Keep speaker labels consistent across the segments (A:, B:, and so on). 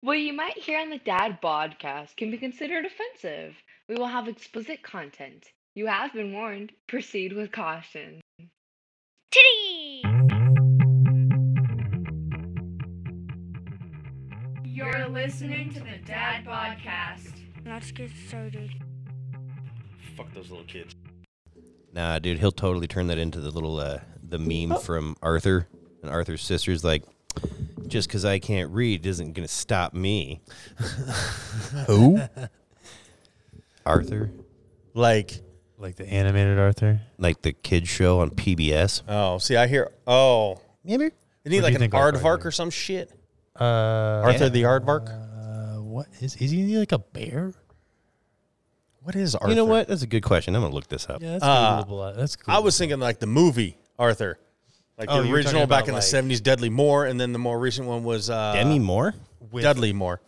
A: What you might hear on the Dad Podcast can be considered offensive. We will have explicit content. You have been warned. Proceed with caution.
B: Titties!
A: You're listening to the Dad Podcast.
B: Let's get started.
C: Fuck those little kids.
D: Nah, dude, he'll totally turn that into the little uh, the meme
E: Oh.
D: from Arthur and Arthur's sister's like, just because I can't read isn't gonna stop me. Who? Arthur,
C: Like,
E: Like the animated Arthur.
D: like the kids show on PBS.
C: oh, see, I hear, oh,
D: Maybe.
C: isn't he
E: What do
C: like
E: you
C: an
E: think about
C: aardvark
E: Arthur?
C: or some shit?
E: Uh,
C: Arthur the aardvark.
E: uh, what is is he like a bear?
C: what is Arthur?
D: You know what? That's a good question. I'm gonna look this up.
E: Yeah, that's
C: Uh,
E: Googleable. That's cool.
C: I was thinking like the movie Arthur, like
E: Oh,
C: the
E: you were
C: original
E: talking
C: back
E: about,
C: in the
E: like-
C: seventies, Dudley Moore, and then the more recent one was uh,
D: Demi Moore.
E: with,
C: Dudley Moore.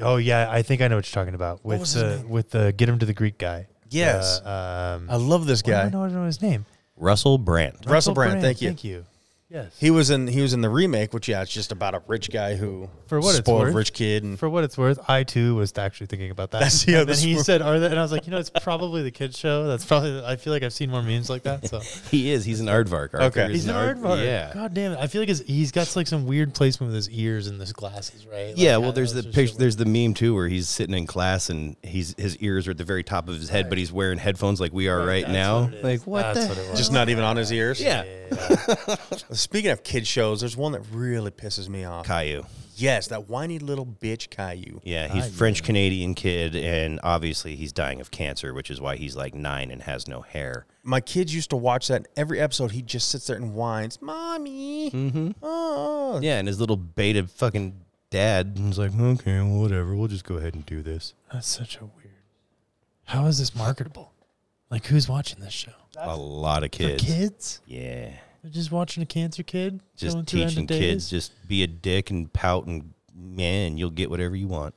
E: Oh yeah, I think I know what you're talking about. With
C: was his
E: the
C: name?
E: with the get him to the Greek guy.
C: Yes.
E: Uh, um,
C: I love this
E: why do I
C: guy,
E: don't know, I don't know his name.
D: Russell Brand.
C: Russell, Brand. Thank you.
E: Thank you. Yes.
C: He was in he was in the remake, which yeah, it's just about a rich guy who
E: For what it's
C: spoiled
E: worth.
C: rich kid and
E: For what it's worth, I too was actually thinking about that.
C: That's the
E: and
C: other
E: then he
C: spoof.
E: said Arthur, and I was like, you know, it's probably the kids show. That's probably. I feel like I've seen more memes like that. So.
D: He is. He's an aardvark. Arthur
C: Okay.
D: is
E: He's an
D: aard-
E: aardvark.
D: Yeah.
E: God damn it! I feel like his, he's got like some weird placement with his ears and his glasses, right? Like,
D: Yeah,
E: I-
D: well, there's
E: that
D: the
E: was just
D: picture. There's the meme too, where he's sitting in class and he's his ears are at the very top of his head, but he's wearing headphones like we are right,
E: that's
D: now.
E: what it is.
D: like what
E: That's
D: the?
E: what it was.
C: just not even on his ears.
D: yeah.
C: Speaking of kid shows, there's one that really pisses me off.
D: Caillou.
C: Yes, that whiny little bitch Caillou.
D: Yeah, he's French Canadian kid, and obviously he's dying of cancer, which is why he's like nine and has no hair.
C: my kids used to watch that. and Every episode, he just sits there and whines, "Mommy,
E: Mm-hmm.
C: oh."
D: Yeah, and his little beta fucking dad was like, okay, well, whatever, we'll just go ahead and do this.
E: That's such a weird. How is this marketable? Like, who's watching this show?
D: a lot of
E: For
D: kids.
E: kids?
D: Yeah,
E: They're just watching a cancer kid.
D: just
E: going through end of
D: teaching
E: days?
D: kids, just be a dick and pout and man, you'll get whatever you want.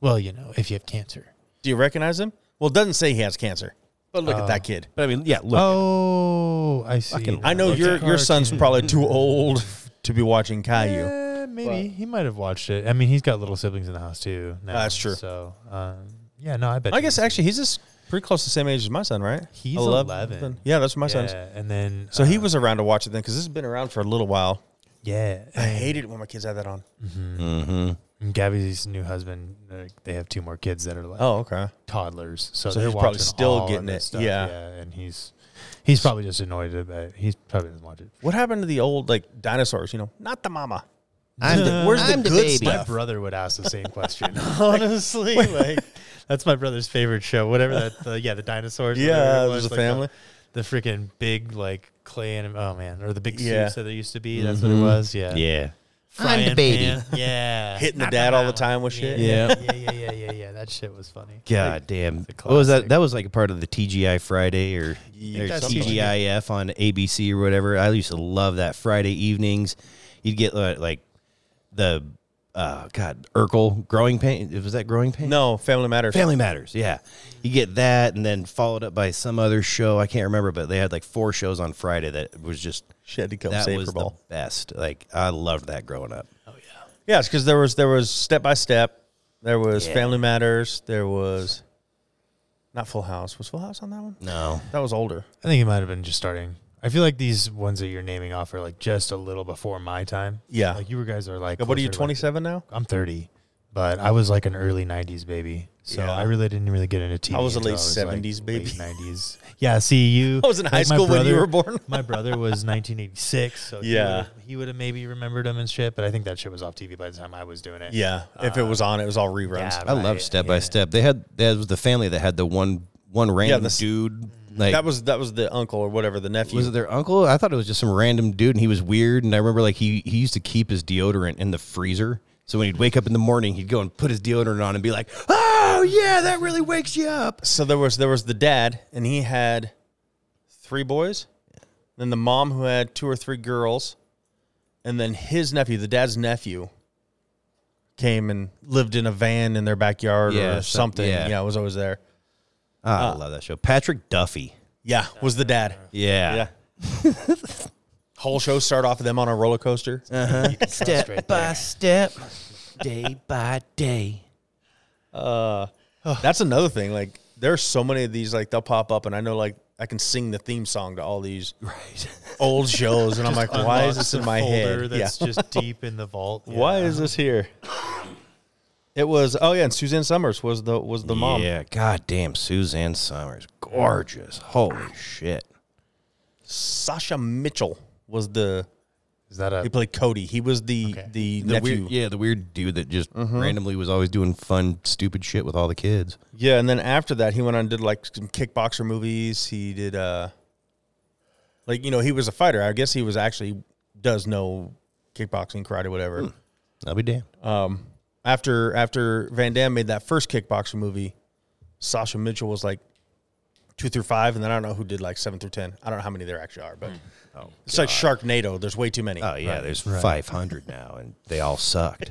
E: Well, you know, if you have cancer.
C: Do you recognize him? Well, it doesn't say he has cancer, but look at that kid.
D: But I mean, yeah, look,
E: Oh, I see.
D: Fucking-
C: I know
E: Like
C: your
E: a
C: your son's
E: cartoon.
C: probably too old to be watching Caillou.
E: Yeah, maybe he might have watched it. I mean, he's got little siblings in the house too. Now,
C: That's true.
E: So, um, yeah, no, I bet.
C: I
E: he
C: guess
E: was-
C: actually he's just pretty close to the same age as my son, right?
E: He's 11.
C: Yeah, that's my son's.
E: Yeah, and then
C: So he
E: uh,
C: was around to watch it then, because this has been around for a little while.
E: Yeah,
C: I hated it when my kids had that on.
E: And Gabby's new husband, like, they have two more kids that are like
C: Oh, okay.
E: toddlers, so,
C: So
E: they're
C: he's probably
E: watching
C: still
E: all of
C: getting
E: this
C: it,
E: Stuff.
C: yeah.
E: and he's he's probably just annoyed about. it. He's probably doesn't watch it.
C: What happened to the old like dinosaurs? You know, not the mama.
D: I'm the, where's
C: I'm the
D: the good
C: baby.
E: My
D: stuff?
E: brother would ask the same question. Honestly, like that's my brother's favorite show. Whatever that, the, yeah, the dinosaurs.
C: Yeah,
E: whatever it
C: there's a
E: was, like the-
C: family.
E: The, freaking big like clay and oh man, or the big
C: Yeah. Mm-hmm.
E: suits that there used to be. That's what it was. Yeah,
D: Yeah.
E: Frying
D: baby.
E: pan. Yeah,
C: Hitting the
E: Not
C: dad all the
E: mama.
C: time with shit.
E: Yeah, yeah, yeah, yeah, yeah, yeah. That shit was funny.
D: God damn. What was that?
E: classic.
D: That was like a part of the TGI Friday or, or
E: that's
D: TGIF on ABC or whatever. I used to love that Friday evenings. You'd get uh, like the, uh, God, Urkel, Growing Pain. Was that Growing Pain?
C: No, Family Matters.
D: Family Matters. Yeah. You get that and then followed up by some other show. I can't remember, but they had like four shows on Friday that was just,
C: She had to go
D: that
C: save
D: was
C: her ball.
D: the best. Like, I loved that growing up.
C: Yes, because there was there was step by step, there was
D: Yeah.
C: Family Matters, there was not Full House. Was Full House on that one?
D: No.
C: That was older.
E: I think it might have been just starting. I feel like these ones that you're naming off are like just a little before my time.
C: Yeah.
E: Like you guys are like.
C: Yeah, what are
E: closer
C: you?
E: to, like,
C: Twenty seven now?
E: I'm 30, but I was like an early 90s baby. So
C: Yeah.
E: I really didn't really get into TV.
C: I was a
E: until
C: late
E: like,
C: 70s baby.
E: late 90s. Yeah, see you.
C: I was in high
E: my
C: school when you were born.
E: my brother was 1986, so
C: Yeah.
E: yeah, he would have maybe remembered him and shit. But I think that shit was off TV by the time I was doing it.
C: Yeah, if it
D: Uh,
C: was on, it was all reruns.
E: yeah,
D: I love
E: right,
D: Step by Step. They had that was the family that had the one one random
C: this-
D: dude. Like
C: that was that was the uncle or whatever the nephew.
D: was it their uncle? I thought it was just some random dude, and he was weird. And I remember like he he used to keep his deodorant in the freezer. So when he'd wake up in the morning, he'd go and put his deodorant on and be like, "Oh yeah, that really wakes you up."
C: so there was there was the dad, and he had three boys, then the mom who had two or three girls, and then his nephew, the dad's nephew, came and lived in a van in their backyard
D: Yeah,
C: or
D: some-
C: something.
D: yeah.
C: yeah, was always there.
D: Ah, I love that show. Patrick Duffy.
C: Yeah, was the dad.
D: Yeah.
C: Yeah. Whole show start off with them on a roller coaster.
D: Step by step. day by day.
C: Uh, that's another thing. Like, there's so many of these. Like, they'll pop up, and I know like I can sing the theme song to all these
D: Right.
C: old shows, and I'm like, why is
E: Unlocks
C: this in
E: a
C: my
E: folder
C: head?
E: That's just deep in the vault.
C: Why
E: Yeah.
D: uh-huh.
C: is this here? It was oh yeah, and Suzanne Summers was the was the mom.
D: Yeah. God damn, Suzanne Summers. Gorgeous. Holy shit.
C: Sasha Mitchell was the
E: is that
C: he
E: a
C: played Cody. He was the
E: Okay.
C: the,
D: The
C: nephew.
D: weird, yeah, the weird dude that just randomly was always doing fun, stupid shit with all the kids.
C: Yeah, and then after that, he went on and did like some kickboxer movies. He did uh, like you know, he was a fighter. I guess he was actually does know kickboxing, karate, whatever.
D: Hmm. I'll be damned.
C: After after Van Damme made that first kickboxer movie, Sasha Mitchell was like two through five, and then I don't know who did like seven through ten. I don't know how many there actually are, but it's like Sharknado. There's way too many.
D: Hmm. Oh yeah, there's 500 now, and they all sucked.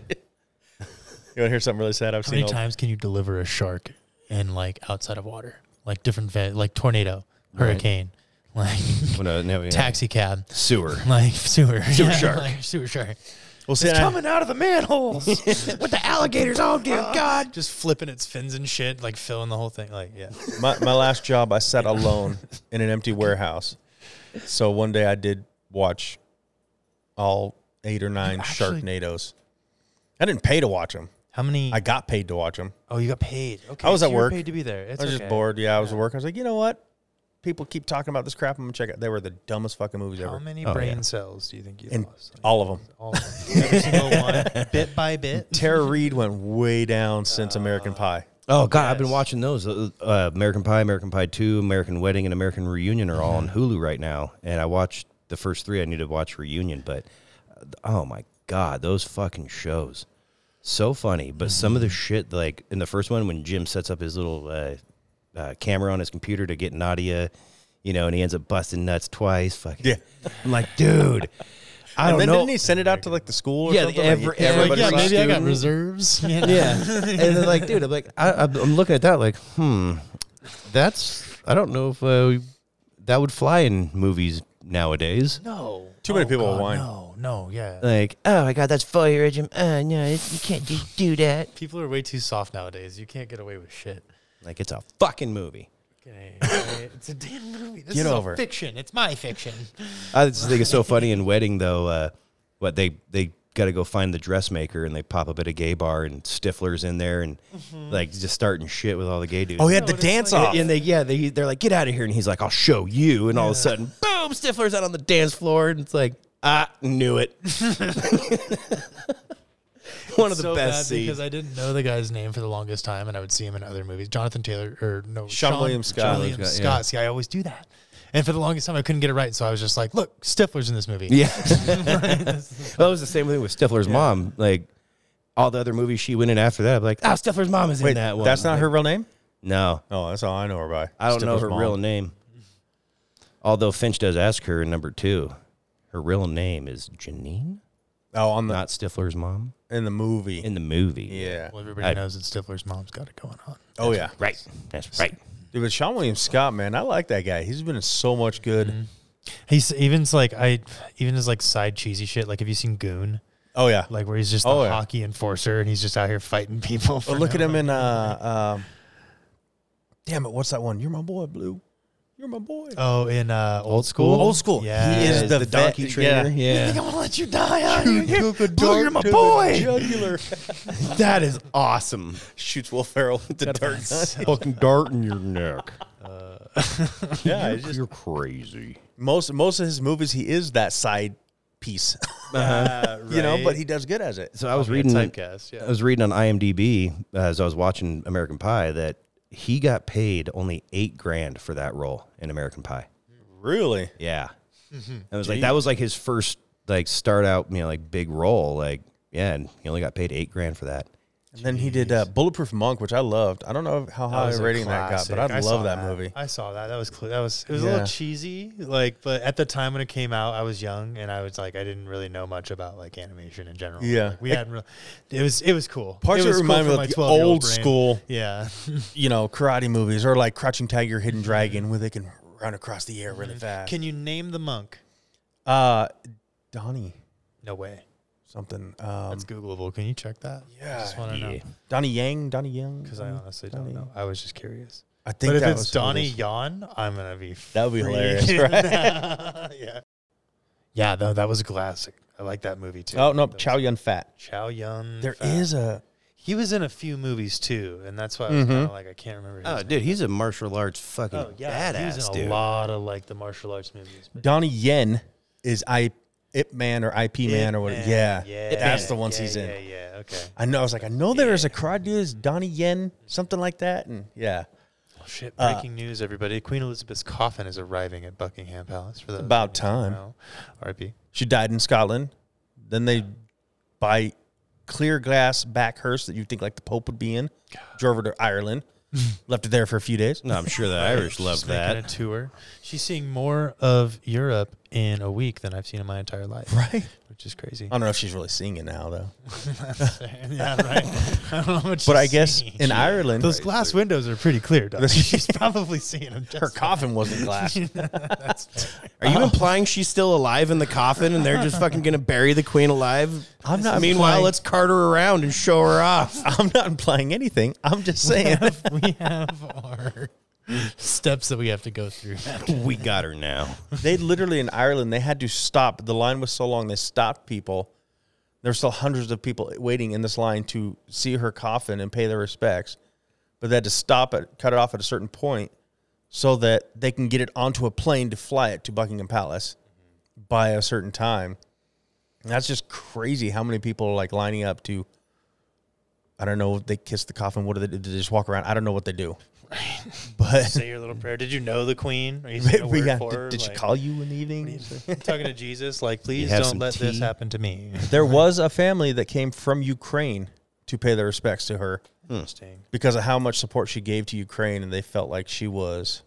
C: You want to hear something really sad? I've
E: how
C: seen.
E: many
C: old-
E: times can you deliver a shark and like outside of water, like different vet, like tornado, hurricane, like
D: When I- now we-
E: taxi cab,
D: sewer.
E: like sewer, sewer
D: shark.
E: sewer shark. Uh,
C: Well, see, I,
E: out of the manholes with the alligators
C: Oh,
E: all dear
D: God.
E: Uh, just flipping its fins and shit, like filling the whole thing. Like, yeah.
C: my, my last job, I sat alone in an empty warehouse. So one day I did watch all eight or nine
E: actually-
C: Sharknados. I didn't pay to watch them.
E: How many?
C: I got paid to watch them.
E: oh, you got paid. Okay,
C: I was
E: so
C: at
E: you were
C: work.
E: Paid to be there. It's
C: I was
E: okay.
C: just bored. Yeah, I was at work. I was like, you know what? People keep talking about this crap. I'm gonna check it. They were the dumbest fucking movies
E: How
C: ever.
E: many
D: Oh,
E: brain
D: yeah.
E: cells do you think you
C: And
E: lost? Like,
C: all of them.
E: all every single one, bit by bit.
C: Tara Reid went way down since American Pie.
D: Oh God, I've been watching those. Uh, uh, American Pie, American Pie Two, American Wedding, and American Reunion are all on Hulu right now, and I watched the first three. I need to watch Reunion, but uh, oh my God, those fucking shows, so funny. But
C: Mm-hmm.
D: some of the shit, like in the first one, when Jim sets up his little uh, uh, camera on his computer to get Nadia, you know, and he ends up busting nuts twice. Fucking,
C: Yeah.
D: I'm like, dude, I
C: And
D: don't
C: then
D: know.
C: didn't he send it out to like the school or
D: Yeah,
C: something?
D: every-
C: Like,
D: every-
C: everybody
D: yeah,
C: saw it?
D: maybe I got
E: reserves.
D: Yeah, and then like, dude, I'm like, I, I'm I'm looking at that, like, hmm, that's I don't know if uh, that would fly in movies nowadays.
E: No.
C: Too many
E: Oh,
C: people
E: God,
C: whine.
E: No, no, yeah.
D: Like, oh my god, that's voyeurism. Uh, no, you can't just do that.
E: People are way too soft nowadays. You can't get away with shit.
D: Like, it's a fucking movie.
E: Okay, it's a damn movie. This
C: Get
E: is
C: over
E: a
C: it.
E: fiction. It's my fiction.
D: I just think it's so funny in wedding though. Uh, what they they got to go find the dressmaker and they pop up at a gay bar and Stifler's in there and
E: Mm-hmm.
D: like just starting shit with all the gay dudes.
C: Oh, he had the
E: No, but it's
C: dance
E: like-
C: off.
D: And they yeah they they're like get out of here and he's like I'll show you and all of a sudden boom Stifler's out on the dance floor and it's like I knew it. One of the
E: so
D: best
E: bad because
D: scenes.
E: I didn't know the guy's name for the longest time, and I would see him in other movies. Jonathan Taylor or no,
C: Sean William Scott.
E: Sean William
D: Scott,
E: Scott.
D: yeah.
E: See, I always do that. And for the longest time, I couldn't get it right, so I was just like, "Look, Stifler's in this movie."
D: Yeah. that was the same thing with Stifler's mom. Like all the other movies she went in after that, I'm like, oh, Stifler's mom is
C: Wait,
D: in that one.
C: that's not
D: Like,
C: her real name.
D: No,
C: Oh, that's all I know her by.
D: I don't know
C: Stifler's
D: her
C: mom.
D: real name. Although Finch does ask her in number two, her real name is Janine,
C: Oh, on the
D: not Stifler's mom
C: in the movie.
D: in the movie.
C: yeah.
E: Well, everybody
D: I-
E: knows that Stifler's mom's got it going on.
C: Oh yeah.
D: right. That's right.
C: Dude, but Sean William Scott, man, I like that guy. He's been in so much good.
D: Mm-hmm.
E: He's even's like I, even his like side cheesy shit. Like, have you seen Goon?
C: Oh yeah.
E: Like where he's just
C: Oh,
E: a
C: yeah.
E: hockey enforcer and he's just out here fighting people.
C: But
E: for
C: look
E: no-
C: at him in uh um Damn it, what's that one? You're my boy, Blue. You're my boy.
E: Oh, in uh, old school.
C: Old School.
E: Yeah.
C: He is
D: Yeah,
C: the
D: the
C: vet-
D: donkey
C: yeah.
D: trainer. Yeah.
E: I want to let you die out
C: Dark
E: You're my
C: to the
E: boy.
C: Jugular.
D: That is awesome.
C: Shoots Will Ferrell with the dart gun.
D: Fucking dart in your neck.
C: Uh, Yeah, it's just
D: You're crazy.
C: most most of his movies he is that side piece. You know, but he does good as it.
D: So I was
E: Yeah,
D: reading
E: typecast, yeah.
D: I was reading on IMDb uh, as I was watching American Pie that he got paid only eight grand for that role in American Pie.
C: Really?
D: Yeah. I was like, that was like his first like start out, you know, like big role. Like, yeah, and he only got paid eight grand for that.
C: And then he did uh, Bulletproof Monk, which I loved. I don't know how
E: That
C: high
E: was
C: a
E: a
C: rating that got,
E: classic.
C: but I,
E: saw
C: love that, movie.
E: I saw that. That was cl- that was it was a
C: Yeah.
E: little cheesy, like but at the time when it came out, I was young and I was like I didn't really know much about like animation in general.
C: Yeah.
E: Like, we hadn't really. It was it was cool.
C: Parts of it
E: was cool
C: remind me
E: for
C: of
E: my
C: the
E: 12-year-old
C: old
E: brain.
C: school-
E: Yeah.
C: you know, karate movies or like Crouching Tiger, Hidden Dragon, where they can run across the air really fast.
E: Can you name the monk?
C: uh, Donnie.
E: No way.
C: something. Um,
E: That's Googleable. Can you check that?
C: Yeah,
E: I just want to know
D: yeah.
C: Donnie Yang, Donnie Yang.
E: because I honestly don't
C: Donnie.
E: know. I was just curious.
C: I think
E: But if
C: that
E: it's
C: was who it
E: Donnie
C: is.
E: Yon, I'm gonna be
C: That would be hilarious,
E: freaking
C: right?
E: out. yeah. Yeah, no, that was a classic. I like that movie too.
C: Oh no,
E: That was-
C: Chow Yun Fat.
E: Chow Yun.
C: There is
E: Fat.
C: a
E: He was in a few movies too, and that's why I was
C: Mhm.
E: kind of like I can't remember. His
D: Oh,
E: name.
D: dude, he's a martial arts fucking
E: Oh yeah,
D: badass,
E: he was in
D: dude.
E: a lot of like the martial arts movies. but-
C: Donnie Yen is I Ip Man or IP Man or
E: Ip
C: whatever.
E: Man,
C: yeah,
E: yeah,
C: that's the ones
E: yeah,
C: he's in.
E: Yeah, yeah, okay.
C: I know. I was like, I know there is a karate dude, it's Donnie Yen, something like that, and yeah,
E: Well, shit,
C: Uh,
E: breaking news, everybody! Queen Elizabeth's coffin is arriving at Buckingham Palace for the
C: about time.
E: R.I.P.
C: she died in Scotland. Then they buy clear glass back hearse that you think like the Pope would be in, drove her to Ireland, left it there for a few days.
D: No, I'm sure the Irish love
E: She's making
D: that.
E: a tour. She's seeing more of Europe in a week than I've seen in my entire life,
C: Right.
E: which is crazy.
C: I don't know if she's really singing now though,
E: yeah, right. I don't know how much.
C: but I
E: she's
C: guess
E: seeing.
C: in Ireland,
E: those glass windows are pretty clear. Doc. She's probably seeing them.
C: her coffin wasn't glass. Uh-huh.
D: Are you implying she's still alive in the coffin and they're just fucking gonna bury the queen alive?
C: I'm not
D: Meanwhile,
C: implying-
D: let's cart her around and show her off.
C: I'm not implying anything. I'm just saying.
E: we have our steps that we have to go through.
D: we got her now.
C: they literally in Ireland they had to stop. The line was so long they stopped people. There were still hundreds of people waiting in this line to see her coffin and pay their respects, but they had to stop it, cut it off at a certain point, so that they can get it onto a plane to fly it to Buckingham Palace by a certain time. And that's just crazy how many people are like lining up to. I don't know. They kiss the coffin. What do they do? Do they just walk around? I don't know what they do. But
E: Say your little prayer. Did you know the Queen? Are you saying a word
C: yeah,
E: for
C: did,
E: her?
C: did she
E: Like,
C: call you in the evening?
E: talking to Jesus? Like, please
D: have
E: don't
D: some
E: let this
D: tea?
E: happen to me.
C: There was a family that came from Ukraine to pay their respects to her
E: Interesting.
C: because of how much support she gave to Ukraine, and they felt like she was.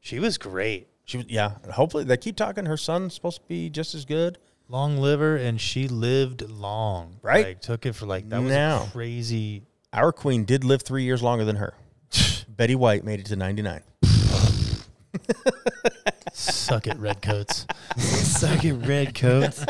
E: She was great.
C: She was, yeah. and Hopefully, they keep talking. Her son's supposed to be just as good.
E: Long liver, and she lived long.
C: Right.
E: Like, took it for like that was
C: Now.
E: a crazy.
C: Our queen did live three years longer than her. Betty White made it to ninety nine.
E: Suck it, redcoats. Suck it, redcoats.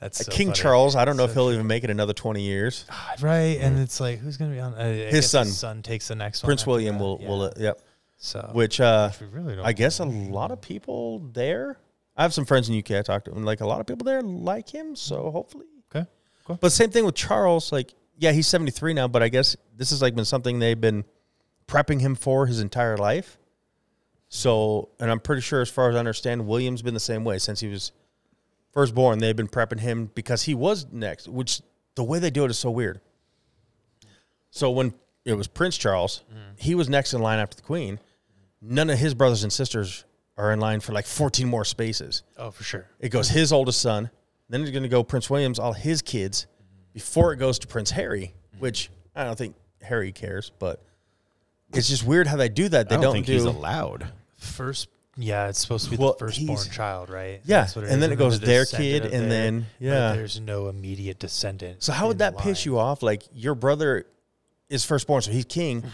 E: That's so
C: King
E: funny. Oh,
C: Charles. I don't know if he'll even make it another twenty years.
E: right? And it's like, who's gonna be on? I- I guess his
C: Mm. son.
E: son takes the next one.
C: Prince
E: after
C: William
E: that.
C: will.
E: Yeah. Oh,
C: Will. uh, Yep.
E: so
C: Which uh,
E: we really don't.
C: I guess a lot of people there. I have some friends in UK. I talked to and like a lot of people there like him. So hopefully
E: okay.
C: But same thing with Charles. Like, yeah, he's 73 now, but I guess this has like been something they've been prepping him for his entire life. So, and I'm pretty sure, as far as I understand, William's been the same way since he was first born. They've been prepping him because he was next, which the way they do it is so weird. So when it was Prince Charles, he was next in line after the Queen. None of his brothers and sisters are in line for like 14 more spaces.
E: Oh, for sure.
C: It goes his oldest son, then it's going to go Prince William's, all his kids, before it goes to Prince Harry, which I don't think Harry cares, but it's just weird how they do that. They
D: I don't,
C: don't,
D: think
C: do.
D: he's allowed.
E: First, yeah, it's supposed to be
C: Well,
E: the firstborn
C: he's-
E: child, right?
C: Yeah,
E: That's what
C: and then it goes
E: the
C: their
E: descendant
C: kid,
E: of
C: and
E: their-
C: then-
E: but
C: yeah.
E: there's no immediate descendant.
C: so how would
E: in the
C: that piss
E: line.
C: you off? Like your brother is firstborn, so he's king.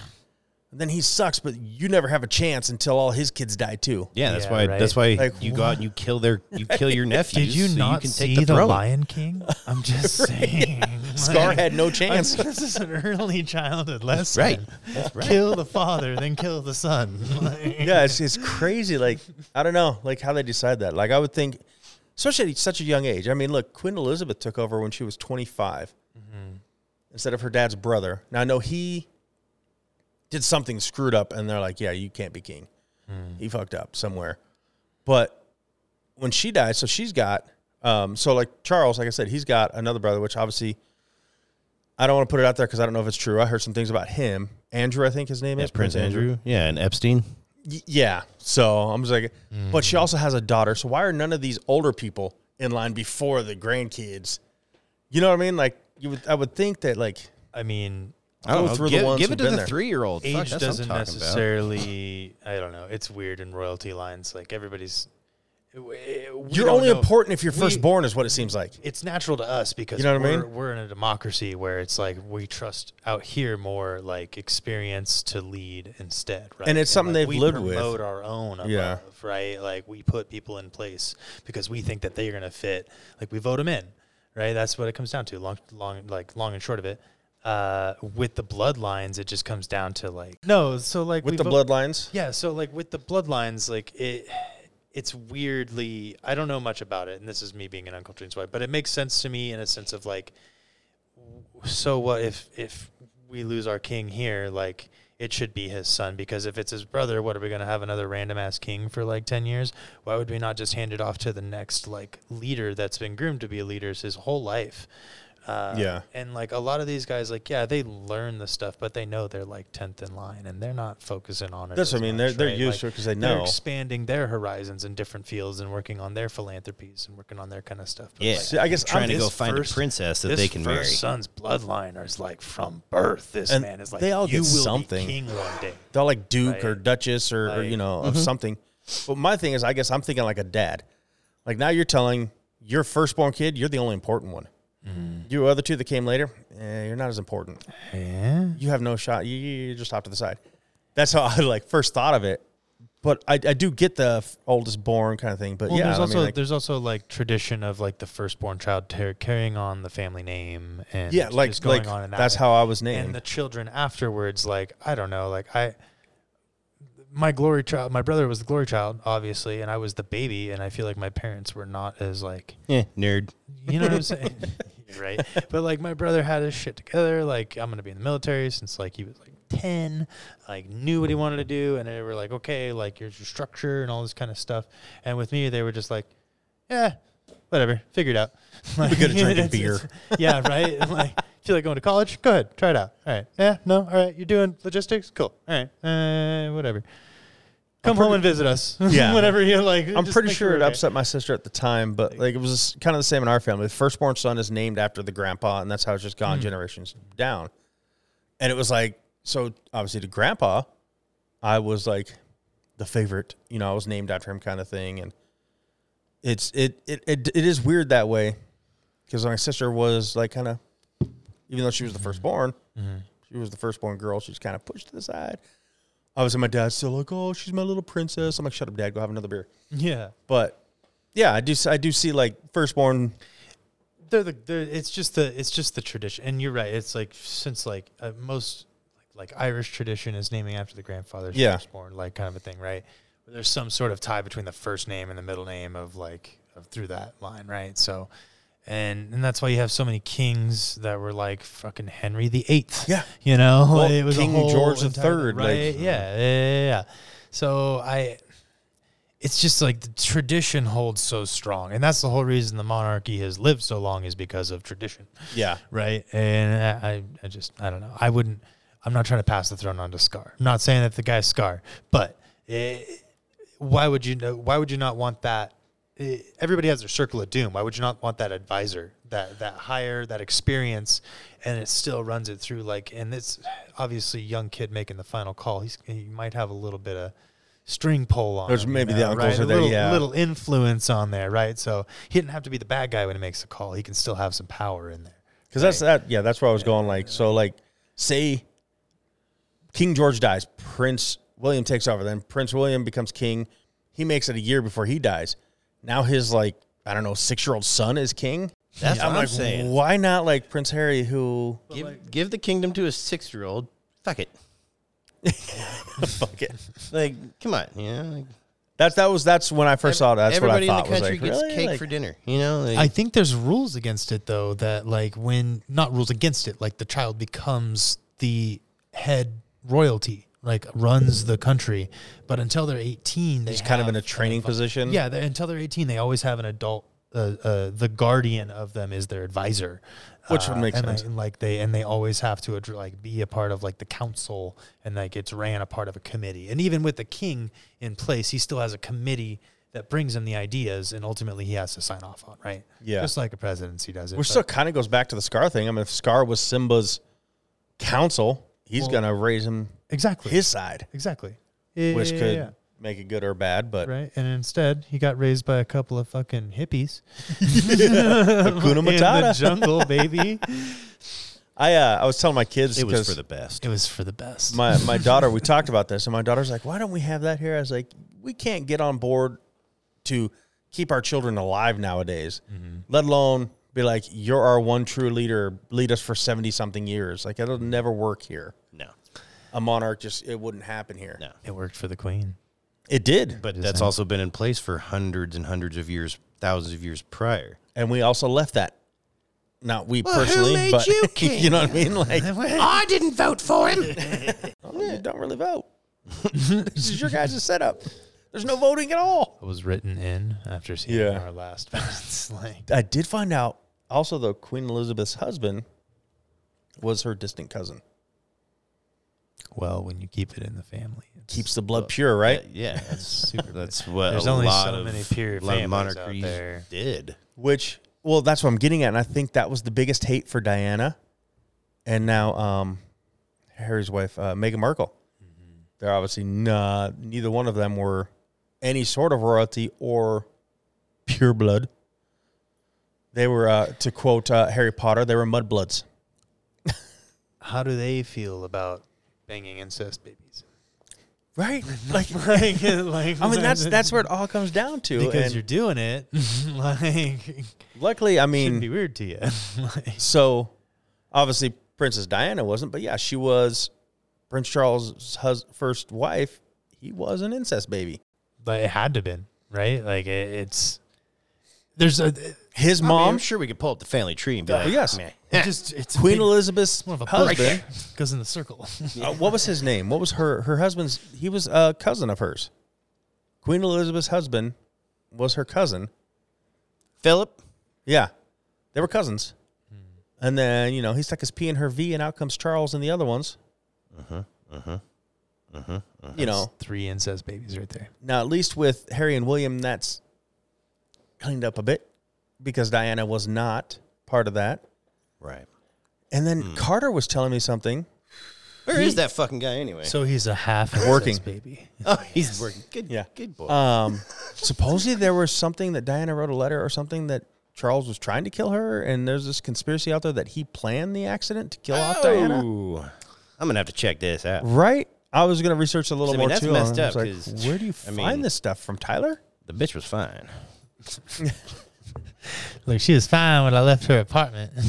C: And then he sucks, but you never have a chance until all his kids die too.
D: Yeah, that's
E: Yeah,
D: why.
E: right.
D: That's why
C: Like,
D: you go out and you kill their, you kill your nephews.
E: Did you
D: so
E: not
D: you can
E: see
D: take the,
E: the,
D: throne.
E: Lion King? I'm just saying.
C: Scar
E: like,
C: had no
E: I mean,
C: chance.
E: this is an early childhood lesson.
D: Right. That's right.
E: Kill the father, then kill the son. Like-
C: yeah, it's, it's crazy. Like I don't know, like how they decide that. Like I would think, especially at such a young age. I mean, look, Queen Elizabeth took over when she was 25
D: Mm-hmm.
C: instead of her dad's brother. Now I know he did something screwed up, and they're like, "Yeah, you can't be king.
D: Mm.
C: He fucked up somewhere." But when she died, so she's got, um, so like Charles, like I said, he's got another brother, which obviously. I don't want to put it out there because I don't know if it's true. I heard some things about him. Andrew, I think his name
D: Yeah,
C: is
D: Prince Andrew. Yeah, and Epstein.
C: Y- yeah. So I'm just like, but she also has a daughter. So why are none of these older people in line before the grandkids? You know what I mean? Like you would, I would think that like
E: I mean,
D: I don't
C: Go
D: know.
C: through the
D: give,
C: ones
D: give
C: who've
D: it to
C: been
D: the
C: there.
D: three-year-old. Fuck,
E: age
D: that's what I'm
E: doesn't
D: talking about.
E: necessarily. I don't know. It's weird in royalty lines. Like everybody's,
C: You're only important if you're firstborn, is what it seems like.
E: It's natural to us because
C: You know what I
E: we're,
C: mean?
E: we're in a democracy where it's like we trust out here more like experience to lead instead, right?
C: And it's something
E: like,
C: they've
E: we
C: lived with.
E: promote our own above,
C: Yeah.
E: right? Like we put people in place because we think that they're going to fit. Like we vote them in, right? That's what it comes down to. Long, long, like long and short of it. Uh, with the bloodlines, it just comes down to like no. So like
C: With
E: we
C: the
E: vote-
C: bloodlines,
E: yeah, so like with the bloodlines, like it it's weirdly I don't know much about it, and this is me being an uncultured white, but it makes sense to me in a sense of like so what if if we lose our king here, like it should be his son because if it's his brother, what are we gonna have another random ass king for like ten years? Why would we not just hand it off to the next like leader that's been groomed to be leaders his whole life? Uh,
C: Yeah.
E: and like a lot of these guys, like yeah, they learn the stuff, but they know they're like tenth in line, and they're not focusing on it.
C: That's what
E: as
C: I mean.
E: much,
C: They're- they're
E: right?
C: used
E: Like,
C: to it 'cause they
E: they're
C: know.
E: expanding their horizons in different fields and working on their philanthropies and working on their kind of stuff. But,
D: Yeah,
E: like,
C: See, I guess
D: trying
C: I'm-
D: to go
E: this
D: find
E: first-
D: a princess that
E: this
D: they can
E: first
D: marry.
E: son's bloodline is like from birth. This
C: And
E: man is like
C: they all
E: you
C: get
E: will
C: something.
E: be king one day.
C: they're all like Duke or
E: Like-
C: Duchess or, or you
E: like-
C: know of something. But my thing is, I guess I'm thinking like a dad. Like now you're telling your firstborn kid you're the only important one.
E: Mm-hmm.
C: You other two that came later, eh, you're not as important.
E: Yeah.
C: You have no shot. You, you- you're just off to the side. That's how I like first thought of it. But I, I do get the f- oldest born kind of thing. But
E: Well,
C: yeah,
E: there's
C: I
E: also
C: mean, like,
E: there's also like tradition of like the firstborn child tar- carrying on the family name and
C: yeah,
E: just
C: like
E: going
C: like
E: on in that
C: that's
E: way.
C: how I was named.
E: and the children afterwards like i don't know like i my glory child my brother was the glory child obviously and i was the baby and i feel like my parents were not as like
D: Yeah, nerd.
E: you know what i'm saying right but like my brother had his shit together like i'm gonna be in the military since like he was like 10 like knew what he wanted to do and they were like okay like here's your structure and all this kind of stuff and with me they were just like yeah whatever figure it out
C: We could have drinking
E: It's-
C: beer.
E: it's- yeah, right. And like, feel like going to college? Go ahead, try it out. All right. Yeah, no. All right. You're doing logistics? Cool. All right. Uh, whatever. Come home and visit us.
C: Yeah.
E: whenever you like.
C: I'm
E: just
C: pretty
E: make
C: sure
E: we're
C: it
E: okay.
C: upset my sister at the time, but like it was kind of the same in our family. The firstborn son is named after the grandpa, and that's how it's just gone
E: Hmm.
C: generations down. And it was like so obviously to grandpa, I was like the favorite, you know, I was named after him kind of thing. And it's it it it, it is weird that way. Because my sister was like kind of even though she was the
E: Mm-hmm.
C: firstborn, she was the firstborn girl, she's kind of pushed to the side. Obviously, my dad's still like, "Oh, she's my little princess." I'm like, "Shut up, dad. Go have another beer."
E: Yeah.
C: But yeah, I do. s- I do see like firstborn.
E: They're the. They're, it's just the. It's just the tradition. And you're right. It's like since like uh, most like, like Irish tradition is naming after the grandfather's
C: Yeah.
E: firstborn, like kind of a thing, right? There's some sort of tie between the first name and the middle name of like of through that line, right? So. And, and that's why you have so many kings that were like fucking Henry the Eighth.
C: Yeah.
E: you know,
C: Well,
E: it was a
C: King
E: whole
C: George the
E: entire-
C: Third, like-
E: right? yeah, yeah, yeah, yeah. So I, it's just like the tradition holds so strong, and that's the whole reason the monarchy has lived so long is because of tradition,
C: Yeah,
E: right? And I, I- I just, I don't know. I wouldn't. I'm not trying to pass the throne on to Scar. I'm not saying that the guy's Scar, but eh, why would you know? Why would you not want that? eh, Everybody has their circle of doom. Why would you not want that advisor, that that hire, that experience, and it still runs it through like? And it's obviously young kid making the final call. He's he might have a little bit of string pull on.
C: There's
E: him, you
C: maybe the
E: know,
C: uncles
E: right?
C: are
E: a
C: there,
E: little,
C: yeah.
E: little influence on there, right? So he didn't have to be the bad guy when he makes the call. He can still have some power in there.
C: because that's that. Yeah, that's where I was going. Like, so like, say King George dies, Prince William takes over. Then Prince William becomes king. He makes it a year before he dies. Now his like I don't know six year old son is king.
D: That's what I'm
C: like,
D: saying.
C: Why not like Prince Harry? Who
D: Give, give the kingdom to a six year old. Fuck it.
C: fuck it.
D: Like, come on. Yeah. Like,
C: That's that was that's when I first saw it. That's what I
D: everybody
C: thought.
D: in the country
C: was like,
D: gets
C: really?
D: cake
C: Like,
D: for dinner. You know. Like,
E: I think there's rules against it though that like when not rules against it like the child becomes the head royalty like runs the country but until they're 18 they
C: he's kind of in a
E: have-
C: training position.
E: yeah they until they're 18 they always have an adult uh, uh, the guardian of them is their advisor
C: Which would
E: Uh,
C: make
E: and
C: sense.
E: they- and, like they and they always have to addr- like be a part of like the council and like it's ran a part of a committee and even with the king in place he still has a committee that brings him the ideas and ultimately he has to sign off on right
C: Yeah.
E: just like a presidency does it
C: Which
E: but-
C: still kind of goes back to the Scar thing. I mean, if Scar was Simba's counsel, he's gonna raise him
E: exactly
C: his side,
E: exactly yeah,
C: which
E: yeah,
C: could
E: yeah.
C: make it good or bad, but
E: right? And instead, he got raised by a couple of fucking hippies.
C: Hakuna
E: In the
C: Matata.
E: jungle, baby.
C: I uh, I was telling my kids
D: It was
C: 'cause
D: for the best.
E: it was for the best.
C: my my daughter we talked about this and my daughter's like why don't we have that here i was like we can't get on board to keep our children alive nowadays
D: Mm-hmm.
C: let alone be like you're our one true leader lead us for 70 something years like it'll never work here
D: No,
C: a monarch just it wouldn't happen here
D: no.
E: it worked for the queen.
C: it did
D: But
E: Just
D: that's
E: saying.
D: also been in place for hundreds and hundreds of years, thousands of years prior.
C: and we also left that not we
D: who
C: personally
D: made
C: but
D: you king?
C: you know what i mean like
D: I didn't vote for him.
C: oh, you don't really vote this is your guys' setup there's no voting at all
E: It was written in after seeing
C: Yeah.
E: our last balance. like,
C: I did find out also though Queen Elizabeth's husband was her distant cousin.
E: well, when you keep it in the family, it's-
C: Keeps the blood pure, right?
D: Yeah, that's super. That's what
E: There's
D: a
E: only
D: lot
E: so
D: of
E: many pure
D: lot of
E: families out
D: monarchies
E: there.
D: did.
C: Which well, that's what I'm getting at, and I think that was the biggest hate for Diana, and now um, Harry's wife uh, Meghan Markle. They're obviously not. Neither one of them were any sort of royalty or pure blood. They were, uh, to quote uh, Harry Potter, they were mudbloods.
E: how do they feel about banging incest babies?
C: Right? Like,
E: like, like
C: I mean, that's that's where it all comes down to.
E: because
C: and
E: you're doing it. like, it
C: luckily, I
E: shouldn't
C: mean,
E: be weird to you. like,
C: So, obviously, Princess Diana wasn't, but yeah, she was Prince Charles' hus- first wife. He was an incest baby.
E: but it had to been right. Like, it, it's there's a
C: His
D: I mean,
C: mom,
D: I'm sure we could pull up the family tree and be like,
C: yes.
D: "Meh."
E: it just it's a
C: Queen
E: big-
C: Elizabeth's
E: more of a
C: husband.
E: husband goes in the circle.
C: uh, what was his name? What was her her husband's? He was a cousin of hers. Queen Elizabeth's husband was her cousin.
D: Philip.
C: Yeah, they were cousins. And then you know he stuck his P in her V, and out comes Charles and the other ones. Uh huh. Uh huh. Uh huh. You know,
E: Three incest babies right there.
C: Now, at least with Harry and William, that's cleaned up a bit because Diana was not part of that.
D: Right.
C: And then
D: Hmm.
C: Carter was telling me something.
D: Where is that fucking guy anyway?
E: So he's a half incest
C: Working.
E: baby.
D: oh, he's working. Good.
C: Yeah.
D: Good boy.
C: Um, supposedly there was something that Diana wrote a letter or something that Charles was trying to kill her, and there's this conspiracy out there that he planned the accident to kill off Diana.
D: Ooh. I'm gonna have to check this out.
C: Right? I was gonna research a little
D: Oh! I mean,
C: more
D: that's
C: too.
D: messed
C: and I was
D: up
C: like,
D: 'cause,
C: where do you
D: I
C: find
D: mean-
C: this stuff from, Tyler?
D: The bitch was fine.
E: Like she was fine when I left her apartment.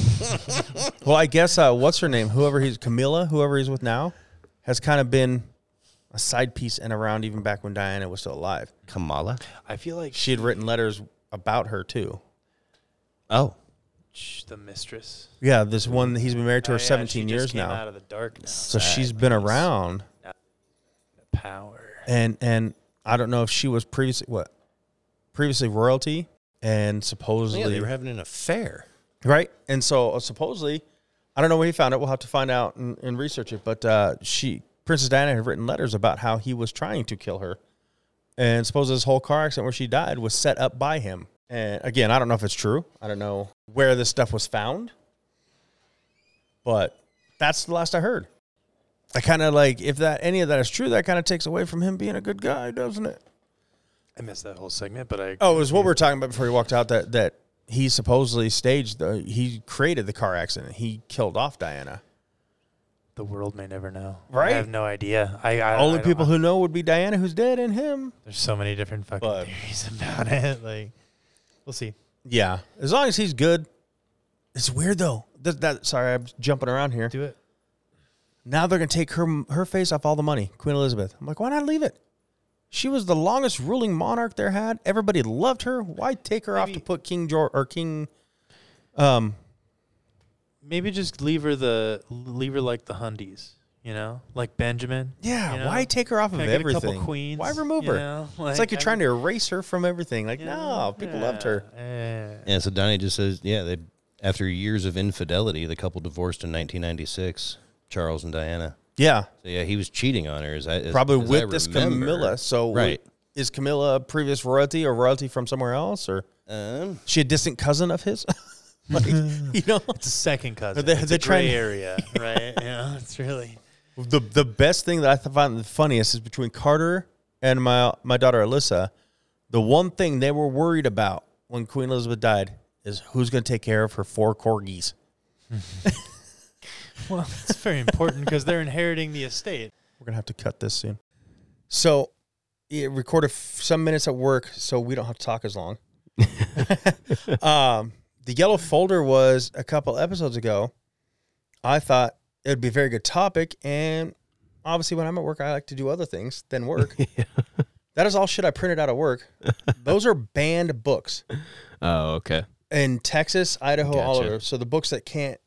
C: Well, I guess uh, what's her name? Whoever he's Camilla, whoever he's with now, has kind of been a side piece and around even back when Diana was still alive.
D: Kamala.
E: I feel like
C: She had written letters about her too.
D: Oh,
E: sh- the mistress
C: Yeah, this one that he's been married to
E: Oh,
C: her
E: yeah, she
C: 17
E: just
C: years
E: came
C: now.
E: Out of the dark now.
C: so she's been around,
E: The power.
C: and and I don't know if she was previously what previously royalty and
D: yeah,
C: supposedly
D: they were having an affair.
C: Right. And so uh, supposedly, I don't know where he found it. We'll have to find out and, and research it. But uh, she, Princess Diana, had written letters about how he was trying to kill her. And suppose this whole car accident where she died was set up by him. And again, I don't know if it's true. I don't know where this stuff was found. But that's the last I heard. I kind of like if that any of that is true, that kind of takes away from him being a good guy, doesn't it?
E: I missed that whole segment, but I
C: Oh, it was what we were talking about before he walked out. That that he supposedly staged the he created the car accident. He killed off Diana.
E: the world may never know.
C: Right?
E: I have no idea. I, I
C: Only
E: I don't
C: people
E: know.
C: who know would be Diana, who's dead, and him.
E: there's so many different fucking
C: But-
E: theories about it. Like we'll see.
C: Yeah, as long as he's good. It's weird though. That, that sorry, I'm jumping around here.
E: Do it.
C: Now they're gonna take her her face off all the money. Queen Elizabeth. I'm like, why not leave it? She was the longest ruling monarch there had. Everybody loved her. Why take her off to put King George or King? Um,
E: Maybe just leave her the leave her like the Hundies, you know, like Benjamin.
C: yeah.
E: you know?
C: Why take her off of
E: Can I get a
C: everything?
E: couple queens,
C: why remove
E: you
C: her?
E: know?
C: it's like you're
E: I
C: trying to
E: mean,
C: erase her from everything. Like,
E: you know,
C: no, people loved her.
E: yeah.
D: Yeah. So Donnie just says, yeah, they after years of infidelity, the couple divorced in 1996. Charles and Diana.
C: Yeah,
D: So yeah, he was cheating on her. As I, as,
C: probably
D: as I
C: with this
D: remember.
C: Camilla. So, we-
D: right.
C: is Camilla a previous royalty or royalty from somewhere else, or
D: Um,
C: she a distant cousin of his? like, you know,
E: It's a second cousin.
C: they-
E: it's
C: they're
E: a gray
C: trying-
E: area, right? yeah, it's really
C: the the best thing that I th- find the funniest is between Carter and my my daughter Alyssa, the one thing they were worried about when Queen Elizabeth died is who's going to take care of her four corgis.
E: Well, it's very important because they're inheriting the estate.
C: We're gonna have to cut this soon. So, it recorded f- some minutes at work, so we don't have to talk as long. um, the yellow folder was a couple episodes ago. I thought it would be a very good topic, and obviously, when I'm at work, I like to do other things than work. That is all shit I printed out of work. Those are banned books
D: Oh, okay.
C: in Texas, Idaho, all
D: Gotcha.
C: over. So the books that can't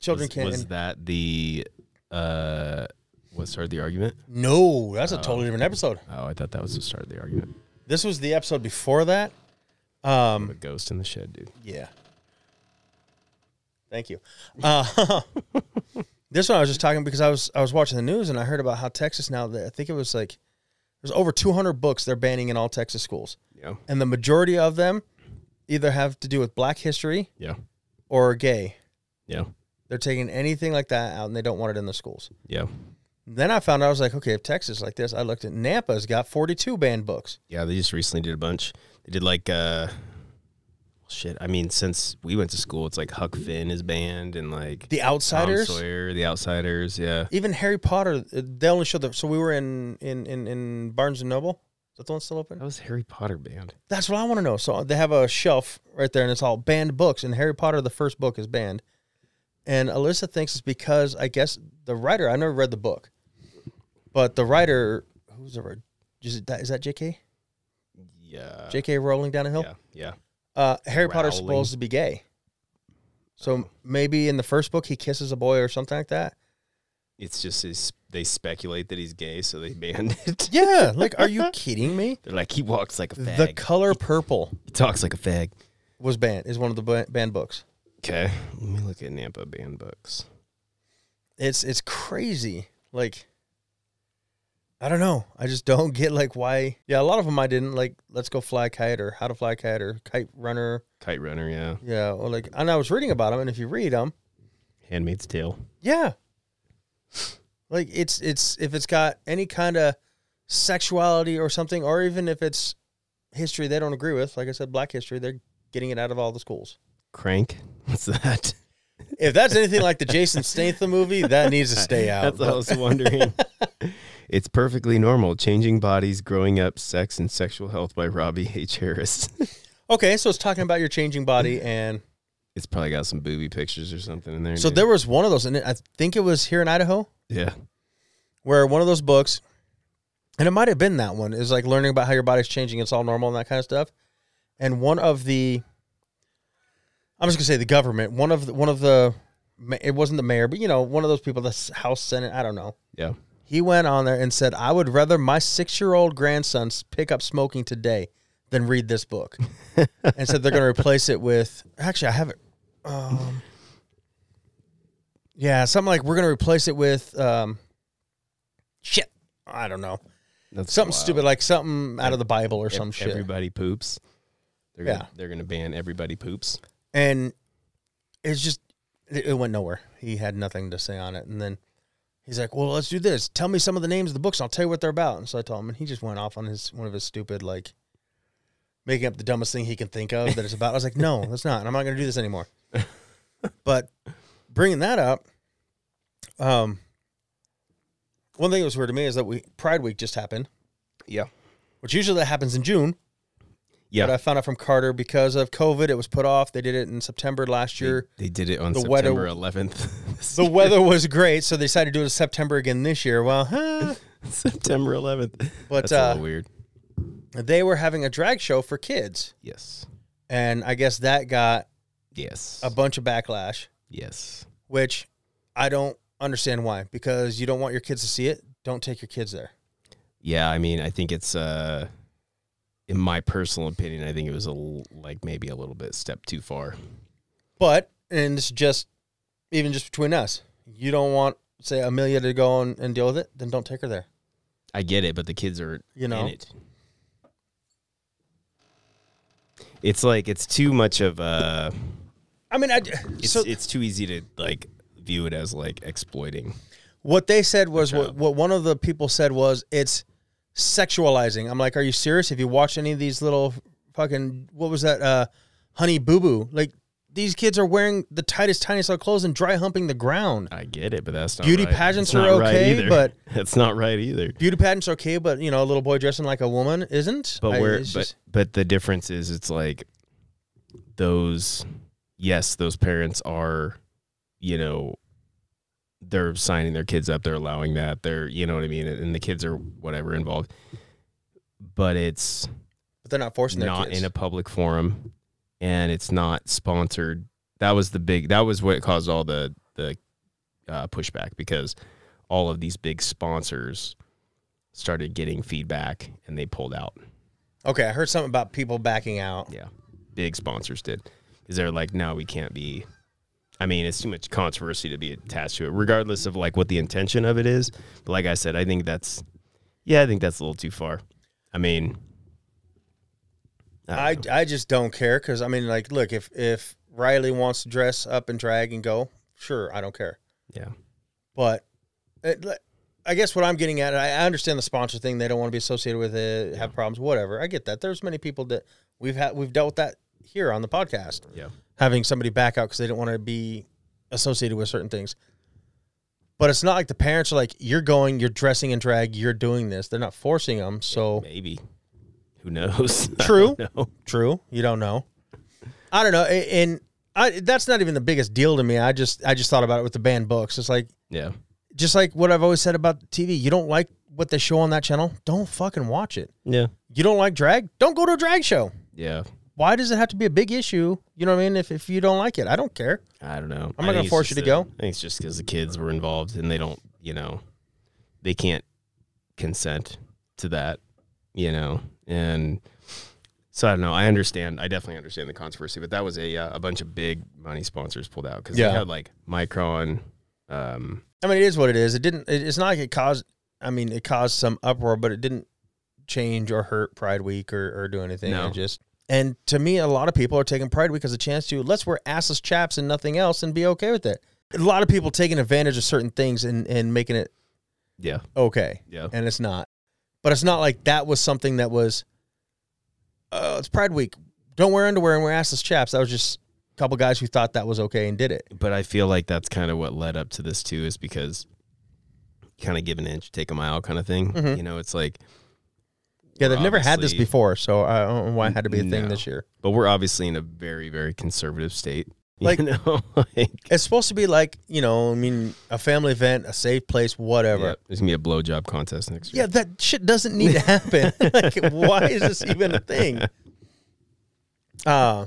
C: children
F: Was,
C: can't.
F: was that the uh what started the argument?
C: no, that's a totally different episode.
F: Oh, I thought that was the start of the argument.
C: This was the episode before that. Um,
F: The ghost in the shed, dude.
C: Yeah. Thank you. Uh, this one I was just talking because I was I was watching the news and I heard about how Texas now that I think it was like there's over 200 books they're banning in all Texas schools,
F: Yeah.
C: and the majority of them either have to do with Black history
F: Yeah.
C: or are gay.
F: Yeah.
C: They're taking anything like that out and they don't want it in the schools.
F: Yeah.
C: Then I found out I was like, okay, if Texas is like this, I looked at Nampa's got 42 banned books.
F: Yeah, they just recently did a bunch. They did like uh shit. I mean, since we went to school, it's like Huck Finn is banned and like
C: The
F: Tom
C: Outsiders,
F: Sawyer, the Outsiders, yeah.
C: even Harry Potter, uh, they only showed the. So we were in in in, in Barnes and Noble. Is that the one still open?
F: That was Harry Potter banned.
C: That's what I want to know. So uh, they have a shelf right there, and it's all banned books. And Harry Potter, the first book, is banned. And Alyssa thinks it's because I guess the writer. I never read the book, but the writer who's the writer? Is, it, is that J.K.
F: Yeah.
C: J.K. Rowling down a hill?
F: Uh, Yeah. Yeah.
C: Uh, Harry Potter's
F: Rowling. Oh.
C: supposed to be gay, so maybe in the first book he kisses a boy or something like that.
F: It's just his, they speculate that he's gay, so they banned it.
C: Yeah, like, are you kidding me?
F: They're like, he walks like a fag.
C: The color purple
F: he talks like a fag.
C: was banned. Is one of the ba- banned books.
F: Okay. Let me look at Nampa banned books.
C: it's it's crazy. Like I don't know. I just don't get like why. Yeah, a lot of them I didn't like. Let's go fly a kite or how to fly a kite or kite runner.
F: Kite Runner, yeah.
C: Yeah, or like and I was reading about them, and if you read them,
F: Handmaid's Tale.
C: yeah, like it's it's if it's got any kind of sexuality or something, or even if it's history they don't agree with. Like I said, Black history, they're getting it out of all the schools.
F: Crank. What's that?
C: If that's anything like the Jason Statham movie, that needs to stay out.
F: That's what I was wondering. it's perfectly normal. Changing bodies, growing up, sex, and sexual health by Robbie H. Harris.
C: okay, so it's talking about your changing body and
F: it's probably got some booby pictures or something in there.
C: So
F: dude.
C: there was one of those, and I think it was here in Idaho,
F: yeah,
C: where one of those books, and it might have been that one, is like learning about how your body's changing. It's all normal and that kind of stuff. And one of the, I'm just gonna say the government. One of the, one of the, ma- it wasn't the mayor, but you know, one of those people, the s- House Senate. I don't know.
F: yeah.
C: He went on there and said, "I would rather my six-year-old grandson s- pick up smoking today than read this book," and said they're going to replace it with. Actually, I have it. Um, yeah, something like we're going to replace it with um, shit. I don't know
F: That's
C: something
F: wild.
C: stupid like something out of the Bible or some
F: Ev-
C: shit.
F: Everybody poops. They're
C: Yeah.
F: gonna, they're gonna ban everybody poops.
C: and it's just it, it went nowhere. He had nothing to say on it, and then he's like, "Well, let's do this. Tell me some of the names of the books. And I'll tell you what they're about." And so I told him, and he just went off on his one of his stupid like making up the dumbest thing he can think of that it's about. I was like, "No, that's not. And I'm not going to do this anymore." but bringing that up, um, one thing that was weird to me is that we Pride Week just happened.
F: Yeah.
C: which usually that happens in June.
F: Yeah.
C: But I found out from Carter because of COVID, it was put off. They did it in September last year.
F: They, they did it on
C: The weather-
F: September 11th.
C: The weather was great, so they decided to do it in September again this year. Well, huh.
F: September 11th.
C: But,
F: That's a
C: uh,
F: little weird.
C: they were having a drag show for kids,
F: Yes.
C: and I guess that got
F: Yes.
C: a bunch of backlash,
F: yes.
C: which I don't understand why. Because you don't want your kids to see it. Don't take your kids there.
F: Yeah, I mean, I think it's uh in my personal opinion, I think it was a l- like maybe a little bit step too far.
C: But and this is just even just between us, you don't want say Amelia to go and, and deal with it. Then don't take her there.
F: I get it, but the kids are
C: You know.
F: in it. It's like it's too much of uh
C: I mean, I d-
F: it's,
C: so
F: it's too easy to like view it as like exploiting.
C: What they said was what,
F: job.
C: what one of the people said was it's sexualizing. I'm like, are you serious? Have you watched any of these little fucking what was that? Uh, Honey Boo Boo. Like these kids are wearing the tightest, tiniest little clothes and dry humping the ground.
F: I get it, but that's not
C: Beauty
F: right.
C: pageants
F: It's not
C: are
F: right
C: okay,
F: either.
C: but-
F: that's not right either.
C: Beauty pageants okay, but you know, a little boy dressing like a woman isn't.
F: But
C: I-
F: where, but
C: it's just-
F: but the difference is, it's like those. Yes, those parents are, you know, they're signing their kids up. They're allowing that. They're, you know what I mean. And the kids are whatever involved. But it's
C: but they're not forcing their
F: not
C: kids.
F: in a public forum, and it's not sponsored. That was the big. That was what caused all the the uh, pushback because all of these big sponsors started getting feedback and they pulled out.
C: okay, I heard something about people backing out.
F: Yeah, big sponsors did. Is they're like, no, we can't be. I mean, it's too much controversy to be attached to it, regardless of like what the intention of it is. But like I said, I think that's, yeah, I think that's a little too far. I mean,
C: I,
F: don't know.
C: I just don't care because I mean, like, look, if if Riley wants to dress up and drag and go, sure, I don't care.
F: yeah,
C: But it, like, I guess what I'm getting at, I I understand the sponsor thing. They don't want to be associated with it, have problems, whatever. I get that. There's many people that we've had we've dealt with that here on the podcast,
F: yeah.
C: having somebody back out because they don't want to be associated with certain things. But it's not like the parents are like, "You're going, you're dressing in drag, you're doing this." They're not forcing them. So
F: Maybe. Who knows?
C: True.
F: No.
C: True. You don't know. I don't know. a- And I, that's not even the biggest deal to me. I just I just thought about it with the banned books. It's like
F: Yeah.
C: just like what I've always said about TV. You don't like what they show on that channel, don't fucking watch it.
F: Yeah.
C: You don't like drag, don't go to a drag show.
F: Yeah.
C: Why does it have to be a big issue? You know what I mean? If if you don't like it, I don't care.
F: I don't know. I
C: I'm not gonna
F: think it's
C: force you
F: just
C: to
F: the-
C: go.
F: I think it's just because the kids were involved and they don't, you know, they can't consent to that, you know, and so I don't know. I understand. I definitely understand the controversy, but that was a uh, a bunch of big money sponsors pulled out because
C: Yeah.
F: they had like Micron. Um,
C: I mean, it is what it is. It didn't. It, it's not like it caused. I mean, it caused some uproar, but it didn't change or hurt Pride Week or, or do anything.
F: No.
C: It just. And to me, a lot of people are taking Pride Week as a chance to let's wear assless chaps and nothing else and be okay with it. A lot of people taking advantage of certain things and, and making it
F: yeah.
C: okay.
F: Yeah.
C: And it's not. But it's not like that was something that was, oh, it's Pride Week. Don't wear underwear and wear assless chaps. That was just a couple guys who thought that was okay and did it.
F: but I feel like that's kind of what led up to this too, is because kind of give an inch, take a mile kind of thing.
C: Mhm.
F: You know, it's like,
C: Yeah,
F: We're
C: they've never had this
F: obviously-
C: before, so I don't know why it had to be a thing
F: No.
C: this year.
F: but we're obviously in a very, very conservative state. You
C: Like-
F: know, like,
C: It's supposed to be like, you know, I mean, a family event, a safe place, whatever.
F: yeah, there's gonna be a blowjob contest next
C: Yeah,
F: year.
C: that shit doesn't need to happen. like, why is this even a thing? Uh,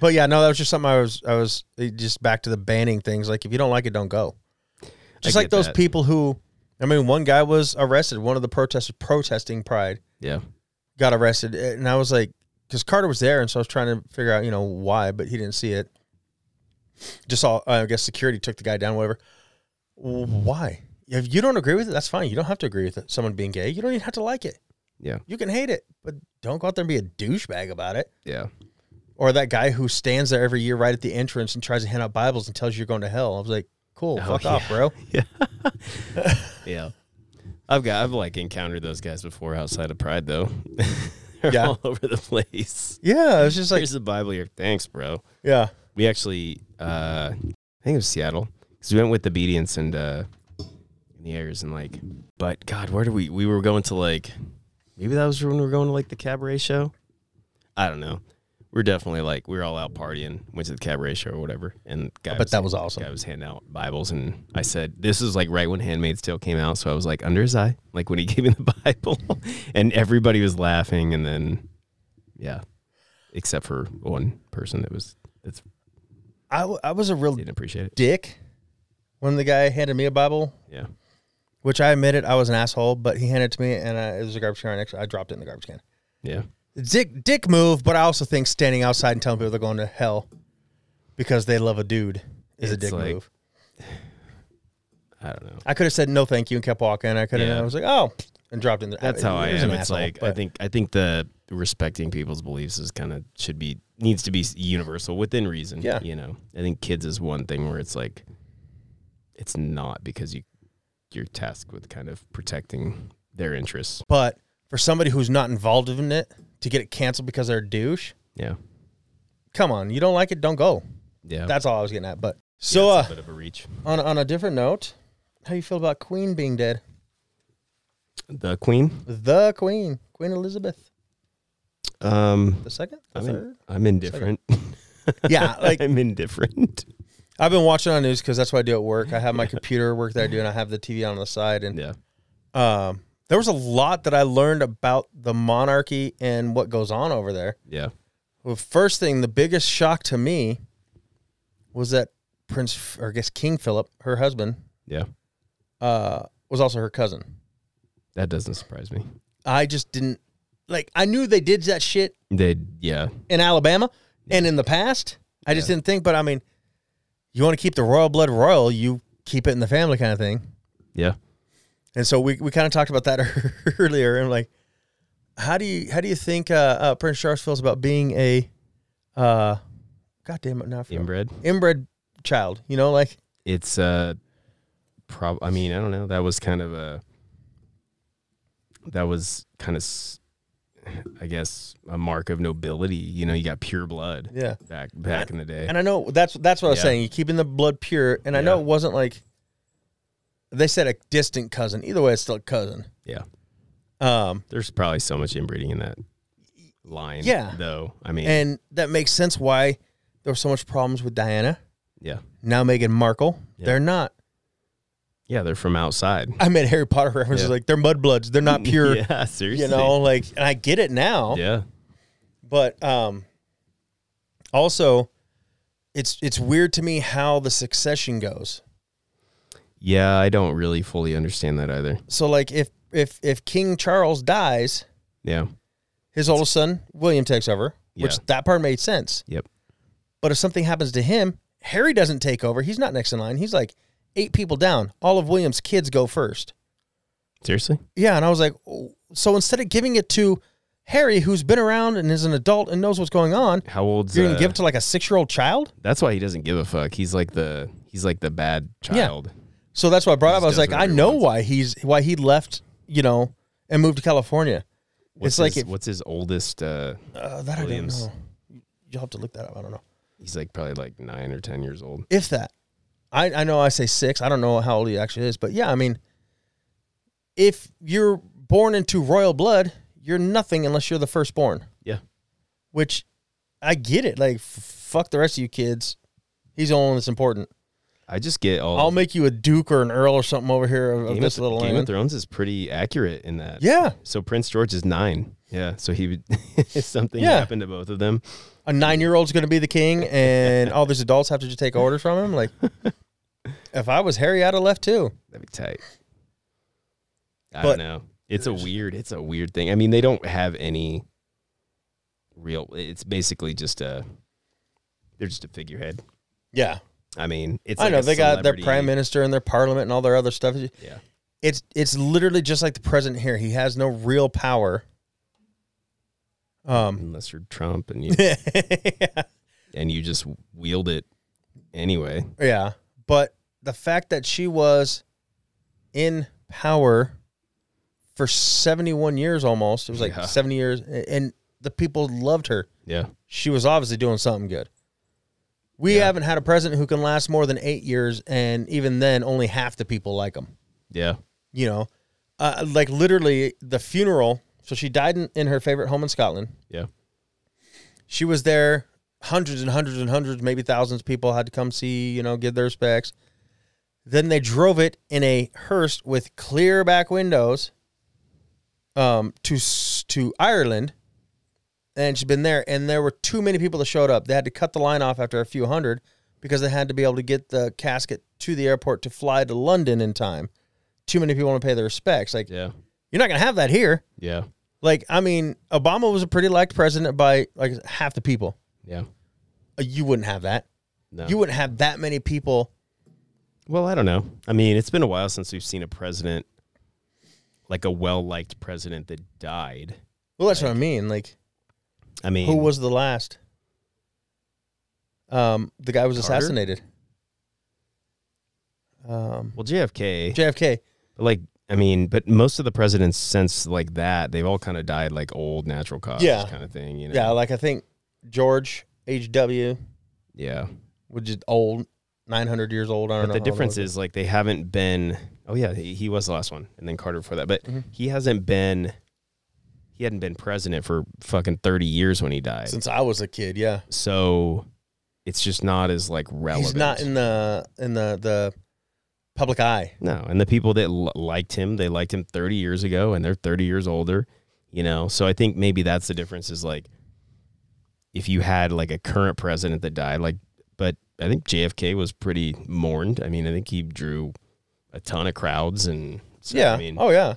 C: but yeah, no, that was just something I was, I was eh, just back to the banning things. Like, if you don't like it, don't go. Just like
F: get
C: those
F: that.
C: people who, I mean, one guy was arrested, one of the protesters protesting Pride
F: Yeah.
C: got arrested. And I was like, because Carter was there, and so I was trying to figure out, you know, why, but he didn't see it. Just saw, I guess, security took the guy down, whatever. Why? If you don't agree with it, that's fine. You don't have to agree with it. someone being gay. You don't even have to like it.
F: Yeah.
C: You can hate it, but don't go out there and be a douchebag about it.
F: Yeah.
C: Or that guy who stands there every year right at the entrance and tries to hand out Bibles and tells you you're going to hell. I was like, cool,
F: Oh,
C: fuck off, bro.
F: Yeah. I've got I've like encountered those guys before outside of Pride though. They're
C: Yeah.
F: all over the place.
C: Yeah, it's just like,
F: Here's the Bible here. Thanks, bro.
C: yeah.
F: we actually uh i think it was seattle because we went with obedience and uh in the airs and like but god where did we we were going to like maybe that was when we were going to like the cabaret show i don't know we're definitely like we were all out partying went to the cabaret show or whatever and guy
C: bet that was awesome.
F: guy was handing out bibles and i said this is like right when handmaid's tale came out so i was like under his eye like when he gave me the bible and everybody was laughing and then yeah except for one person that was that's
C: I, w- I was a real
F: didn't appreciate it.
C: dick when the guy handed me a Bible
F: Yeah.
C: which I admitted I was an asshole, but he handed it to me and I, it was a garbage can right next. I dropped it in the garbage can.
F: Yeah.
C: Dick, dick move, but I also think standing outside and telling people they're going to hell because they love a dude is a
F: It's
C: dick
F: like-
C: move.
F: I don't know.
C: I could have said no, thank you, and kept walking. I could have.
F: Yeah.
C: I was like, oh, and dropped in there.
F: That's how I
C: was
F: am.
C: an
F: It's
C: asshole,
F: like I
C: but-
F: think I think the respecting people's beliefs is kind of should be needs to be universal within reason.
C: Yeah.
F: You know, I think kids is one thing where it's like it's not because you you're tasked with kind of protecting their interests.
C: But for somebody who's not involved in it to get it canceled because they're a douche.
F: Yeah.
C: Come on, you don't like it, don't go.
F: Yeah.
C: That's all I was getting at. But so
F: That's
C: uh,
F: a bit of a reach.
C: on on a different note, how you feel about Queen being dead?
F: The Queen.
C: The Queen, Queen Elizabeth
F: Um,
C: the second, the
F: I'm, in,
C: third.
F: I'm indifferent.
C: Yeah, like
F: I'm indifferent.
C: I've been watching on news because that's what I do at work. I have my computer work that I do, and I have the TV on the side. And
F: Yeah.
C: um, there was a lot that I learned about the monarchy and what goes on over there.
F: Yeah.
C: Well, first thing, the biggest shock to me was that Prince, or I guess King Philip, her husband,
F: Yeah.
C: uh, was also her cousin.
F: That doesn't surprise me.
C: I just didn't like. I knew they did that shit
F: They. Yeah.
C: in Alabama and in the past. I just didn't think. But I mean, you want to keep the royal blood royal, you keep it in the family kind of thing.
F: Yeah.
C: And so we, we kind of talked about that earlier, and like, how do you how do you think uh, uh, Prince Charles feels about being a, uh, God damn it, now I forgot.
F: Inbred.
C: inbred child? You know, like
F: It's uh, prob. I mean, I don't know. That was kind of a. That was kind of, s- I guess, a mark of nobility. You know, you got pure blood.
C: yeah.
F: Back back in the day.
C: And I know that's that's what I was
F: Yeah.
C: saying. You're keeping the blood pure, and I know
F: Yeah.
C: it wasn't like they said a distant cousin. Either way, it's still a cousin.
F: Yeah.
C: Um,
F: There's probably so much inbreeding in that line.
C: Yeah.
F: Though I mean,
C: and that makes sense why there were so much problems with Diana.
F: yeah,
C: Now Meghan Markle,
F: Yeah.
C: they're not.
F: yeah, they're from outside.
C: I made Harry Potter references
F: Yeah.
C: like they're mudbloods. They're not pure.
F: yeah, seriously.
C: you know like and i get it now
F: Yeah.
C: but um also it's it's weird to me how the succession goes
F: Yeah, I don't really fully understand that either.
C: so like if if if king charles dies
F: Yeah.
C: his oldest son william takes over
F: Yeah.
C: which that part made sense
F: Yep.
C: but if something happens to him harry doesn't take over he's not next in line he's like eight people down all of william's kids go first
F: Seriously?
C: yeah and i was like oh, so instead of giving it to harry who's been around and is an adult and knows what's going on
F: How old's
C: you're gonna
F: uh,
C: give it to like a six-year-old child
F: That's why he doesn't give a fuck. He's like the he's like the bad
C: Yeah.
F: child.
C: So that's why I brought
F: He
C: up. I was
F: just
C: like,
F: does
C: I
F: whatever he
C: know
F: wants.
C: why he's why he left, you know, and moved to California.
F: What's
C: it's like
F: his,
C: if,
F: what's his oldest uh
C: uh, that
F: Williams.
C: I don't know. You'll have to look that up. I don't know
F: he's like probably like 9 or 10 years old.
C: if that. I I know I say six. I don't know how old he actually is, but yeah, I mean, if you're born into royal blood, you're nothing unless you're the firstborn.
F: Yeah.
C: Which I get it. Like f- fuck the rest of you kids. He's the only one that's important.
F: I just get all
C: I'll make you a duke or an earl or something over here of, of
F: Game,
C: this
F: of,
C: little
F: Game of
C: land.
F: Thrones is pretty accurate in that.
C: Yeah,
F: So Prince George is 9. Yeah, so he would something
C: Yeah.
F: happened to both of them.
C: a nine year old's going to be the king and all these adults have to just take orders from him. Like, if I was Harry, I'd have left too.
F: That'd be tight. I
C: But-
F: don't know. It's a weird. It's a weird thing. I mean, they don't have any real. It's basically just a. They're just a figurehead.
C: Yeah.
F: I mean, it's.
C: I
F: like
C: know.
F: a
C: They got their
F: celebrity-
C: prime minister and their parliament and all their other stuff.
F: Yeah.
C: It's, it's literally just like the president here. He has no real power. Um,
F: Unless you're Trump and you
C: yeah.
F: and you just wield it anyway.
C: Yeah. But the fact that she was in power for 71 years almost, it was like
F: Yeah.
C: 70 years, a- and the people loved her.
F: Yeah.
C: she was obviously doing something good. We haven't had a president who can last more than eight years, and even then, only half the people like him.
F: Yeah.
C: You know, uh, like literally the funeral. So she died in, in her favorite home in Scotland.
F: Yeah.
C: She was there. Hundreds and hundreds and hundreds, maybe thousands of people had to come see, you know, give their respects. Then they drove it in a hearse with clear back windows um, to s- to Ireland, and she'd been there. And there were too many people that showed up. They had to cut the line off after a few hundred because they had to be able to get the casket to the airport to fly to London in time. Too many people want to pay their respects. Like
F: Yeah.
C: you're not gonna have that here.
F: Yeah.
C: Like I mean, Obama was a pretty liked president by like half the people.
F: Yeah.
C: Uh, You wouldn't have that.
F: No.
C: You wouldn't have that many people.
F: Well, I don't know. I mean, it's been a while since we've seen a president like a well-liked president that died.
C: Well, that's what I mean. Like
F: I mean,
C: who was the last? Um, the guy was
F: Carter?
C: assassinated. Um,
F: well JFK?
C: JFK.
F: But, like I mean, but most of the presidents since like that, they've all kind of died like old natural causes
C: Yeah.
F: kind of thing. You know?
C: Yeah, like I think George H.W.
F: yeah.
C: which is old, 900 years old. I don't
F: But
C: know.
F: the
C: how old
F: difference
C: it
F: is like they haven't been. Oh yeah, he, he was the last one, and then Carter before that. But
C: Mm-hmm.
F: he hasn't been. He hadn't been president for fucking thirty years when he died.
C: since I was a kid. Yeah,
F: so it's just not as like relevant.
C: he's not in the in the the public eye.
F: no, and the people that l- liked him, they liked him thirty years ago, and they're thirty years older. You know, so I think maybe that's the difference. Is like if you had like a current president that died, like, but I think JFK was pretty mourned. I mean, I think he drew a ton of crowds, and so,
C: yeah.
F: I mean,
C: oh yeah.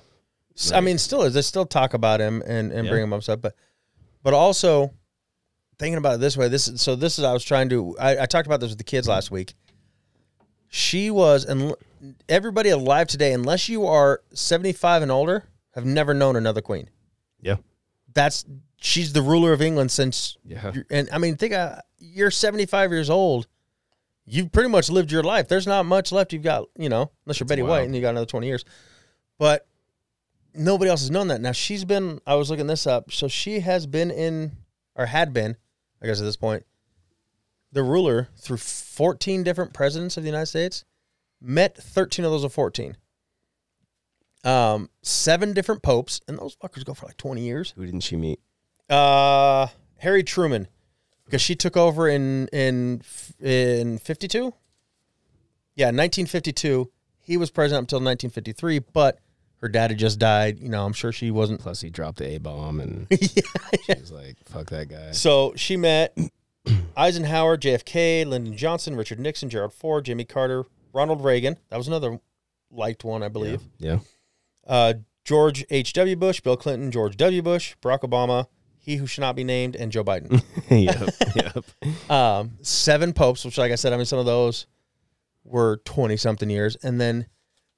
C: S- I
F: like-
C: mean, still is. They still talk about him and and
F: Yeah.
C: bring him up stuff, but but also thinking about it this way. This is so this is I was trying to. I, I talked about this with the kids last week. She was and everybody alive today, unless you are seventy five and older, have never known another queen.
F: Yeah.
C: That's she's the ruler of England since
F: Yeah.
C: You're- and I mean, think uh, you're 75 years old. You've pretty much lived your life. There's not much left. You've got, you know, unless you're Betty White
F: wild.
C: and you got another 20 years, but nobody else has known that. Now she's been. I was looking this up. So she has been in, or had been, I guess at this point, the ruler through 14 different presidents of the United States. Met 13 of those of 14. Um, seven different popes, and those fuckers go for like 20 years.
F: Who didn't she meet?
C: Uh, Harry Truman, because she took over in in in fifty two. Yeah, nineteen fifty two. He was president up until nineteen fifty three, but her dad had just died. You know, I'm sure she wasn't.
F: Plus, he dropped the A bomb, and
C: yeah, yeah.
F: she was like, "Fuck that guy."
C: So she met Eisenhower, JFK, Lyndon Johnson, Richard Nixon, Gerald Ford, Jimmy Carter, Ronald Reagan. That was another liked one, I believe.
F: Yeah,
C: Uh, George H. W. Bush, Bill Clinton, George W. Bush, Barack Obama, he who should not be named, and Joe Biden.
F: yep, yep.
C: Um, seven popes, which, like I said, I mean, some of those were 20 something years. And then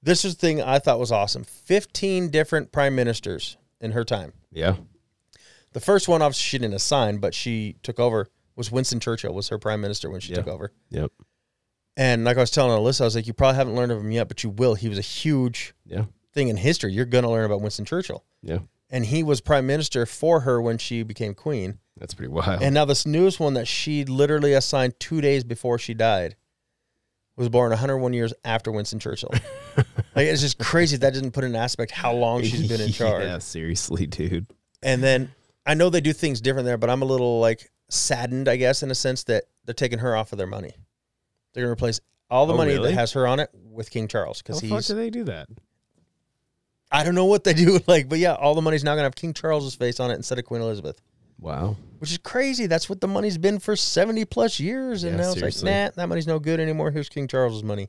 C: this is the thing I thought was awesome 15 different prime ministers in her time.
F: Yeah,
C: The first one, obviously, she didn't assign, but she took over, was Winston Churchill, was her prime minister when she
F: Yeah.
C: took over.
F: yep,
C: And like I was telling Alyssa, I was like, you probably haven't learned of him yet, but you will. He was a huge
F: yeah,
C: thing in history. You're going to learn about Winston Churchill.
F: yeah.
C: And he was prime minister for her when she became queen.
F: That's pretty wild.
C: And now this newest one that she literally assigned two days before she died was born 101 years after Winston Churchill. like it's just crazy that didn't put an aspect how long she's been in charge.
F: yeah, seriously, dude.
C: And then I know they do things different there, but I'm a little like saddened, I guess, in a sense that they're taking her off of their money. They're gonna replace all the
F: Oh,
C: money
F: really?
C: that has her on it with King Charles
F: How
C: because
F: the fuck
C: he's
F: do they do that?
C: I don't know what they do like, but yeah, all the money's now gonna have King Charles's face on it instead of Queen Elizabeth.
F: Wow.
C: which is crazy. That's what the money's been for 70 plus years. And
F: Yeah,
C: now it's
F: seriously.
C: like, nah, that money's no good anymore. Here's King Charles's money.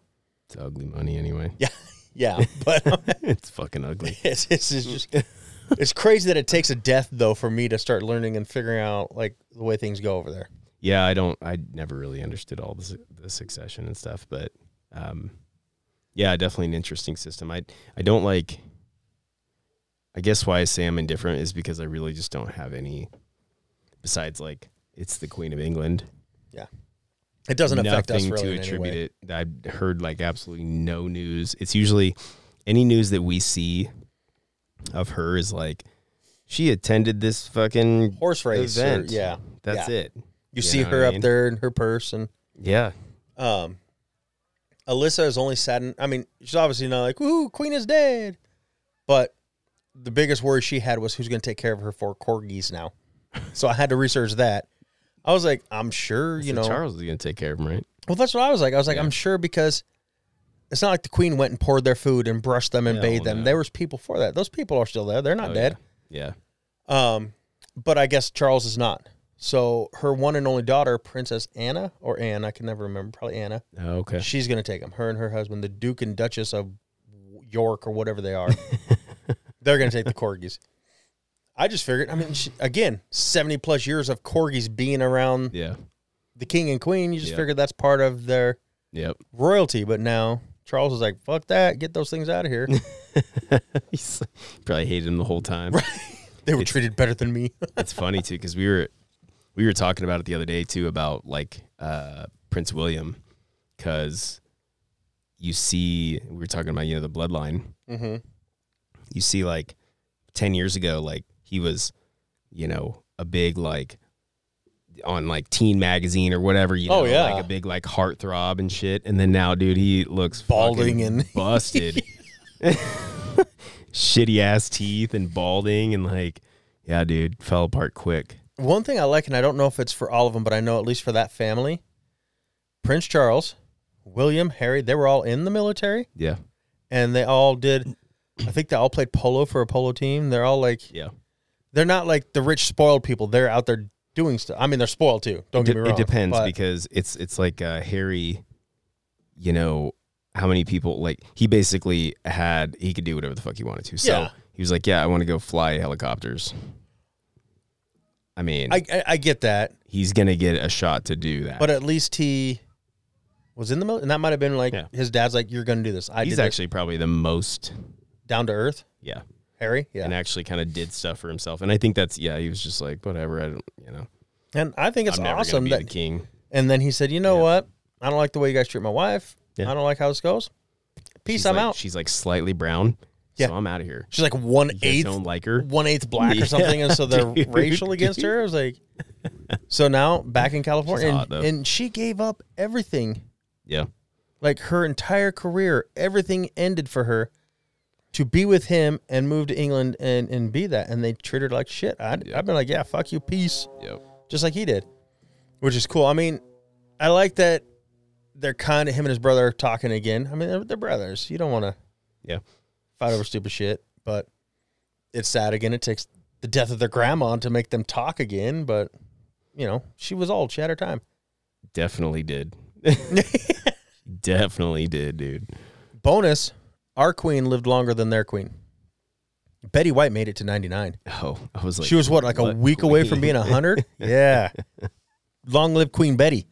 F: It's ugly money anyway.
C: Yeah, but um,
F: it's fucking ugly.
C: it's, it's, it's just, it's crazy that it takes a death, though, for me to start learning and figuring out like the way things go over there.
F: Yeah, I don't. I never really understood all the, su- the succession and stuff, but um, yeah, definitely an interesting system. I I don't like. I guess why I say I'm indifferent is because I really just don't have any. Besides, like it's the Queen of England.
C: It doesn't affect us
F: nothing
C: really. in
F: to
C: any
F: attribute
C: way.
F: it. I've heard like absolutely no news. It's usually any news that we see of her is like she attended this fucking
C: Horse race. or-
F: event.
C: yeah.
F: That's
C: yeah.
F: it.
C: You, see
F: know what
C: her
F: I
C: up
F: mean?
C: there in her purse. And
F: Yeah,
C: um, Alyssa is only saddened. I mean, she's obviously not like, woo, Queen is dead. But the biggest worry she had was who's going to take care of her four corgis now. So I had to research that. I was like, I'm sure, you
F: So
C: know.
F: Charles is gonna take care of him, right?
C: Well, that's what I was like. I was like,
F: Yeah.
C: I'm sure because it's not like the queen went and poured their food and brushed them and
F: Yeah,
C: bathed
F: well,
C: them.
F: no.
C: There was people for that. Those people are still there. They're not
F: Oh,
C: dead.
F: Yeah.
C: Um, but I guess Charles is not. So her one and only daughter, Princess Anna or Anne, I can never remember, probably Anna.
F: yeah. Oh, okay.
C: She's going to take them. Her and her husband, the Duke and Duchess of York or whatever they are, they're going to take the corgis. I just figured, I mean, she, again, 70 plus years of corgis being around
F: Yeah.
C: the king and queen, you just
F: Yeah.
C: figured that's part of their
F: Yep.
C: royalty. But now Charles is like, fuck that. Get those things out of here.
F: He's probably hated him the whole time.
C: They were
F: It's-
C: treated better than me.
F: it's funny too because we were we were talking about it the other day too about like uh prince william because you see we were talking about you know the bloodline
C: mm-hmm.
F: you see like 10 years ago like he was you know a big like on like teen magazine or whatever you know
C: Oh, yeah.
F: like a big like heartthrob and shit and then now dude he looks
C: Balding
F: fucking
C: and-
F: busted shitty ass teeth and balding and like yeah dude fell apart quick
C: One thing I like, and I don't know if it's for all of them, but I know at least for that family, Prince Charles, William, Harry, they were all in the military,
F: yeah
C: and they all did. I think they all played polo for a polo team. They're all like,
F: Mm. yeah
C: they're not like the rich spoiled people. They're out there doing stuff. I mean, they're spoiled too. Don't
F: De-
C: get me wrong.
F: It depends
C: but-
F: because it's it's like uh, Harry, you know, how many people like he basically had he could do whatever the fuck he wanted to. So
C: Yeah.
F: he was like, yeah, I want to go fly helicopters. I mean,
C: I, I I get that,
F: he's gonna get a shot to do that.
C: but at least he was in the military, and that might have been like
F: Yeah.
C: his dad's like, "You're going to do this." I
F: he's
C: did this.
F: actually probably the most,
C: down to earth,
F: yeah,
C: Harry. Yeah,
F: and actually kind of did stuff for himself. And I think that's yeah, he was just like whatever. I don't, you know,
C: and I think it's
F: I'm never gonna
C: awesome
F: be
C: that
F: the king.
C: And then he said, "You know
F: Yeah.
C: what? I don't like the way you guys treat my wife.
F: Yeah.
C: I don't like how this goes. Peace.
F: She's
C: I'm
F: like-
C: out."
F: She's like slightly brown,
C: Yeah.
F: so I'm out of here.
C: She's like one
F: You guys
C: eighth,
F: don't like her.
C: one eighth black
F: Yeah,
C: or something, and so they're
F: dude,
C: racial against her. I was like, so now back in California,
F: hot, though.
C: and, and she gave up everything,
F: Yeah,
C: like her entire career, everything ended for her to be with him and move to England and and be that. And they treated her like shit. I'd, I've been like, yeah, fuck you, peace.
F: yep.
C: just like he did, which is cool. I mean, I like that they're kind of him and his brother are talking again. I mean, they're, they're brothers. You don't want to,
F: Yeah.
C: fight over stupid shit. But it's sad again. It takes the death of their grandma to make them talk again. But you know, she was old. She had her time.
F: Definitely did. Definitely did, dude.
C: Bonus: our queen lived longer than their queen. Betty White made it to ninety nine.
F: Oh, I was like,
C: she was what, like a
F: what
C: week away from
F: queen?
C: being hundred. yeah. Long live Queen Betty,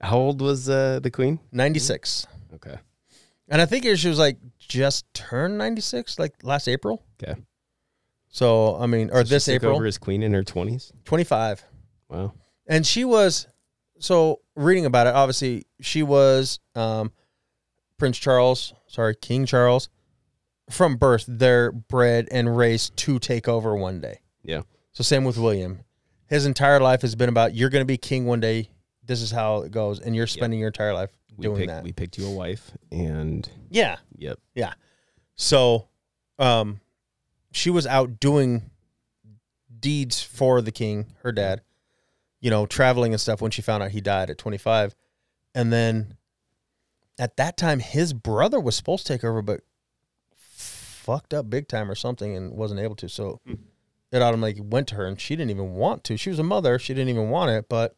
F: How old was uh, the queen?
C: ninety six.
F: Okay.
C: And I think it- she was like just turned 96, like last April.
F: Okay.
C: So, I mean, or
F: She
C: this
F: took
C: April,
F: over as queen in her twenties.
C: 25.
F: Wow.
C: And she was, so reading about it, obviously, she was um, Prince Charles, sorry, King Charles, from birth, they're bred and raised to take over one day.
F: Yeah.
C: So, same with William. His entire life has been about you're going to be king one day. This is how it goes. And you're spending your entire life
F: We
C: doing
F: picked,
C: that.
F: We picked you a wife, and
C: yeah.
F: yep.
C: So, um, she was out doing deeds for the king, her dad, you know, traveling and stuff when she found out he died at 25. And then at that time, his brother was supposed to take over, but fucked up big time or something and wasn't able to. So it automatically went to her, and she didn't even want to. She was a mother, she didn't even want it, but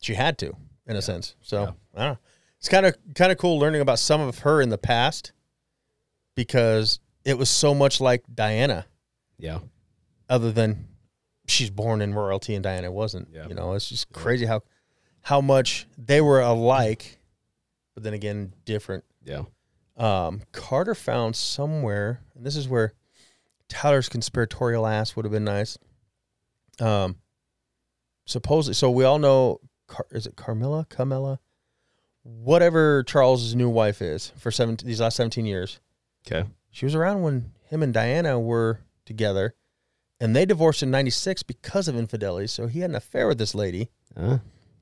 C: she had to in a sense. So I don't know. It's kind of kind of cool learning about some of her in the past because it was so much like Diana,
F: Yeah.
C: other than she's born in royalty and Diana wasn't.
F: Yeah.
C: You know, it's just crazy how how much they were alike, but then again different.
F: Yeah.
C: Um, Carter found somewhere, and this is where Tyler's conspiratorial ass would have been nice. Um, supposedly, so we all know, Car- is it Carmilla, Camilla, whatever Charles's new wife is for 17, these last seventeen years
F: Okay.
C: she was around when him and Diana were together, and they divorced in '96 because of infidelity. So he had an affair with this lady,
F: Uh,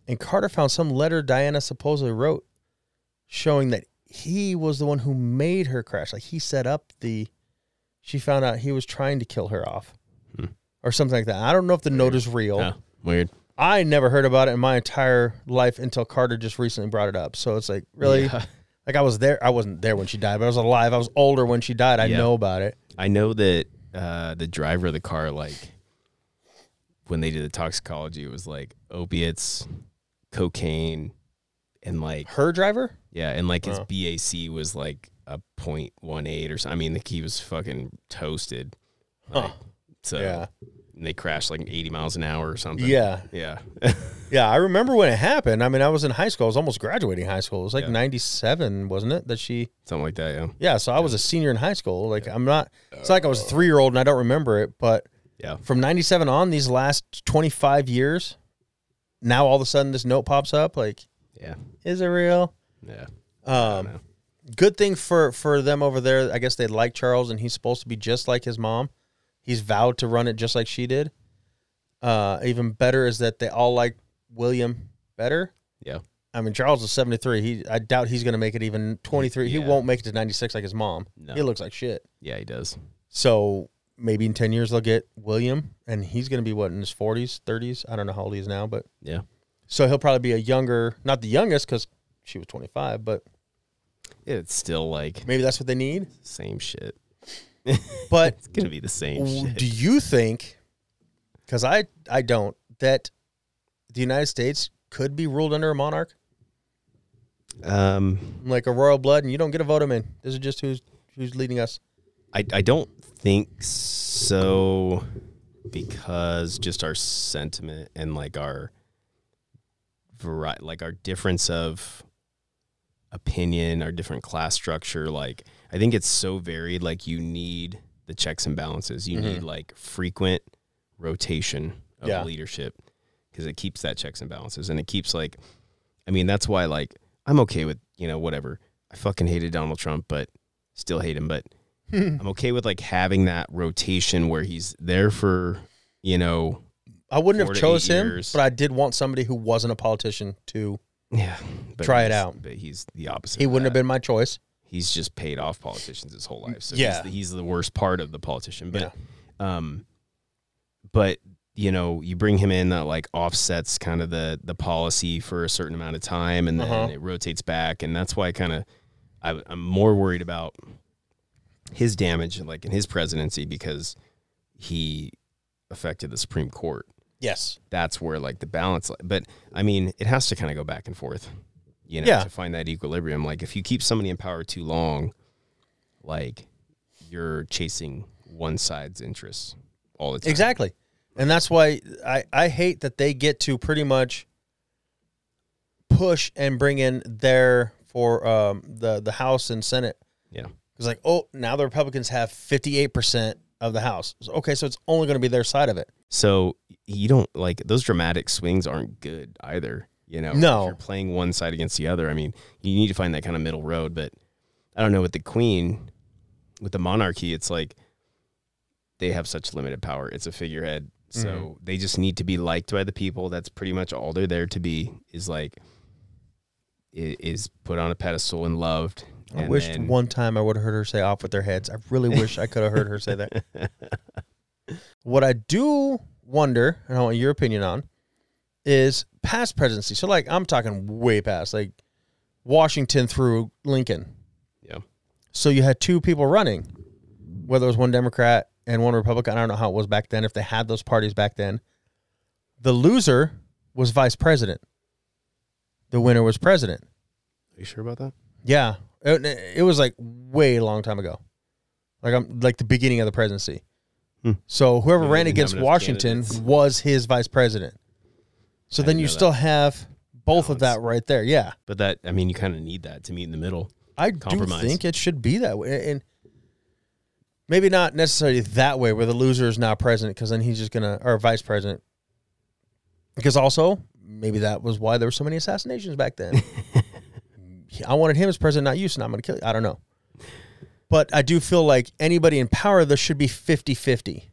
C: and Carter found some letter Diana supposedly wrote, showing that he was the one who made her crash. Like he set up the. She found out he was trying to kill her off,
F: Hmm.
C: or something like that. I don't know if the note is real.
F: yeah. Weird.
C: I never heard about it in my entire life until Carter just recently brought it up. So it's like really.
F: Yeah.
C: Like I was there, I wasn't there when she died, but I was alive. I was older when she died. I
F: Yeah.
C: know about it.
F: I know that uh, the driver of the car, like when they did the toxicology, it was like opiates, cocaine, and like
C: Her driver,
F: Yeah, and like his
C: Wow.
F: BAC was like a point one eight or something. I mean, like he was fucking toasted.
C: Huh.
F: Like, so
C: Yeah.
F: and they crashed like eighty miles an hour or something.
C: Yeah.
F: yeah,
C: Yeah. I remember when it happened. I mean, I was in high school. I was almost graduating high school. It was like
F: Yeah.
C: 97, wasn't it? That she,
F: something like that. Yeah, Oh.
C: yeah. So I was a senior in high school. Like, I'm not, it's not like I was a three year old and I don't remember it. But
F: yeah,
C: from 97 on, these last 25 years, now all of a sudden this note pops up. Like,
F: yeah,
C: is it real?
F: yeah.
C: Um,
F: know.
C: good thing for for them over there. I guess they like Charles, and he's supposed to be just like his mom. He's vowed to run it just like she did. Uh, even better is that they all like William better.
F: Yeah.
C: I mean Charles is seventy three. He I doubt he's going to make it even twenty three. He
F: Yeah.
C: won't make it to ninety six like his mom.
F: No.
C: He looks like shit.
F: Yeah, he does.
C: So maybe in 10 years they'll get William, and he's going to be what in his 40s, 30s. I don't know how old he is now, but
F: Yeah.
C: So he'll probably be a younger, not the youngest because she was 25, but
F: It's still like
C: maybe that's what they need.
F: same shit.
C: But
F: It's gonna be the same
C: w-
F: Oh, shit.
C: do you think? Because I I don't that the United States could be ruled under a monarch
F: Um,
C: like a royal blood, and you don't get a vote him in. This is just who's who's leading us.
F: I I don't think so because just our sentiment and like our variety, like our difference of opinion, our different class structure. Like I think it's so varied. Like you need the checks and balances. You
C: Mhm.
F: need like frequent rotation of
C: Yeah.
F: leadership because it keeps that checks and balances and it keeps like I mean that's why like I'm okay with you know whatever I fucking hated Donald Trump but still hate him but I'm okay with like having that rotation where he's there for you know
C: I wouldn't
F: Four
C: have
F: to eight
C: chose him,
F: years.
C: but I did want somebody who wasn't a politician to.
F: yeah but
C: Try it
F: he's-
C: out.
F: but he's the opposite
C: He
F: of
C: wouldn't
F: that.
C: have been my choice.
F: he's just paid off politicians his whole life. So
C: Yeah.
F: he's, the, he's the worst part of the politician. But um but you know, you bring him in that like offsets kind of the the policy for a certain amount of time and then
C: Uh-huh.
F: it rotates back and that's why I kind of I I'm more worried about his damage like in his presidency because he affected the Supreme Court.
C: Yes.
F: That's where like the balance li- but I mean, it has to kind of go back and forth you know,
C: Yeah.
F: to find that equilibrium. Like if you keep somebody in power too long, like you're chasing one side's interests all the time.
C: Exactly. And that's why I, I hate that they get to pretty much push and bring in their for um, the the House and Senate.
F: Yeah.
C: It's like, oh, now the Republicans have 58% of the House. So, okay, so it's only going to be their side of it.
F: So you don't like those dramatic swings aren't good either. You know,
C: No.
F: if you're playing one side against the other. I mean, you need to find that kind of middle road. But I don't know with the queen, with the monarchy, it's like they have such limited power. It's a figurehead, so they just need to be liked by the people. That's pretty much all they're there to be. Is like i- is put on a pedestal and loved.
C: I
F: and
C: wish
F: then-
C: one time I would have heard her say off with their heads. I really wish I could have heard her say that. What I do wonder, and I want your opinion on, is past presidency. So, like, I'm talking way past, like Washington through Lincoln.
F: Yeah.
C: So you had two people running, whether it was one Democrat and one Republican. I don't know how it was back then, if they had those parties back then. The loser was vice president, the winner was president.
F: Are you sure about that?
C: Yeah, it, it was like way long time ago, like I'm like the beginning of the presidency.
F: Hmm.
C: So whoever
F: Yeah, they
C: ran
F: didn't have
C: against
F: enough
C: Washington
F: candidates.
C: was his vice president. So
F: I
C: then
F: didn't know
C: you
F: that.
C: still have both of
F: Balance.
C: that right there. Yeah,
F: But that I mean, you kind of need that to meet in the middle.
C: I
F: Compromise.
C: do think it should be that way, and maybe not necessarily that way where the loser is now president because then he's just gonna or vice president. Because also maybe that was why there were so many assassinations back then. I wanted him as president, not you, so now I'm gonna kill you. I don't know. But I do feel like anybody in power, there should be 50 50.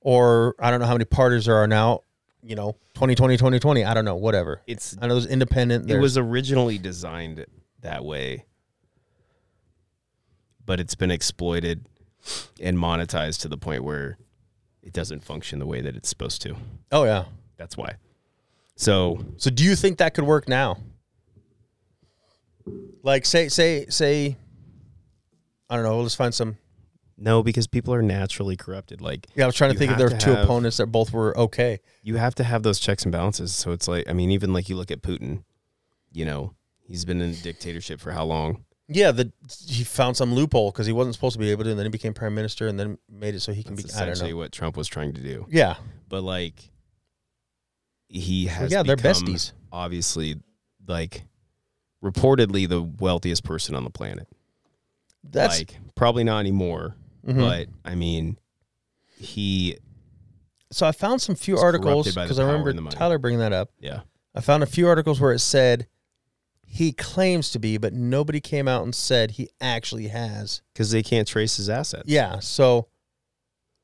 C: Or I don't know how many parties there are now, you know, 2020, 2020. I don't know, whatever.
F: It's
C: I know there's independent.
F: it
C: there's-
F: was originally designed that way but it's been exploited and monetized to the point where it doesn't function the way that it's supposed to
C: Oh, yeah.
F: that's why so
C: So do you think that could work now? Like say say say I don't know, let's find some
F: no because people are naturally corrupted like
C: Yeah, I was trying to
F: You
C: think if
F: have
C: there
F: to
C: were two
F: have-
C: opponents that both were okay.
F: you have to have those checks and balances so it's like i mean even like you look at putin you know he's been in a dictatorship for how long
C: Yeah, the he found some loophole because he wasn't supposed to be able to, and then he became prime minister, and then made it so he can
F: that's
C: be. I don't
F: essentially
C: know.
F: what trump was trying to do
C: Yeah,
F: but like he
C: Well,
F: has
C: yeah, they're
F: become
C: besties.
F: obviously like reportedly the wealthiest person on the planet
C: That's
F: like probably not anymore
C: mhm.
F: but i mean he
C: so. I found some few
F: it's corrupted
C: articles
F: by the
C: because I
F: power and the
C: remember
F: money.
C: Tyler bringing that up.
F: yeah
C: I found a few articles where it said he claims to be, but nobody came out and said he actually has.
F: because they can't trace his assets.
C: Yeah. So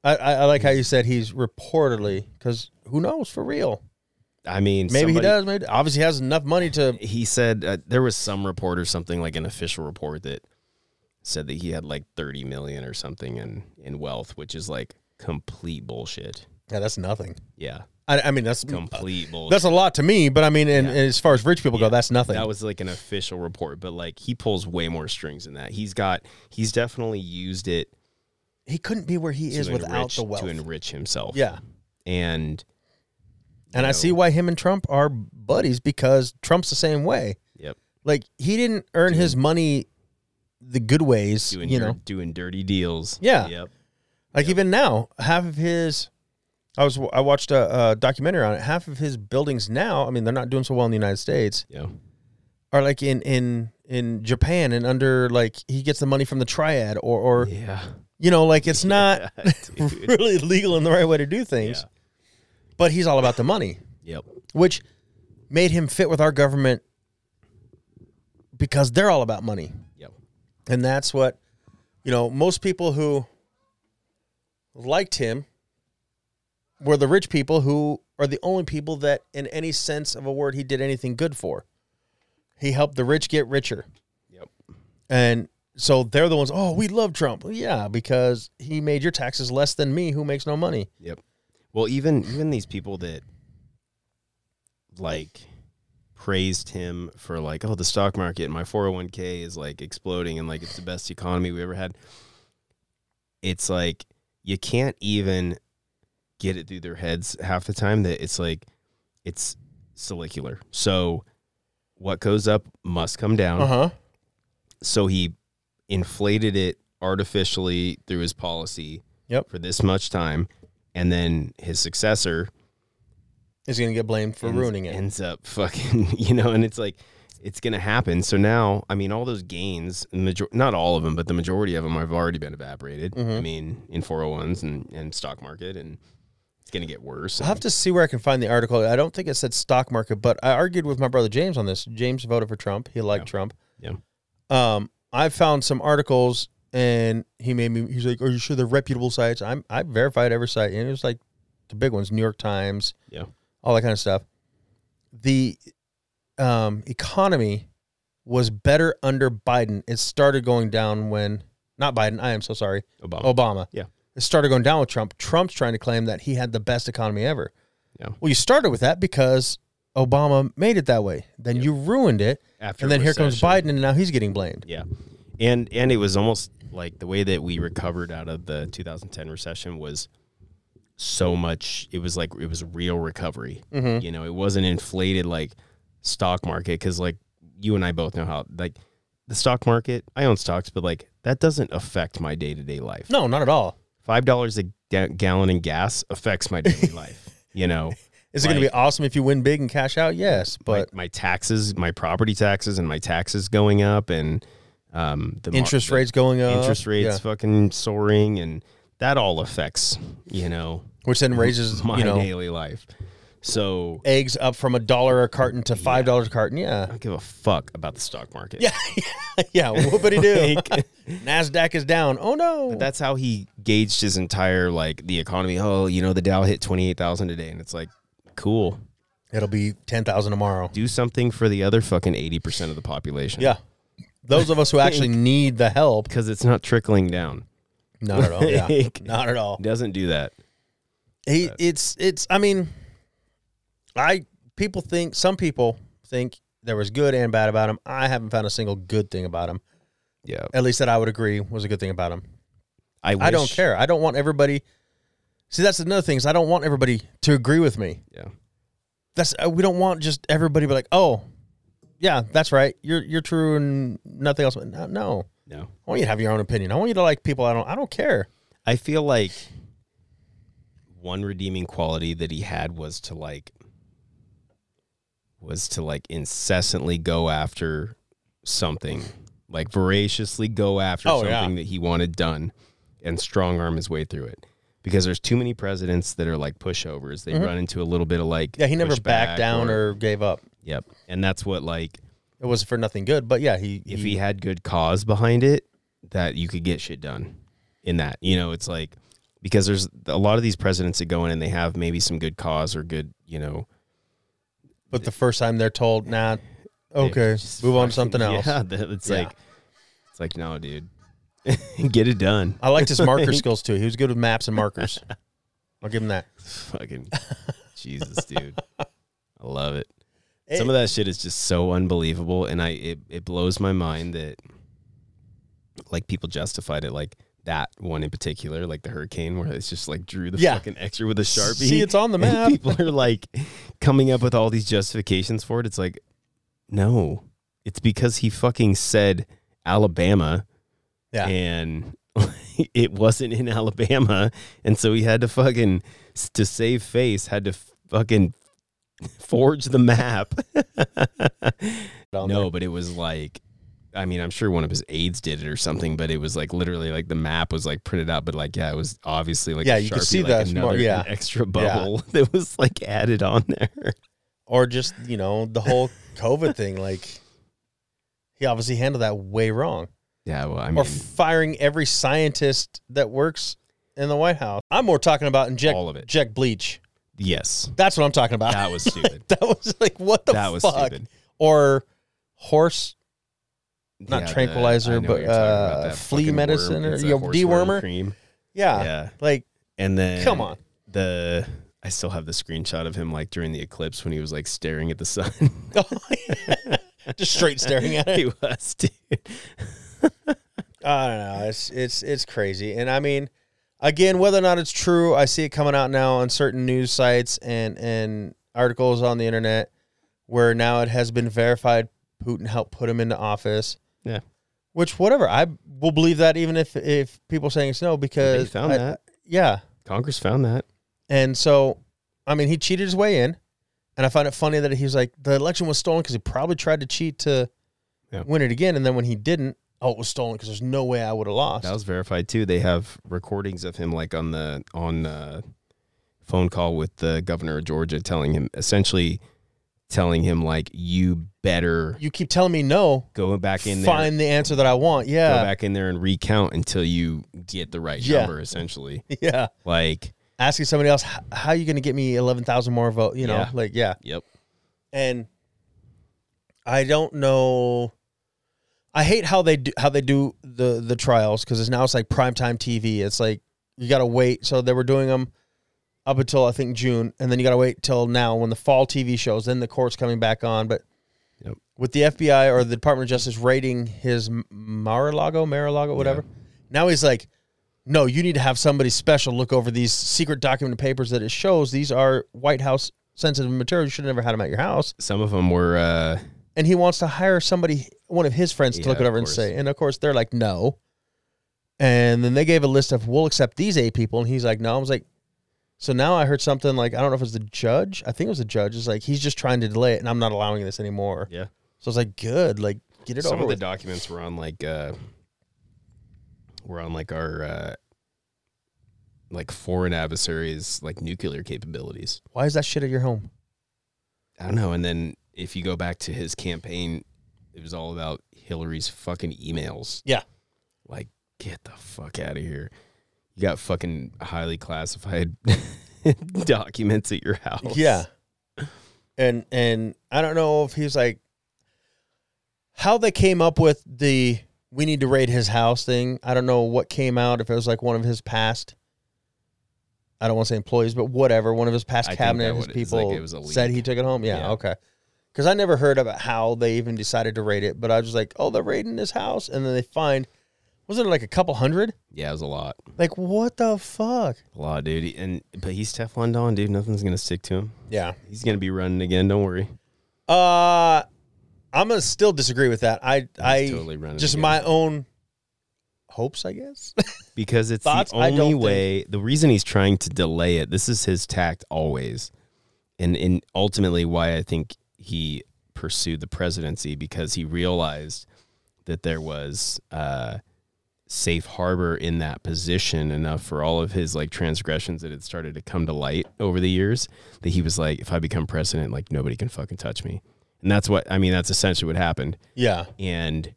C: I, I, I like how you said he's reportedly, because who knows for real?
F: I mean,
C: Maybe he
F: somebody-
C: does. Maybe obviously he has enough money to.
F: He said uh, there was some report or something like an official report that said that he had like 30 million or something in in wealth, which is like complete bullshit.
C: Yeah, that's nothing.
F: Yeah,
C: I, I mean, that's
F: complete bullshit.
C: Mm. that's a lot to me, but I mean, and,
F: Yeah.
C: and as far as rich people
F: Yeah.
C: go, that's nothing.
F: That was like an official report, but like he pulls way more strings than that. He's got he's definitely used it
C: he couldn't be where he
F: to
C: is without
F: enrich-
C: the wealth.
F: to enrich himself.
C: yeah.
F: and
C: And I
F: know.
C: see why him and Trump are buddies because Trump's the same way.
F: Yep.
C: Like he didn't earn his money the good ways,
F: doing
C: you
F: dir-
C: know.
F: doing dirty deals.
C: Yeah.
F: Yep.
C: Like even now, half of his I was I watched a, a documentary on it. Half of his buildings now, I mean, they're not doing so well in the United States,
F: Yeah.
C: are like in in in Japan and under like he gets the money from the triad or or
F: Yeah.
C: you know, like it's not
F: Dude.
C: really legal in the right way to do things. But he's all about the money.
F: Yep.
C: which made him fit with our government because they're all about money.
F: Yep.
C: And that's what, you know, most people who liked him were the rich people who are the only people that, in any sense of a word, he did anything good for. He helped the rich get richer.
F: Yep.
C: And so they're the ones, oh, we love Trump. Well, yeah, because he made your taxes less than me who makes no money.
F: Yep. Well, even even these people that like praised him for like, oh, the stock market and my 401k is like exploding and like it's the best economy we ever had. It's like you can't even get it through their heads half the time that it's like it's salicular. So what goes up must come down.
C: Uh huh.
F: So he inflated it artificially through his policy
C: Yep.
F: for this much time. And then his successor
C: He's going to get blamed for
F: ends-
C: ruining it.
F: Ends up fucking, you know, and it's like, it's going to happen. So now, I mean, all those gains, major- not all of them, but the majority of them have already been evaporated. I
C: Mhm.
F: mean, in 401s and, and stock market, and it's going to get worse.
C: I'll have to see where I can find the article. I don't think it said stock market, but I argued with my brother James on this. James voted for Trump. He liked
F: Yeah.
C: Trump.
F: Yeah.
C: Um, I found some articles and he made me he's like, Are you sure they're reputable sites? I'm I verified every site and it was like the big ones, New York Times,
F: Yeah.
C: all that kind of stuff. The um economy was better under Biden. It started going down when not Biden, I am so sorry.
F: Obama.
C: Obama.
F: Yeah.
C: It started going down with Trump. Trump's trying to claim that he had the best economy ever.
F: Yeah.
C: Well, you started with that because Obama made it that way. Then you ruined it.
F: After
C: And then here comes
F: recession.
C: Biden, and now he's getting blamed.
F: Yeah. And and it was almost like the way that we recovered out of the 2010 recession was so much it was like it was real recovery.
C: Mhm.
F: You know, it wasn't inflated like stock market cuz like you and I both know how like the stock market, I own stocks, but like that doesn't affect my day-to-day life.
C: No, not at all.
F: $5 a ga- gallon in gas affects my daily life, you know.
C: Is it going to be
F: Like-
C: awesome if you win big and cash out? Yes, but
F: my, my taxes, my property taxes and my taxes going up and um the mar-
C: interest
F: the-
C: rates going up,
F: interest rates
C: Uh, yeah,
F: fucking soaring and that all affects you know
C: which then raises
F: my
C: you know
F: daily life so
C: eggs up from a dollar a carton to five dollars a carton.
F: i
C: Yeah,
F: don't give a fuck about the stock market
C: yeah, yeah. Whoopity do.
F: Like,
C: Nasdaq is down. Oh no.
F: but that's how he gauged his entire like the economy oh you know the dow hit 28000 today and it's like cool
C: It'll be ten thousand tomorrow.
F: do something for the other fucking 80% of the population
C: Yeah. Those of us who actually need the help,
F: because it's not trickling down
C: not at all. Oh, Yeah.
F: Like-
C: Not at all.
F: doesn't do that
C: He, it's it's. I mean, I people think some people think there was good and bad about him. I haven't found a single good thing about him.
F: yeah
C: At least that I would agree was a good thing about him.
F: i, wish,
C: I don't care. I don't want everybody. See, that's another thing is I don't want everybody to agree with me.
F: yeah
C: That's uh, we don't want just everybody to be like, oh, yeah, that's right. You're you're true and nothing else. No, no.
F: no
C: I want you to have your own opinion. I want you to like people. I don't. I don't care.
F: I feel like one redeeming quality that he had was to like was to like incessantly go after something, like voraciously go after
C: Oh,
F: something
C: yeah.
F: that he wanted done and strong arm his way through it. Because there's too many presidents that are like pushovers. They run into a little bit of like
C: Mm-hmm. Yeah, he never
F: pushback
C: backed down
F: or
C: or gave up.
F: Yep. And that's what like
C: It wasn't for nothing good, but yeah, he
F: if he had good cause behind it, that you could get shit done in that. You know, it's like because there's a lot of these presidents that go in and they have maybe some good cause or good, you know,
C: but the first time they're told, nah, okay,
F: just
C: move on
F: fucking-
C: to something else.
F: Yeah, that- it's
C: Yeah.
F: like it's like no, dude, get it done.
C: I liked his marker skills too. He was good with maps and markers. I'll give him that.
F: Fucking Jesus, dude, I love it. Some of that shit is just so unbelievable, and I it, it blows my mind that like people justified it like that one in particular, like the hurricane, where it's just like drew the
C: Yeah.
F: fucking extra with a sharpie.
C: See, it's on the
F: And
C: map.
F: people are like coming up with all these justifications for it. It's like, no, it's because he fucking said Alabama,
C: Yeah.
F: and it wasn't in Alabama, and so he had to fucking s- to save face had to fucking forge the map.
C: Down
F: no, but it was like. I mean, I'm sure one of his aides did it or something, but it was like literally like the map was like printed out, but like yeah, it was obviously like
C: Yeah,
F: a
C: you could
F: Sharpie,
C: see
F: like
C: that small-
F: another an
C: yeah.
F: extra bubble that was like added on there.
C: or just you know the whole COVID thing. Like he obviously handled that way wrong,
F: Yeah, well, I
C: or firing every scientist that works in the White House. I'm more talking about inject
F: All of it.
C: inject bleach.
F: yes,
C: That's what I'm talking about.
F: that was stupid.
C: That was like what the
F: that was
C: fuck?
F: stupid.
C: Or horse Not
F: Yeah, the-
C: tranquilizer,
F: I know
C: but,
F: what you're talking about,
C: uh,
F: that
C: flea
F: fucking
C: medicine
F: worm,
C: or,
F: it's
C: you
F: that
C: know,
F: horse worm
C: dewormer.
F: cream.
C: yeah,
F: Yeah,
C: like
F: and then
C: come on
F: the I still have the screenshot of him like during the eclipse when he was like staring at the sun.
C: just straight staring at it
F: he was, dude.
C: i don't know it's it's it's crazy and i mean again whether or not it's true i see it coming out now on certain news sites and and articles on the internet where now it has been verified putin helped put him into office
F: Yeah.
C: which whatever i will believe that even if if people saying it's no
F: They
C: because
F: found
C: I-
F: that.
C: yeah
F: Congress found that.
C: And so, I mean, he cheated his way in. And I find it funny that he was like, the election was stolen because he probably tried to cheat to
F: Yeah.
C: win it again. And then when he didn't, oh, it was stolen because there's no way I would have lost.
F: That was verified too. They have recordings of him like on the on uh phone call with the governor of Georgia telling him essentially telling him like you better
C: you keep telling me no,
F: go back in there
C: find the answer that I want.
F: go
C: Yeah.
F: back in there and recount until you get the right
C: Yeah.
F: number essentially
C: Yeah.
F: like
C: Asking somebody else, "H- how are you going to get me 11,000 more vote? You know,
F: Yeah.
C: like, yeah.
F: yep
C: and I don't know. I hate how they do how they do the the trials because it's now it's like primetime TV. It's like you got to wait. So they were doing them up until I think June, and then you got to wait till now when the fall TV shows. Then the court's coming back on, but.
F: Yep.
C: With the FBI or the Department of Justice raiding his M- Mar-a-Lago, Mar-a-Lago, whatever. Now he's like, no, you need to have somebody special look over these secret document papers that it shows these are White House sensitive material. You should have never had them at your house.
F: some of them were uh
C: And he wants to hire somebody, one of his friends, to
F: Yeah,
C: look it
F: of
C: over and
F: course.
C: say. And of course, they're like, no. And then they gave a list of, we'll accept these eight people. And he's like, no. I was like, so now I heard something like, I don't know if it was the judge. I think it was the judge. It's like, he's just trying to delay it and I'm not allowing this anymore.
F: Yeah.
C: So I was like, good. Like, get it
F: some
C: over
F: of the
C: with.
F: documents were on like uh were on like our uh like foreign adversaries like nuclear capabilities
C: Why is that shit at your home?
F: I don't know. And then if you go back to his campaign, it was all about Hillary's fucking emails.
C: Yeah.
F: Like, get the fuck out of here. You got fucking highly classified documents at your house.
C: Yeah. And and I don't know if he's like how they came up with the we need to raid his house thing. I don't know what came out if it was like one of his past I don't want to say employees, but whatever, one of his past
F: I think
C: cabinet
F: that
C: his
F: what it is,
C: people
F: like, it was a
C: said
F: leak.
C: he took it home. Yeah,
F: Yeah.
C: okay. Cuz I never heard about how they even decided to raid it, but I was like, "Oh, they're raiding his house." And then they find was it like a couple hundred?
F: Yeah, it was a lot.
C: Like what the fuck?
F: A lot, dude. And but he's Teflon Don, dude. Nothing's gonna stick to him.
C: Yeah.
F: He's gonna be running again, don't worry.
C: Uh I'm gonna still disagree with that. I I
F: totally running
C: just
F: again.
C: my own hopes, I guess.
F: because it's
C: Thoughts?
F: the
C: I don't
F: only
C: think-
F: way. The reason he's trying to delay it, this is his tact always, and and ultimately why I think he pursued the presidency because he realized that there was uh, safe harbor in that position enough for all of his like transgressions that had started to come to light over the years that he was like, if I become president, like nobody can fucking touch me. and that's what I mean. That's essentially what happened.
C: Yeah.
F: And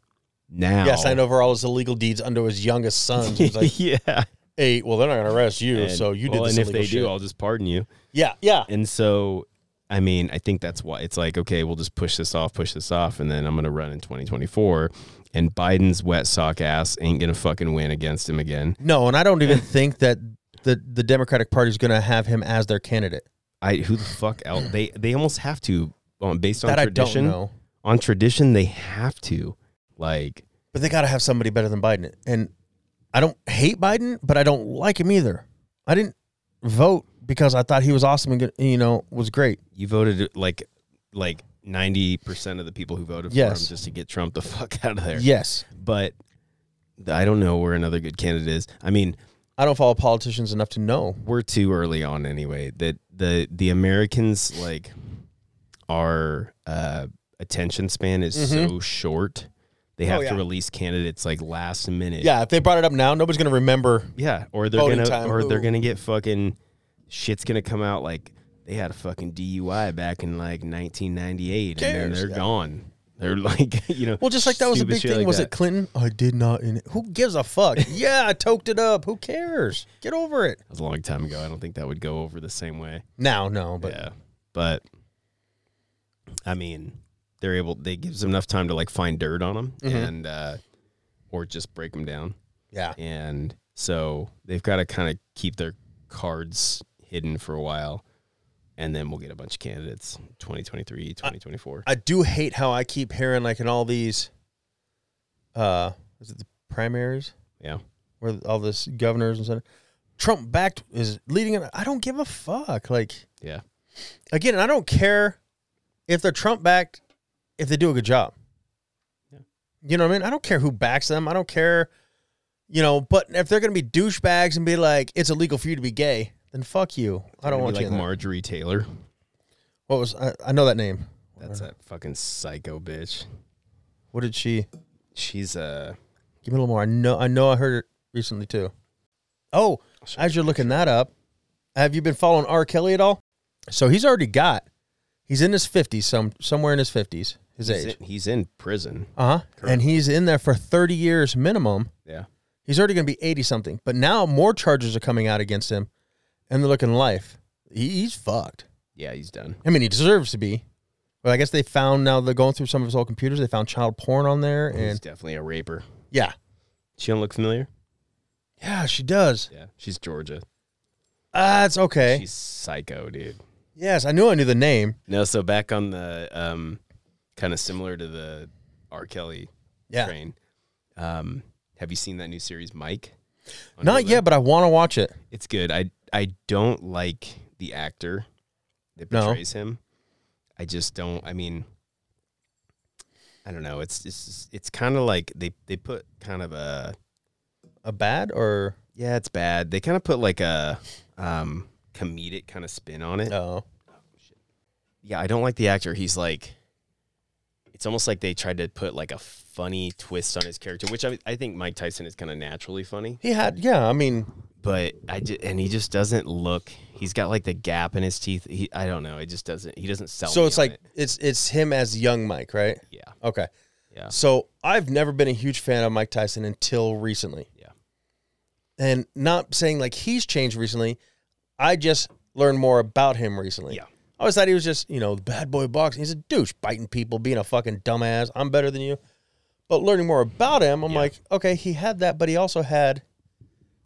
F: now,
C: Yeah, signed over all his illegal deeds under his youngest son. He was like,
F: yeah.
C: eight. Well, they're not going to arrest you,
F: And-
C: so you
F: well,
C: did this
F: and if
C: illegal
F: they
C: shit.
F: do, I'll just pardon you.
C: yeah, yeah,
F: And so, I mean, I think that's why it's like, okay, we'll just push this off, push this off, and then I'm going to run in 2024. And Biden's wet sock ass ain't going to fucking win against him again.
C: no, and I don't even think that the the Democratic Party's going to have him as their candidate.
F: I who the fuck else? They they almost have to um, based on
C: That I don't
F: tradition.
C: know,
F: On tradition, they have to like
C: but they got to have somebody better than Biden. And I don't hate Biden, but I don't like him either. I didn't vote because I thought he was awesome and good, you know was great.
F: you voted like like 90 percent of the people who voted for
C: Yes.
F: him just to get Trump the fuck out of there.
C: Yes,
F: but I don't know where another good candidate is. I mean,
C: I don't follow politicians enough to know.
F: we're too early on anyway that the the americans like our uh attention span is so short they have to
C: Mm-hmm. Oh, yeah.
F: release candidates like last minute
C: Yeah, if they brought it up now, nobody's going to remember.
F: yeah or they're
C: Voting
F: gonna
C: time,
F: or they're
C: ooh.
F: gonna get fucking shit's gonna come out like they had a fucking dui back in like 1998 and then
C: Cares,
F: they're
C: yeah.
F: gone they're like you know
C: Well, just like that was a
F: stupid
C: big
F: shit
C: thing.
F: like
C: was
F: that.
C: it Clinton? I did not. In it. Who gives a fuck? yeah, I toked it up. Who cares? Get over it.
F: that was a long time ago i don't think that would go over the same way
C: Now, no, but
F: yeah, but I mean, they're able. They gives them enough time to like find dirt on them
C: Mm-hmm.
F: and uh, or just break them down.
C: yeah.
F: And so they've got to kind of keep their cards hidden for a while, and then we'll get a bunch of candidates 2023, 2024.
C: I do hate how I keep hearing like in all these, uh, is it the primaries
F: yeah,
C: where all this governors and stuff? Trump backed is leading. It. I don't give a fuck. Like
F: yeah,
C: again, I don't care if they're Trump backed if they do a good job. You know what I mean? I don't care who backs them. I don't care, you know. But if they're gonna be douchebags and be like, it's illegal for you to be gay, then fuck you. I don't
F: Maybe
C: want you.
F: like
C: in there.
F: Marjorie Taylor.
C: What was I, I know that name?
F: That's that fucking psycho bitch.
C: What did she?
F: She's uh
C: Give me a little more. I know I know I heard it recently too. Oh, as you're looking that up, have you been following R. Kelly at all? So he's already got he's in his fifties, some somewhere in his fifties, his
F: he's
C: age.
F: in, he's in prison.
C: Uh huh. And he's in there for thirty years minimum.
F: Yeah,
C: He's already gonna be eighty something. But now more charges are coming out against him and they're looking life. He, he's fucked.
F: yeah, he's done.
C: I mean he deserves to be. But I guess they found now they're going through some of his old computers, they found child porn on there
F: He's
C: and
F: definitely a raper.
C: yeah.
F: She don't look familiar.
C: Yeah, she does.
F: Yeah, she's Georgia.
C: Ah, it's okay.
F: She's psycho, dude.
C: Yes, I knew I knew the name.
F: No, so back on the um, kind of similar to the R. Kelly
C: Yeah.
F: train. Um, have you seen that new series, Mike? on
C: Not
F: Hulu?
C: yet, but I want to watch it.
F: It's good. I I don't like the actor that
C: No.
F: portrays him. I just don't. I mean, I don't know. It's it's it's kind of like they they put kind of a
C: A bad or
F: yeah, it's bad. They kind of put like a um comedic kind of spin on it.
C: no?
F: yeah, I don't like the actor. He's like, it's almost like they tried to put like a funny twist on his character, which I, I think Mike Tyson is kind of naturally funny,
C: He had, yeah. I mean,
F: but I just, and he just doesn't look. He's got like the gap in his teeth. He, I don't know. It just doesn't. He doesn't sell.
C: so
F: me
C: it's
F: on
C: like
F: it.
C: it's it's him as young Mike, right?
F: yeah,
C: Okay.
F: Yeah.
C: So I've never been a huge fan of Mike Tyson until recently.
F: Yeah.
C: And not saying like he's changed recently. I just learned more about him recently.
F: Yeah.
C: I always thought he was just, you know, the bad boy boxing. He's a douche, biting people, being a fucking dumbass. I'm better than you. But learning more about him, I'm like, okay, he had that, but he also had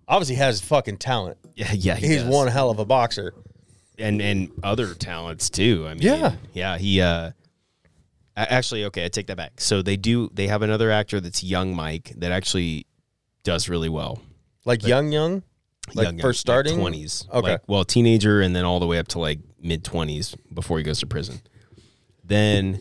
C: obviously has fucking talent.
F: yeah, yeah. he
C: He's
F: does.
C: one hell of a boxer.
F: and and other talents too. I mean,
C: Yeah.
F: yeah. He uh, a- actually, okay, I take that back. So they do. They have another actor that's young Mike that actually does really well.
C: Like young, young. Like first starting?
F: twenties.
C: Okay.
F: like, well, teenager, and then all the way up to like mid twenties before he goes to prison. Then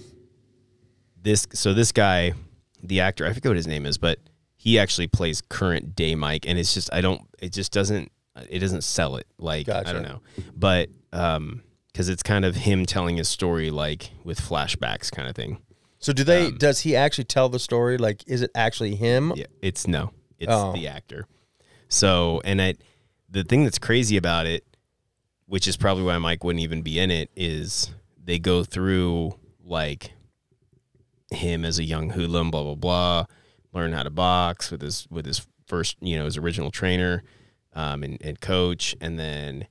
F: this, so this guy, the actor, I forget what his name is, but he actually plays current day Mike, and it's just I don't, it just doesn't, it doesn't sell it. Like I
C: Gotcha.
F: don't know, but um, because it's kind of him telling his story like with flashbacks kind of thing.
C: So do they?
F: Um,
C: does he actually tell the story? Like, is it actually him?
F: Yeah, it's no, it's
C: Oh.
F: the actor. So, and I, the thing that's crazy about it, which is probably why Mike wouldn't even be in it, is they go through like him as a young hoodlum, blah blah blah. Learn how to box with his with his first, you know, his original trainer um, and and coach, and then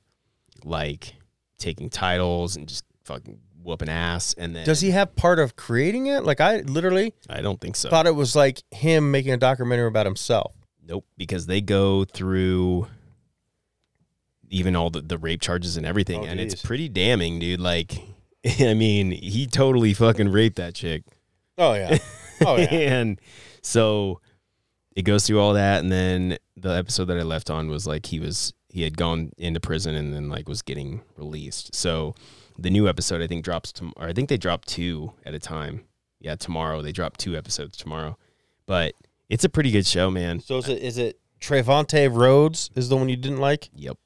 F: like taking titles and just fucking whooping ass. And then
C: Does he have part of creating it? Like I literally
F: I don't think so.
C: thought it was like him making a documentary about himself.
F: Nope, because they go through even all the, the rape charges and everything,
C: Oh,
F: and it's
C: geez.
F: pretty damning, dude. Like, I mean, he totally fucking raped that chick,
C: Oh yeah. Oh yeah.
F: and so it goes through all that, and then the episode that I left on was like he was he had gone into prison and then like was getting released. So the new episode I think drops tom or I think they drop two at a time. Yeah, tomorrow they drop two episodes tomorrow, but it's a pretty good show, man.
C: so is it is it Trevante Rhodes is the one you didn't like?
F: Yep.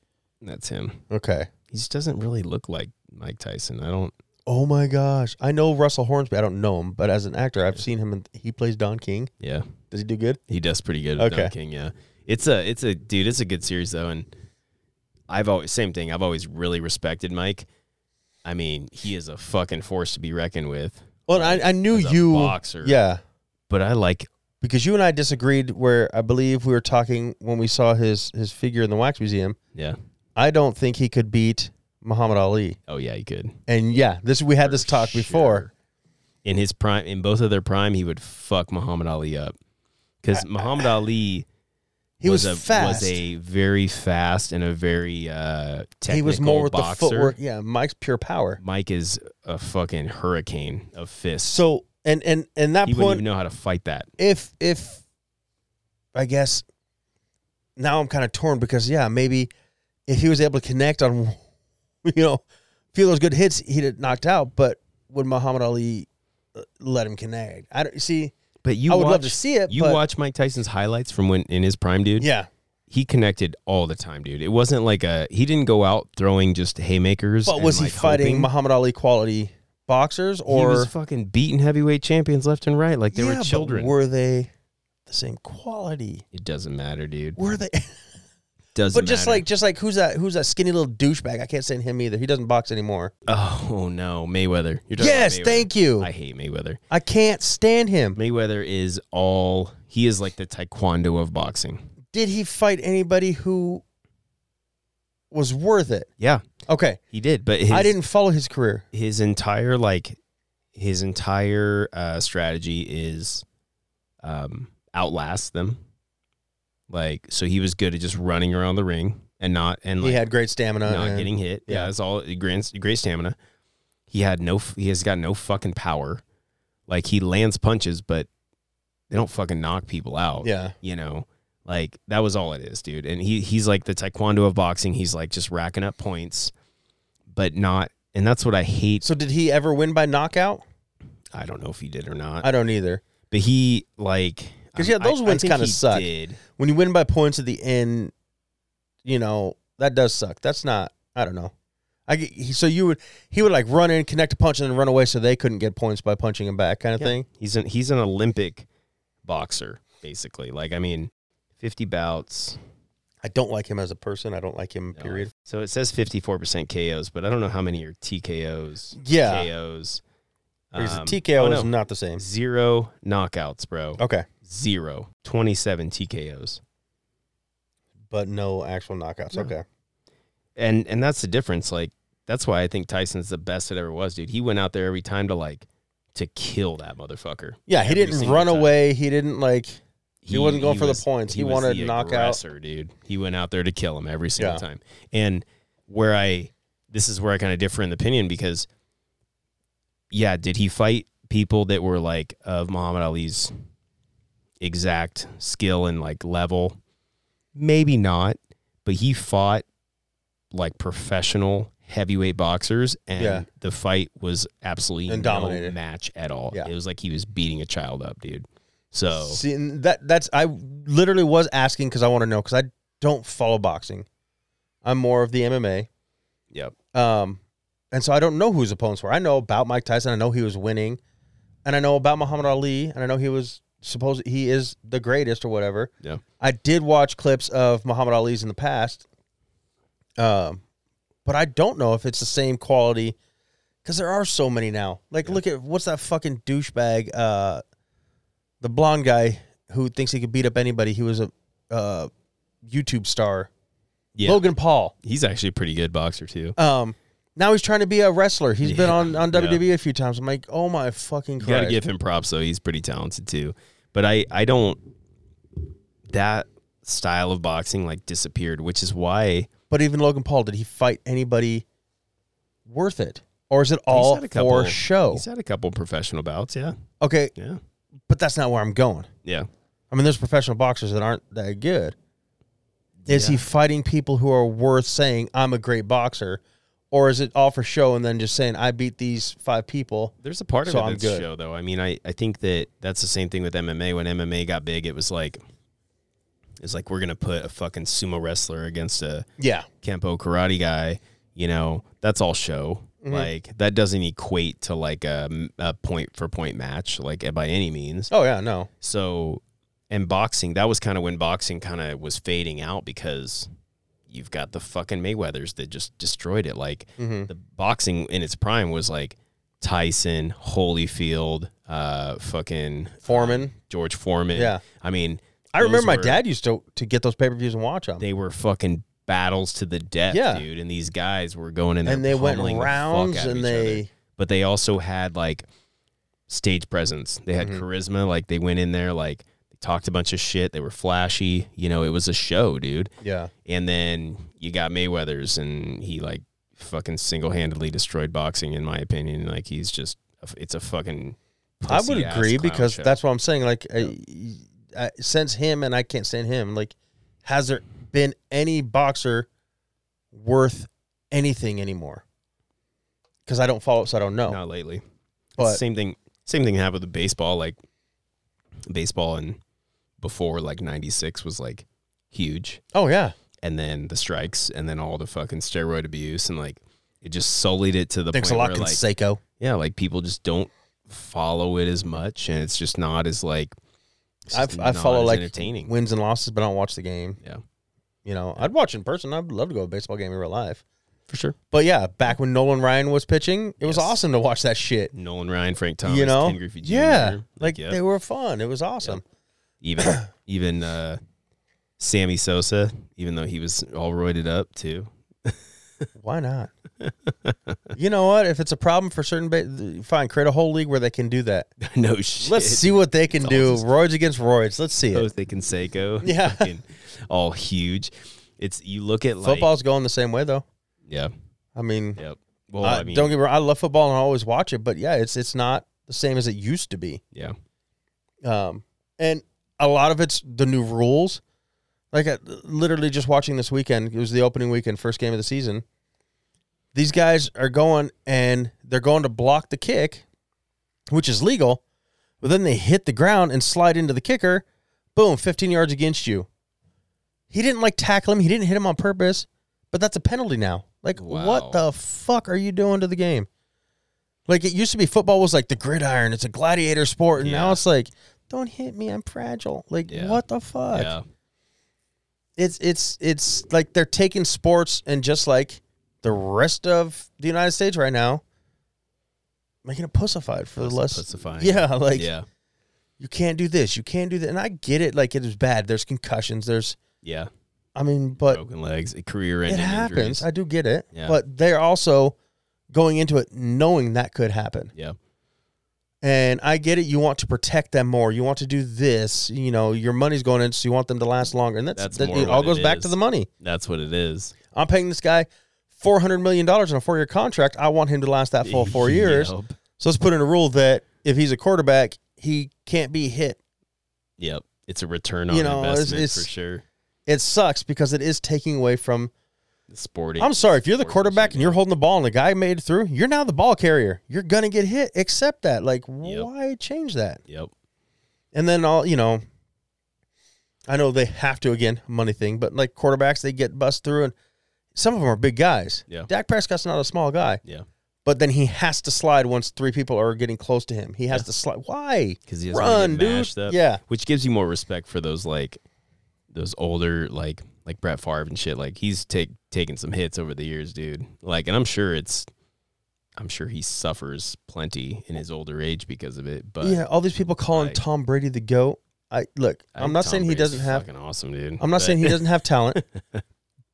F: That's him.
C: Okay.
F: He just doesn't really look like Mike Tyson. I don't.
C: Oh my gosh. I know Russell Hornsby. I don't know him, but as an actor, I've seen him and he plays Don King.
F: Yeah.
C: Does he do good?
F: He does pretty good at Don
C: Okay.
F: King. Yeah. It's a, it's a, dude, it's a good series though. And I've always, same thing. I've always really respected Mike. I mean, he is a fucking force to be reckoned with.
C: Well, I, I knew
F: As a
C: you
F: boxer.
C: Yeah.
F: But I like,
C: Because you and I disagreed where I believe we were talking when we saw his his figure in the wax museum.
F: yeah.
C: I don't think he could beat Muhammad Ali.
F: Oh, yeah, he could.
C: And yeah, this we had this
F: For
C: talk before.
F: sure. In his prime, in both of their prime, he would fuck Muhammad Ali up. Because Muhammad Ali
C: He was,
F: a,
C: fast.
F: was a very fast and a very uh, technical
C: he was more with
F: boxer.
C: the footwork. Yeah, Mike's pure power.
F: Mike is a fucking hurricane of fists.
C: So and and and that
F: he wouldn't
C: point
F: even know how to fight that.
C: if if I guess now I'm kind of torn because yeah, maybe if he was able to connect on you know feel those good hits, he'd have knocked out. But would Muhammad Ali uh, let him connect? I don't see.
F: But you,
C: I would love
F: watch-
C: to see it.
F: You
C: but,
F: watch Mike Tyson's highlights from when in his prime, dude.
C: yeah,
F: he connected all the time, dude. It wasn't like a he didn't go out throwing just haymakers.
C: but
F: and,
C: was he
F: like,
C: fighting
F: hoping.
C: Muhammad Ali quality boxers
F: he
C: or
F: was fucking beating heavyweight champions left and right like they
C: Yeah,
F: were
C: but
F: children.
C: were they the same quality?
F: it doesn't matter, dude.
C: Were they?
F: Doesn't.
C: but just
F: matter.
C: like just like who's that who's that skinny little douchebag? I can't stand him either. He doesn't box anymore.
F: oh no, Mayweather. You're talking about
C: Yes,
F: Mayweather.
C: thank you.
F: I hate Mayweather.
C: I can't stand him.
F: Mayweather is all he is like the taekwondo of boxing.
C: Did he fight anybody who was worth it?
F: Yeah,
C: Okay.
F: he did, but his,
C: I didn't follow his career.
F: His entire like his entire uh, strategy is um, outlast them. Like so, he was good at just running around the ring and not and like
C: he had great stamina.
F: not
C: and-
F: getting hit. Yeah,
C: yeah.
F: it's all great, great stamina. He had no. f- He has got no fucking power. Like he lands punches, but they don't fucking knock people out.
C: Yeah.
F: you know like that was all it is dude and he he's like the taekwondo of boxing he's like just racking up points but not and that's what i hate
C: So did he ever win by knockout?
F: i don't know if he did or not
C: I don't either.
F: but he like um,
C: 'Cause, yeah,
F: I-
C: those
F: I
C: wins
F: think
C: kinda
F: he
C: suck.
F: did.
C: When you win by points at the end, you know, that does suck. That's not I don't know. I get- he- so you would he would like run in, connect a punch, and then run away so they couldn't get points by punching him back, kind of
F: Yeah.
C: thing.
F: he's an he's an olympic boxer basically like i mean 50 bouts
C: I don't like him as a person. I don't like him.
F: No,
C: Period.
F: so it says 54% ko's but i don't know how many are tko's
C: Yeah.
F: ko's
C: Because
F: Um,
C: the TKO
F: oh,
C: is
F: no.
C: not the same.
F: zero knockouts bro
C: Okay,
F: zero 27 tko's
C: but no actual knockouts.
F: No.
C: Okay.
F: and and that's the difference. Like that's why I think Tyson's the best it ever was, dude. He went out there every time to like to kill that motherfucker.
C: Yeah, he
F: Every
C: didn't
F: single
C: run
F: time.
C: away. He didn't like. He wasn't going for the points. He
F: was
C: wanted
F: the
C: to knock out-
F: aggressor, dude. He went out there to kill him every single
C: Yeah.
F: time. And where I this is where I kind of differ in opinion because yeah, did he fight people that were like of Muhammad Ali's exact skill and like level? Maybe not, but he fought like professional heavyweight boxers and
C: Yeah.
F: the fight was absolutely
C: And
F: no
C: dominated.
F: match at all.
C: Yeah.
F: It was like he was beating a child up, dude. So
C: See, and that that's I literally was asking because I want to know because I don't follow boxing. I'm more of the MMA.
F: Yep.
C: Um, and so I don't know who his opponents were. I know about Mike Tyson. I know he was winning, and I know about Muhammad Ali, and I know he was supposed he is the greatest or whatever.
F: Yeah.
C: I did watch clips of Muhammad Ali's in the past, um, but I don't know if it's the same quality because there are so many now. Like, look at what's that fucking douchebag, uh, the blonde guy who thinks he could beat up anybody. He was a uh, YouTube star,
F: Yeah.
C: Logan Paul.
F: He's actually a pretty good boxer too.
C: Um, now he's trying to be a wrestler. He's been
F: Yeah.
C: on on
F: Yeah.
C: WWE a few times. I'm like, oh my fucking
F: You
C: Christ!
F: got to give him props though. He's pretty talented too. But I I don't that style of boxing like disappeared, which is why
C: but even Logan Paul, did he fight anybody worth it, or is it all
F: had a couple-
C: for show?
F: he's had a couple professional bouts. Yeah.
C: okay,
F: Yeah.
C: but that's not where I'm going.
F: Yeah.
C: I mean, there's professional boxers that aren't that good. Is he
F: Yeah.
C: fighting people who are worth saying I'm a great boxer, or is it all for show and then just saying I beat these five people?
F: There's a part of
C: So
F: it
C: I'm
F: that's
C: good.
F: show though. I mean, I, I think that that's the same thing with MMA. When MMA got big, it was like it's like we're gonna put a fucking sumo wrestler against a
C: Yeah,
F: Kempo karate guy. You know, that's all show.
C: Mm-hmm.
F: Like that doesn't equate to like a, a point for point match like by any means.
C: Oh yeah, no.
F: So, and boxing, that was kind of when boxing kind of was fading out because you've got the fucking Mayweathers that just destroyed it. Like
C: Mm-hmm.
F: the boxing in its prime was like Tyson, Holyfield, uh, fucking
C: Foreman.
F: George Foreman.
C: Yeah.
F: I mean,
C: I
F: Ah, those
C: remember my
F: were-
C: dad used to to get those pay per views and watch them.
F: They were fucking battles to the death,
C: Yeah.
F: dude. And these guys were going in there
C: and they went
F: pummeling the fuck
C: rounds
F: out of
C: and
F: each
C: they
F: other. But they also had like stage presence. They
C: Mm-hmm.
F: had charisma. Like they went in there, like they talked a bunch of shit. They were flashy. You know, it was a show, dude.
C: yeah.
F: And then you got Mayweather's, and he like fucking single handedly destroyed boxing, in my opinion. Like he's just, it's a fucking.
C: I would
F: pussy-ass
C: agree
F: clown
C: because
F: show.
C: that's what I'm saying. Like, I, I, since him and I can't stand him, like, has there been any boxer worth anything anymore? Because I don't follow, so I don't know.
F: not lately.
C: but
F: same thing. Same thing happened with baseball. Like baseball and before like '96 was like huge,
C: oh yeah,
F: and then the strikes, and then all the fucking steroid abuse, and like it just sullied it to the
C: thanks a
F: point
C: lot,
F: where like
C: Conseco.
F: yeah, like people just don't follow it as much, and it's just not as like it's
C: I,
F: just
C: I
F: not
C: follow
F: as
C: like
F: entertaining.
C: wins and losses, but I don't watch the game.
F: Yeah.
C: you know, I'd watch in person. I'd love to go to a baseball game in real life.
F: for sure.
C: But yeah, back when Nolan Ryan was pitching, it was
F: Yes.
C: awesome to watch that shit.
F: Nolan Ryan, Frank Thomas,
C: you know,
F: Ken Griffey Jr.
C: yeah, like
F: yeah.
C: they were fun. It was awesome.
F: even even uh, Sammy Sosa, even though he was all roided up too.
C: Why not? you know what? If it's a problem for certain, ba- th- fine, create a whole league where they can do that.
F: no shit.
C: Let's see what they can
F: It's all
C: do.
F: just-
C: Roids against roids. Let's see it.
F: Jose Canseco.
C: Yeah.
F: fucking all huge. It's you look at like
C: Football's going the same way, though.
F: Yeah.
C: I mean,
F: Yep. Well,
C: I-
F: I mean,
C: don't get me wrong. I love football and I always watch it, but yeah, it's it's not the same as it used to be.
F: yeah.
C: Um, and a lot of it's the new rules. Like I, literally just watching this weekend, it was the opening weekend, first game of the season. These guys are going and they're going to block the kick, which is legal, but then they hit the ground and slide into the kicker. Boom, 15 yards against you. He didn't like tackle him. He didn't hit him on purpose, but that's a penalty now. Like,
F: Wow.
C: what the fuck are you doing to the game? Like, it used to be football was like the gridiron, it's a gladiator sport. And now
F: Yeah.
C: it's like, don't hit me, I'm fragile. Like,
F: Yeah.
C: what the fuck?
F: Yeah.
C: it's it's it's like they're taking sports and just like the rest of the United States right now, making it pussified for the less.
F: Pussifying.
C: Yeah, like
F: yeah.
C: you can't do this, you can't do that, and I get it. Like it is bad. There's concussions. There's
F: Yeah.
C: I mean, but
F: Broken legs, career
C: it
F: ending
C: happens.
F: injuries.
C: I do get it.
F: Yeah.
C: But they're also going into it knowing that could happen.
F: yeah.
C: And I get it. You want to protect them more. You want to do this. You know, your money's going in, so you want them to last longer. And that's,
F: That's
C: that,
F: more
C: it all
F: what
C: goes
F: it
C: back to
F: is.
C: the money.
F: That's what it is.
C: I'm paying this guy four hundred million dollars on a four year contract. I want him to last that full four years.
F: Yep.
C: So let's put in a rule that if he's a quarterback, he can't be hit.
F: Yep. It's a return on
C: You know, it's-
F: investment
C: it's-
F: for sure.
C: It sucks because it is taking away from.
F: The Sporting.
C: I'm sorry, if you're the
F: sporting
C: quarterback and
F: shit.
C: you're holding the ball and the guy made it through, you're now the ball carrier. You're gonna get hit. Accept that. Like,
F: Yep.
C: why change that?
F: Yep.
C: And then all you know, I know they have to again money thing, but like quarterbacks, they get bust through, and some of them are big guys.
F: Yeah.
C: Dak Prescott's not a small guy.
F: Yeah.
C: but then he has to slide once three people are getting close to him. He has to slide. Why?
F: Because he doesn't
C: Run,
F: want to get
C: dude.
F: mashed up.
C: Yeah,
F: which gives you more respect for those like those older like like Brett Favre and shit. Like he's take taken some hits over the years, dude. Like, and I'm sure it's I'm sure he suffers plenty in his older age because of it. But
C: yeah, all these people calling
F: like-
C: Tom Brady the goat. I look.
F: I
C: I'm
F: think
C: not
F: Tom
C: saying he
F: Brady's
C: doesn't have.
F: Fucking awesome, dude.
C: I'm not
F: But-
C: saying he doesn't have talent.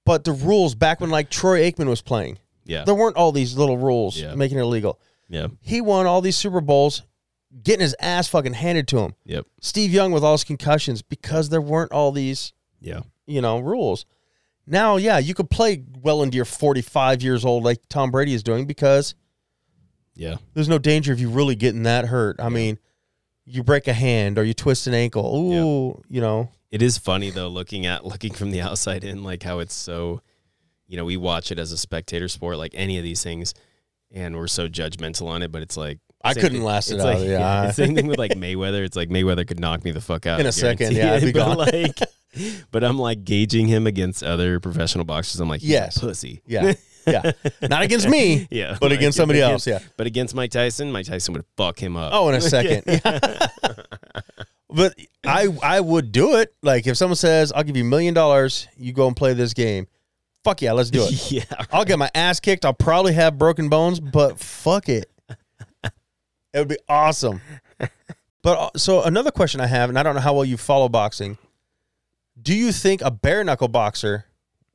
C: But the rules back when like Troy Aikman was playing,
F: yeah,
C: there weren't all these little rules
F: Yeah.
C: making it illegal.
F: yeah,
C: He won all these Super Bowls, getting his ass fucking handed to him.
F: yep,
C: Steve Young with all his concussions because there weren't all these
F: yeah.
C: you know rules. Now, yeah, you could play well into your 45 years old like Tom Brady is doing because
F: Yeah.
C: there's no danger of you really getting that hurt. I mean, you break a hand or you twist an ankle. Ooh, you know.
F: It is funny though, looking at looking from the outside in, like how it's so, you know, we watch it as a spectator sport, like any of these things, and we're so judgmental on it. But it's like
C: I
F: same
C: couldn't
F: thing-
C: last it
F: it's
C: out,
F: Like,
C: yeah.
F: it's same thing with like Mayweather. It's like Mayweather could knock me the fuck out
C: In a
F: I guarantee
C: second, yeah, I'd
F: it,
C: be
F: but,
C: gone.
F: like, but I'm like gauging him against other professional boxers. I'm like, he's
C: Yes.
F: a pussy.
C: Yeah. Yeah. Not against me,
F: Yeah,
C: but
F: like,
C: against somebody else.
F: against-
C: Yeah.
F: But against Mike Tyson, Mike Tyson would fuck him up.
C: Oh, in a second. Yeah. but I I would do it. Like if someone says, I'll give you a million dollars, you go and play this game. Fuck yeah, let's do it.
F: yeah,
C: I'll get my ass kicked. I'll probably have broken bones, but fuck it. It would be awesome. But uh, so another question I have, and I don't know how well you follow boxing. Do you think a bare knuckle boxer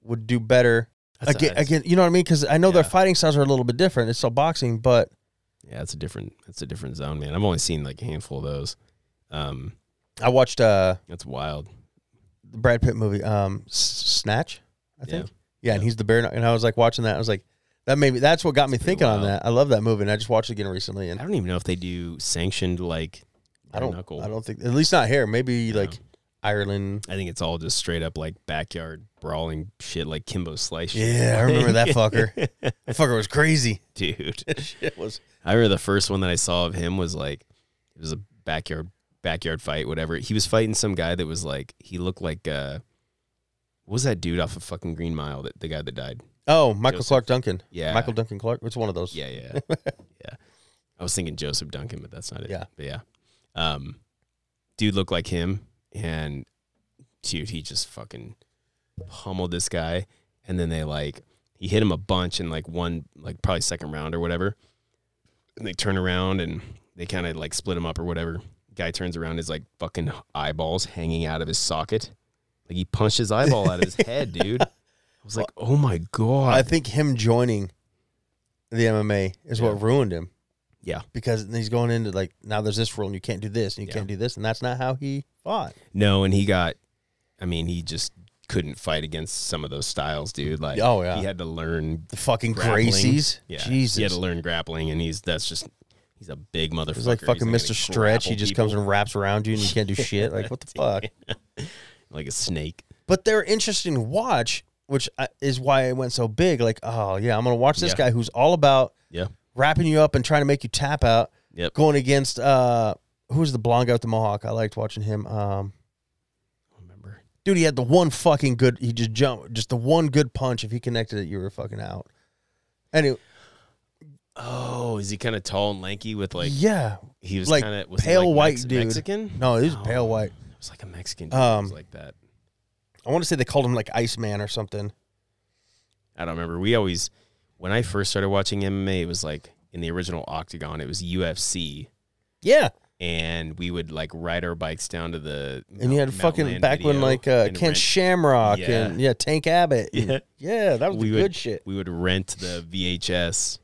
C: would do better
F: That's
C: again?
F: nice.
C: Again, you know what I mean? Because I know their
F: Yeah.
C: fighting styles are a little bit different. It's still boxing, but
F: yeah. It's a different, it's a different zone, man. I've only seen like a handful of those. Um,
C: I watched uh,
F: that's wild.
C: the Brad Pitt movie, um, S- Snatch, I
F: Yeah.
C: think. Yeah, and he's the bare knuckle, and I was like watching that. I was like, that made me. That's what got me
F: pretty
C: thinking on
F: wild.
C: that. I love that movie, and I just watched it again recently, and
F: I don't even know if they do sanctioned like
C: I
F: bare
C: don't.
F: knuckle.
C: I don't think. At least not here. Maybe
F: No.
C: like Ireland.
F: I think it's all just straight up like backyard brawling shit, like Kimbo Slice. shit.
C: Yeah, I remember that fucker. That fucker was crazy.
F: dude.
C: Shit was.
F: I remember the first one that I saw of him was like it was a backyard backyard fight, whatever. He was fighting some guy that was like he looked like uh, what was that dude off of fucking Green Mile that the guy that died?
C: Oh, Michael
F: Joseph.
C: Clark Duncan.
F: Yeah,
C: Michael Duncan Clark. It's one of those.
F: Yeah, yeah, yeah. I was thinking Joseph Duncan, but that's not it.
C: Yeah.
F: but yeah. Um, dude looked like him, and dude, he just fucking pummeled this guy, and then they like he hit him a bunch in like one like probably second round or whatever, and they turn around and they kind of like split him up or whatever. Guy turns around, his like fucking eyeballs hanging out of his socket. Like he punched his eyeball out of his head, dude. I was like, oh my god.
C: I think him joining the MMA is
F: Yeah.
C: what ruined him.
F: Yeah.
C: Because he's going into like now there's this rule and you can't do this and you
F: Yeah.
C: can't do this and that's not how he fought.
F: No, and he got. I mean, he just couldn't fight against some of those styles, dude. Like,
C: Oh, yeah.
F: he had to learn.
C: The fucking
F: Grappling.
C: Gracies.
F: Yeah, he had
C: Jesus.
F: to learn grappling, and he's that's just he's a big motherfucker.
C: It's like
F: He's
C: fucking
F: not gonna
C: Mr. Stretch. He
F: grapple
C: just
F: people
C: comes and wraps around you and you can't do shit. Like what the fuck?
F: like a snake.
C: but they're interesting to watch, which I- is why it went so big. Like, oh yeah, I'm gonna watch this
F: Yeah.
C: guy who's all about
F: Yeah.
C: wrapping you up and trying to make you tap out,
F: Yep.
C: going against uh, who was the blonde guy with the mohawk? I liked watching him. Um,
F: Remember?
C: dude, he had the one fucking good. He just jumped, just the one good punch. If he connected it, you were fucking out. Anyway,
F: Oh, is he kind of tall and lanky with like?
C: yeah,
F: he was
C: like,
F: kind of was he,
C: pale
F: like,
C: white
F: Mex-
C: dude.
F: Mexican?
C: no, he was
F: Oh,
C: pale white.
F: It was like a Mexican. Dude that
C: Um,
F: was like that.
C: I want to say they called him like Iceman or something.
F: I don't remember. We always, when I first started watching MMA, it was like in the original Octagon, it was UFC.
C: Yeah,
F: and we would like ride our bikes down to the
C: and you had
F: Mount-
C: fucking
F: Mountland
C: back when
F: video
C: like uh,
F: and
C: Ken
F: rent-
C: Shamrock
F: Yeah.
C: and yeah Tank Abbott. and-
F: Yeah.
C: yeah, that was
F: We
C: the
F: would-
C: good shit.
F: we would rent the VHS,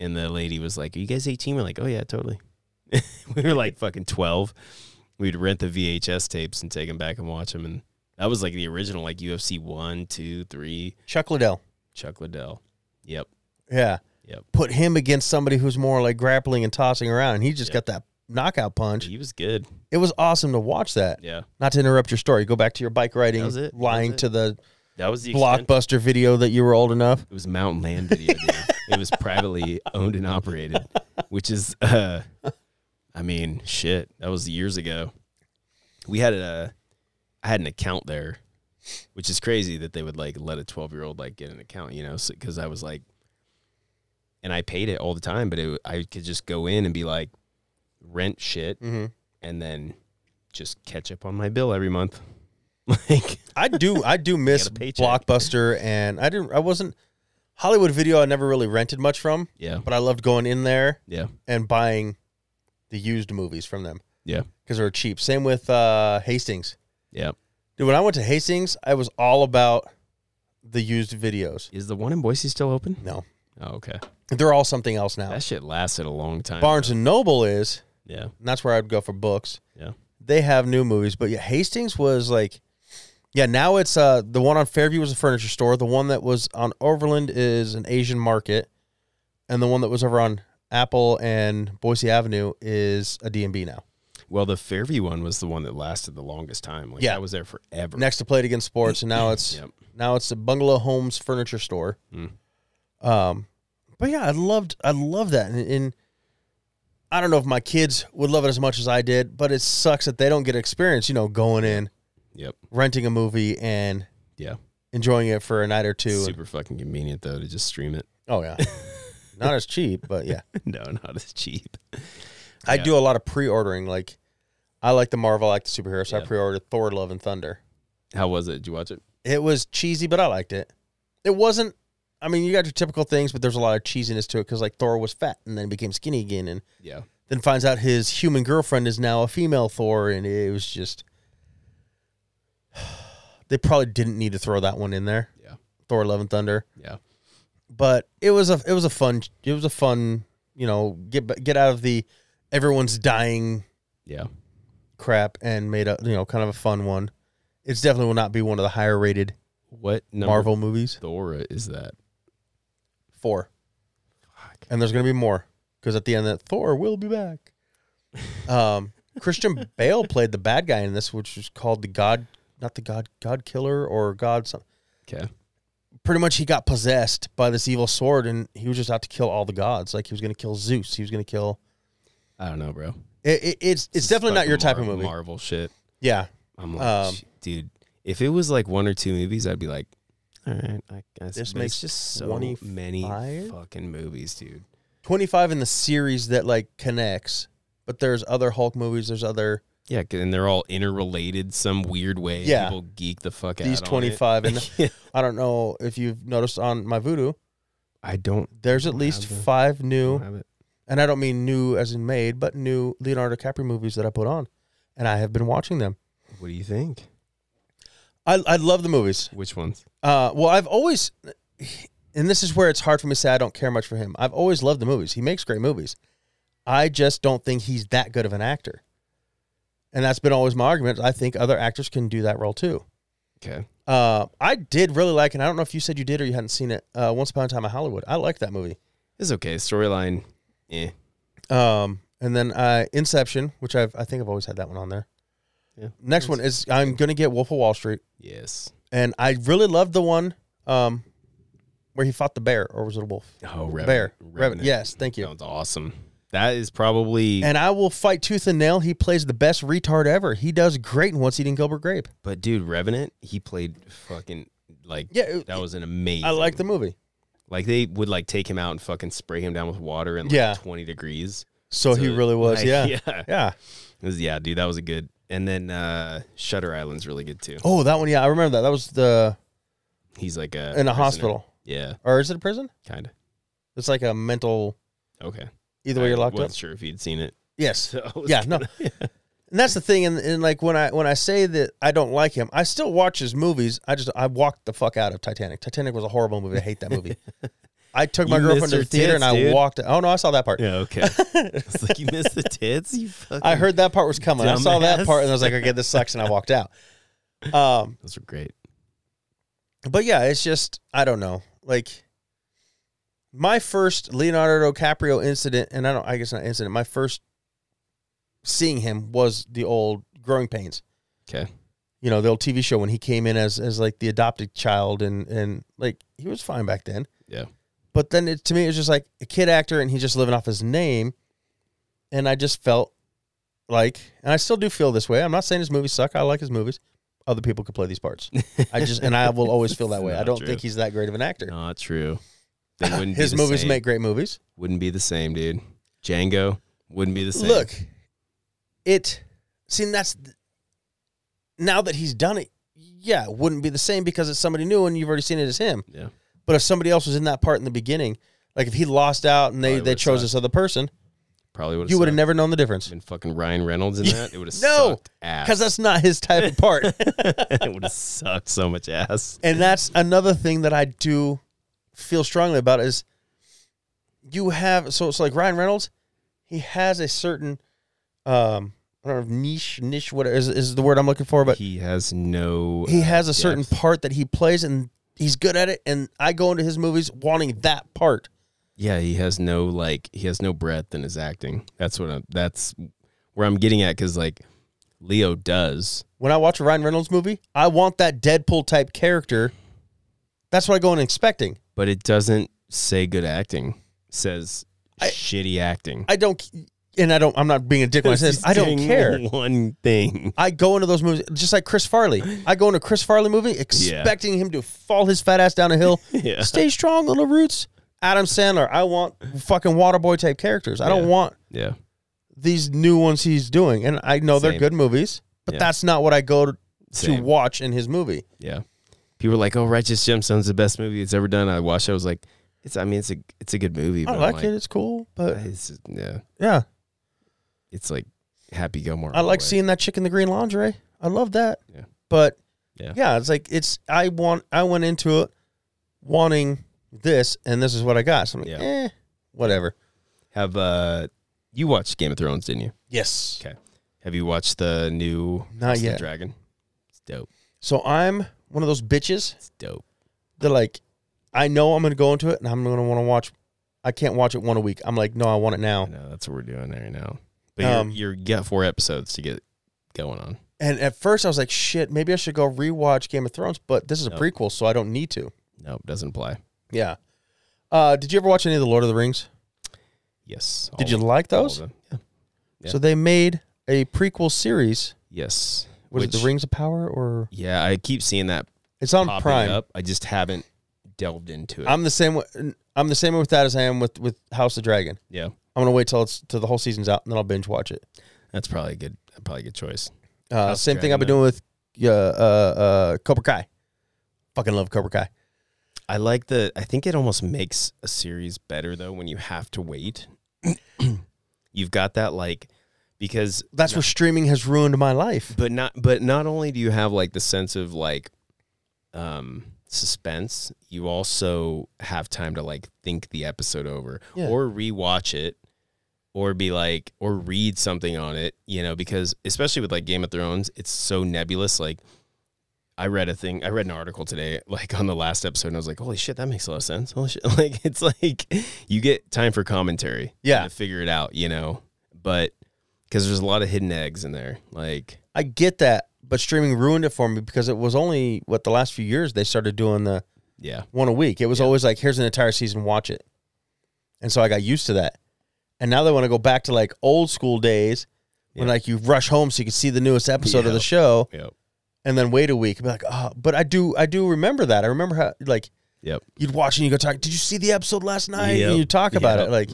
F: and the lady was like, "Are you guys 18?" We're like, "Oh yeah, totally." we were like fucking 12. We'd rent the VHS tapes and take them back and watch them, and that was like the original like UFC one, two, three.
C: Chuck Liddell.
F: Chuck Liddell. Yep.
C: Yeah.
F: Yep.
C: Put him against somebody who's more like grappling and tossing around, and he just
F: Yep.
C: got that knockout punch.
F: He was good.
C: It was awesome to watch that.
F: Yeah.
C: Not to interrupt your story, go back to your bike riding,
F: That was it. That was
C: lying
F: it.
C: to the
F: That was the extent.
C: blockbuster video that you were old enough.
F: It was Mountain Land Video. dude. it was privately owned and operated, which is, uh, I mean, shit. That was years ago. We had a, I had an account there, which is crazy that they would like let a twelve year old like get an account, you know, because I was like, and I paid it all the time, but it, I could just go in and be like, rent shit,
C: Mm-hmm.
F: and then just catch up on my bill every month. Like,
C: I do, I do miss
F: You got a paycheck.
C: blockbuster, and I didn't, I wasn't. Hollywood Video, I never really rented much from,
F: Yeah.
C: but I loved going in there
F: Yeah.
C: and buying the used movies from them.
F: Yeah.
C: because they were cheap. Same with uh, Hastings.
F: Yeah.
C: Dude, when I went to Hastings, I was all about the used videos.
F: Is the one in Boise still open?
C: No,
F: Oh, okay.
C: they're all something else now.
F: That shit lasted a long time.
C: Barnes and Noble is,
F: Yeah.
C: and that's where I'd go for books.
F: Yeah.
C: They have new movies, but yeah, Hastings was like, yeah. Now it's uh the one on Fairview was a furniture store. The one that was on Overland is an Asian market, and the one that was over on Apple and Boise Avenue is a D&B now.
F: Well, the Fairview one was the one that lasted the longest time. Like,
C: Yeah.
F: I was there forever.
C: Next to Played Against Sports, and now it's
F: Yep.
C: Now it's the Bungalow Homes Furniture Store.
F: Mm.
C: Um, but yeah, I loved I loved that, and, and I don't know if my kids would love it as much as I did, but it sucks that they don't get experience. You know, going in,
F: Yep.
C: renting a movie, and
F: Yeah.
C: enjoying it for a night or two.
F: Super fucking convenient though to just stream it.
C: oh yeah, not as cheap, but yeah,
F: no, not as cheap.
C: I
F: Yeah.
C: do a lot of pre-ordering. Like, I like the Marvel, I like the superheroes. so I
F: Yeah.
C: pre-ordered Thor: Love and Thunder.
F: How was it? Did you watch it?
C: It was cheesy, but I liked it. It wasn't. I mean, you got your typical things, but there's a lot of cheesiness to it because like Thor was fat and then became skinny again, and
F: Yeah.
C: then finds out his human girlfriend is now a female Thor, and it was just. They probably didn't need to throw that one in there.
F: Yeah.
C: Thor: Love and Thunder,
F: Yeah.
C: but it was a it was a fun it was a fun you know get get out of the everyone's dying
F: Yeah.
C: crap and made a you know kind of a fun one. It's definitely will not be one of the higher rated
F: What number
C: Marvel movies.
F: Thora is that?
C: Four.
F: Fuck.
C: And there's going to be more because at the end, that Thor will be back. Um, Christian Bale played the bad guy in this, which was called the God, not the God, God Killer or God. Some,
F: Okay.
C: pretty much, he got possessed by this evil sword, and he was just out to kill all the gods. Like he was going to kill Zeus. He was going to kill.
F: I don't know, bro.
C: It, it, it's it's
F: This is
C: definitely not
F: fucking
C: your type
F: Mar-
C: of movie.
F: Marvel shit.
C: Yeah,
F: I'm like,
C: Um,
F: "Sh- dude. If it was like one or two movies, I'd be like, all right, I guess
C: This
F: but
C: makes
F: it's just so
C: 25?
F: many fucking movies, dude.
C: twenty five in the series that like connects, but there's other Hulk movies. There's other
F: Yeah, 'cause- and they're all interrelated some weird way.
C: Yeah.
F: People geek the fuck
C: these
F: out.
C: twenty five,
F: On
C: and
F: it. Yeah.
C: I don't know if you've noticed on my Voodoo,
F: I don't,
C: there's at
F: Don't
C: least
F: have the-
C: five
F: I
C: new
F: don't have it.
C: and I don't mean new as in made, but new Leonardo DiCaprio movies that I put on, and I have been watching them.
F: What do you think?
C: I I love the movies.
F: Which ones?
C: Uh, well, I've always, and this is where it's hard for me to say I don't care much for him. I've always loved the movies. He makes great movies. I just don't think he's that good of an actor, and that's been always my argument. I think other actors can do that role too.
F: Okay.
C: Uh, I did really like, and I don't know if you said you did or you hadn't seen it. Uh, Once Upon a Time in Hollywood. I liked that movie.
F: It's okay. Storyline, eh.
C: Um, and then uh, Inception, which I've I think I've always had that one on there.
F: Yeah.
C: Next one is I'm gonna get Wolf of Wall Street,
F: Yes.
C: and I really loved the one um where he fought the bear, or was it a wolf?
F: Oh,
C: The
F: Revenant.
C: bear, Revenant. Yes, thank you.
F: That was awesome. That is probably.
C: And I will fight tooth and nail. He plays the best retard ever. He does great in What's Eating Gilbert Grape.
F: but dude, Revenant, he played fucking like.
C: Yeah, it-
F: That was an amazing.
C: I like the movie.
F: Like they would like take him out and fucking spray him down with water and like
C: Yeah.
F: twenty degrees.
C: So, he
F: So,
C: really was,
F: like,
C: yeah. yeah,
F: yeah. It was- yeah, dude, that was a good. And then uh Shutter Island's really good too.
C: Oh, that one, yeah, I remember that. That was the
F: He's like a
C: in a
F: prisoner.
C: hospital,
F: Yeah,
C: or is it a prison?
F: kind
C: It's like a mental.
F: of. Okay.
C: Either way, you're locked
F: I wasn't
C: up.
F: sure if you'd seen it.
C: Yes.
F: So I was
C: Yeah, no.
F: gonna- Yeah.
C: And that's the thing, and, and like when I when I say that I don't like him, I still watch his movies. I just I walked the fuck out of Titanic. Titanic was a horrible movie. I hate that movie. I took my
F: You missed
C: girlfriend to the
F: her
C: theater
F: tits,
C: and I
F: dude.
C: walked. Oh no, I saw that part.
F: Yeah, okay. It's like you missed the tits. You fucking.
C: I heard that part was coming. I saw that
F: Dumbass.
C: part and I was like, okay, this sucks, and I walked out. Um,
F: those were great.
C: but yeah, it's just I don't know. Like my first Leonardo DiCaprio incident, and I don't. I guess not incident. My first seeing him was the old Growing Pains.
F: Okay.
C: you know the old TV show when he came in as as like the adopted child and and like he was fine back then.
F: Yeah.
C: But then it, to me it was just like a kid actor and he's just living off his name, and I just felt like and I still do feel this way. I'm not saying his movies suck. I like his movies. Other people could play these parts. I just and I will always feel that way. I
F: Not
C: don't
F: true.
C: think he's that great of an actor.
F: Not true. They wouldn't
C: his
F: be the
C: movies
F: same.
C: make great movies.
F: wouldn't be the same, dude. Django wouldn't be the same.
C: Look, it. See, and that's now that he's done it. Yeah, it wouldn't be the same because it's somebody new and you've already seen it as him.
F: Yeah.
C: But if somebody else was in that part in the beginning, like if he lost out and they,
F: Probably
C: they
F: would've
C: chose
F: sucked.
C: this other person,
F: Probably would.
C: you would have never known the difference
F: been fucking Ryan Reynolds in that. It would have
C: No,
F: sucked ass.
C: because that's not his type of part.
F: it would have sucked so much ass.
C: and that's another thing that I do feel strongly about is you have so it's like Ryan Reynolds, he has a certain um I don't know niche niche what is is the word I'm looking for, but he,
F: he has no.
C: has a
F: depth.
C: certain part that he plays and he's good at it. And I go into his movies wanting that part.
F: Yeah, he has no like. He has no breadth in his acting. That's what. I'm, that's where I'm getting at because like Leo does.
C: When I watch a Ryan Reynolds movie, I want that Deadpool type character. That's what I go in expecting.
F: but it doesn't say good acting. It says shitty acting.
C: I don't, and I don't. I'm not being a dick when I say this. I don't
F: Saying
C: care.
F: One thing.
C: I go into those movies just like Chris Farley. I go into a Chris Farley movie expecting him to fall his fat ass down a hill.
F: Yeah.
C: Stay strong, little roots. Adam Sandler. I want fucking Waterboy type characters. I don't
F: Yeah.
C: want
F: Yeah.
C: these new ones he's doing. And I know they're
F: Same.
C: good movies, but
F: Yeah.
C: that's not what I go to, to
F: Same.
C: watch in his movie.
F: Yeah. People are like, "Oh, Righteous Gemstones is the best movie it's ever done." I watched. it. I was like, "It's. I mean, it's a. It's a good movie.
C: I
F: I'm
C: like,
F: like,
C: it. It's cool, but
F: It's, yeah.
C: yeah,
F: It's like Happy Gilmore.
C: I
F: all the
C: like
F: way.
C: seeing that chick in the green lingerie. I love that.
F: Yeah.
C: But yeah.
F: Yeah.
C: it's like it's I want I went into it wanting this and this is what I got. So I'm like,
F: Yeah.
C: eh, whatever.
F: Have uh, you watched Game of Thrones? Didn't you?
C: Yes.
F: Okay. Have you watched the new
C: Not
F: House of the
C: yet.
F: Dragon? It's dope.
C: So I'm one of those bitches
F: It's dope.
C: that like I know I'm gonna go into it and I'm gonna want to watch. I can't watch it one a week. I'm like, no, I want it
F: I
C: now.
F: know that's what we're doing right now. But
C: Oh. Um,
F: you're, you're you got four episodes to get going on.
C: And at first I was like, shit, maybe I should go rewatch Game of Thrones, but this is a
F: No.
C: prequel, so I don't need to.
F: Nope, doesn't apply.
C: Yeah. Uh, did you ever watch any of the Lord of the Rings?
F: Yes.
C: Did
F: all
C: you
F: of-
C: like
F: all of
C: those?
F: them. Yeah. Yeah.
C: So they made a prequel series.
F: Yes.
C: Was it
F: Which-
C: The Rings of Power or
F: Yeah, I keep seeing that
C: it's on
F: popping
C: Prime?
F: up. I just haven't delved into it.
C: I'm the same. w- I'm the same with that as I am with with House of Dragon.
F: yeah,
C: I'm gonna wait till it's till the whole season's out and then I'll binge watch it.
F: that's probably a good, probably a good choice.
C: Uh,
F: House of
C: same thing I've been
F: Dragon,
C: doing with yeah, uh, uh, Cobra Kai. Fucking love Cobra Kai.
F: I like the. I think it almost makes a series better though when you have to wait. You've got that like because
C: That's where streaming has ruined my life.
F: but not but not only do you have like the sense of like um suspense you also have time to like think the episode over
C: Yeah.
F: or rewatch it or be like or read something on it you know because especially with like game of thrones it's so nebulous like i read a thing i read an article today like on the last episode and i was like holy shit that makes a lot of sense holy shit like it's like you get time for commentary
C: Yeah.
F: to figure it out you know but because there's a lot of hidden eggs in there like
C: I get that, but streaming ruined it for me because it was only what the last few years they started doing the
F: Yeah.
C: one a week. It was always like, here's an entire season, watch it. And so I got used to that. And now they want to go back to like old school days when
F: Yeah.
C: like you rush home so you can see the newest episode of
F: Yeah.
C: the show
F: Yep.
C: and then wait a week and be like, oh, but I do, I do remember that. I remember how like
F: Yep.
C: you'd watch and you go talk, did you see the episode last night?
F: Yep.
C: And you talk about
F: Yep.
C: it. Like,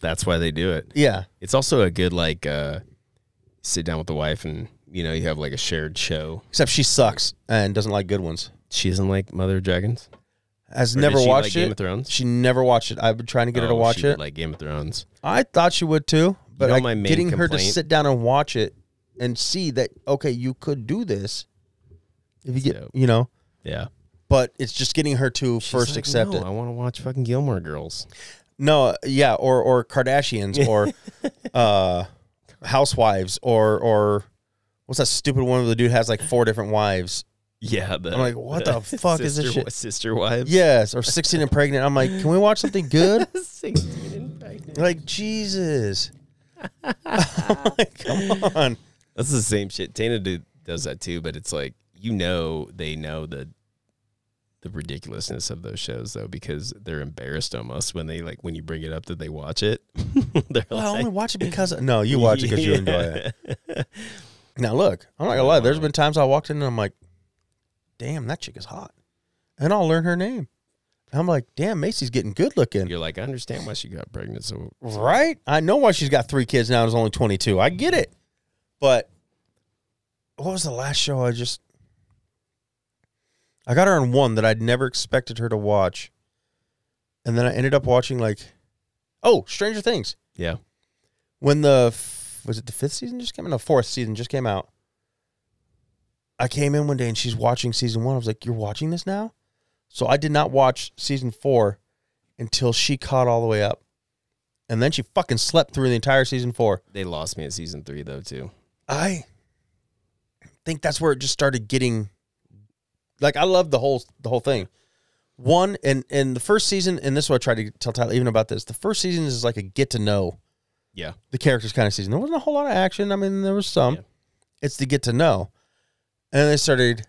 F: That's why they do it.
C: yeah.
F: It's also a good like uh sit down with the wife and you know, you have like a shared show.
C: Except she sucks and doesn't like good ones.
F: She doesn't like Mother of Dragons.
C: Has
F: Or
C: never
F: does she
C: watched
F: like
C: it.
F: Game of Thrones?
C: She never watched it. I've been trying to get her to
F: Oh,
C: watch
F: she would
C: it.
F: Like Game of Thrones.
C: I thought she would too, but
F: know
C: like
F: my main
C: getting her to
F: complaint?
C: sit down and watch it and see that okay, you could do this if you get
F: Dope.
C: you know.
F: Yeah.
C: But it's just getting her to first accept
F: I want to watch fucking Gilmore Girls.
C: it. No, yeah, or or Kardashians or uh housewives or or what's that stupid one where the dude has like four different wives?
F: Yeah. The,
C: I'm like, what the fuck is this
F: sister-
C: shit?
F: Sister wives.
C: Yes, or sixteen and pregnant. I'm like, can we watch something good?
F: Sixteen and pregnant.
C: like Jesus. I'm like, come on.
F: That's the same shit. Tana do, does that too, but it's like you know they know the the ridiculousness of those shows though because they're embarrassed almost when they like when you bring it up that they watch it. they're
C: Well, I
F: like,
C: only watch it because no, you watch it because you enjoy it.
F: it.
C: Now look, I'm not gonna lie. There's been times I walked in and I'm like, "Damn, that chick is hot," and I'll learn her name. And I'm like, "Damn, Macy's getting good looking."
F: You're like, I understand why she got pregnant. So
C: Right? I know why she's got three kids now. and is only 22. I get it. But what was the last show I just? I got her on one that I'd never expected her to watch, and then I ended up watching like, oh, Stranger Things.
F: Yeah.
C: When the f- was it the fifth season just came out? No, fourth season just came out. I came in one day and she's watching season one. I was like, "You're watching this now?" So I did not watch season four until she caught all the way up, and then she fucking slept through the entire season four.
F: They lost me at season three though too.
C: I think that's where it just started getting like I love the whole the whole thing. One and and the first season, and this is what I tried to tell Tyler even about this. The first season is like a get to know
F: Yeah.
C: the characters kind of season. There wasn't a whole lot of action. I mean, there was some.
F: Yeah.
C: It's to get to know. And they started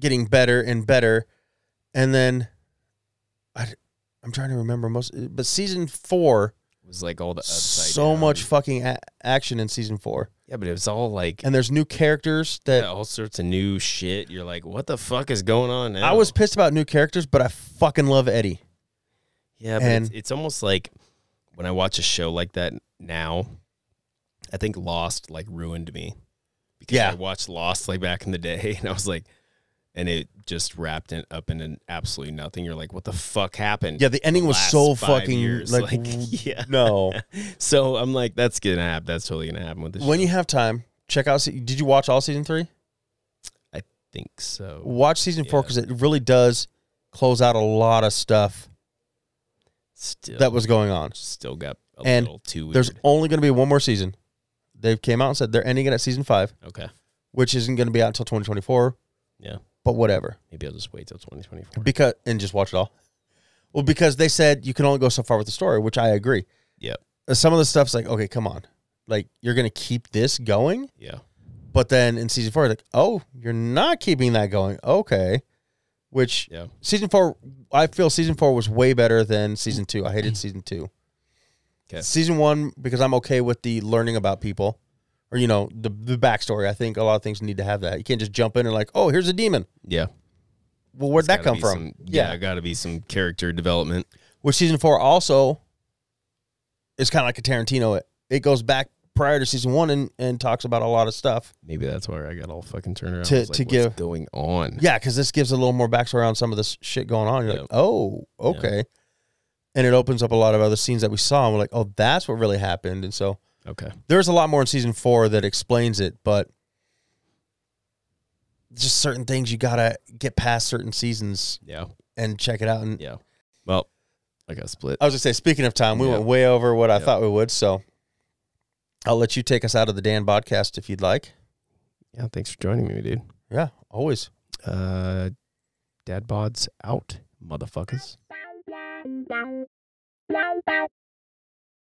C: getting better and better. And then I, I'm trying to remember most, but season four,
F: It was like all the upside
C: so
F: down.
C: much fucking a- action in season four.
F: Yeah, but it was all like
C: And there's new characters that
F: yeah, all sorts of new shit. You're like, what the fuck is going on now?
C: I was pissed about new characters, but I fucking love Eddie.
F: Yeah, but it's,
C: and-
F: it's almost like when I watch a show like that now, I think Lost like ruined me. Because
C: Yeah.
F: I watched Lost like back in the day and I was like and it just wrapped it up into absolutely nothing. You're like, what the fuck happened?
C: Yeah, the ending was
F: last
C: so
F: five
C: fucking
F: years,
C: like,
F: like,
C: w-
F: yeah.
C: no.
F: So I'm like, that's gonna happen. That's totally gonna happen with this
C: when
F: show.
C: you have time, check out. se- Did you watch all season three?
F: I think so.
C: Watch season four
F: Yeah.
C: because it really does close out a lot of stuff
F: Still
C: that was going on.
F: still got a
C: And
F: little too weird.
C: There's only going to be one more season. They've came out and said they're ending it at season five,
F: okay.
C: which isn't going to be out until 2024.
F: Yeah.
C: but whatever.
F: Maybe I'll just wait till twenty twenty four.
C: Because and just watch it all. Well, because they said you can only go so far with the story, which I agree.
F: Yep.
C: Uh, Some of the stuff's like, okay, come on, like you're going to keep this going.
F: Yeah.
C: But then in season four, like, oh, you're not keeping that going. Okay. Which
F: Yeah.
C: season four, I feel season four was way better than season two. I hated season two.
F: 'Kay.
C: Season one, because I'm okay with the learning about people or, you know, the, the backstory. I think a lot of things need to have that. You can't just jump in and, like, oh, here's a demon.
F: Yeah.
C: Well, where'd that
F: Gotta
C: come
F: be
C: from?
F: some- yeah, got to be some character development.
C: Which season four also is kind of like a Tarantino. It, it goes back prior to season one and, and talks about a lot of stuff.
F: Maybe that's why I got all fucking turned around.
C: To-
F: I was like,
C: to
F: what's
C: give-
F: going on.
C: Yeah, because this gives a little more backstory on some of this shit going on. You're
F: Yep.
C: like, oh, okay. And it opens up a lot of other scenes that we saw, and we're like, oh, that's what really happened. And so
F: Okay.
C: there's a lot more in season four that explains it, but just certain things you gotta get past certain seasons
F: Yeah.
C: and check it out. And
F: Yeah. Well, I got split.
C: I was gonna say, speaking of time, we
F: Yep.
C: went way over what I
F: Yep.
C: thought we would, so I'll let you take us out of the Dan podcast if you'd like.
F: Yeah. Thanks for joining me, dude.
C: Yeah, always.
F: Uh, Dad bods out, motherfuckers.
B: Wow, wow.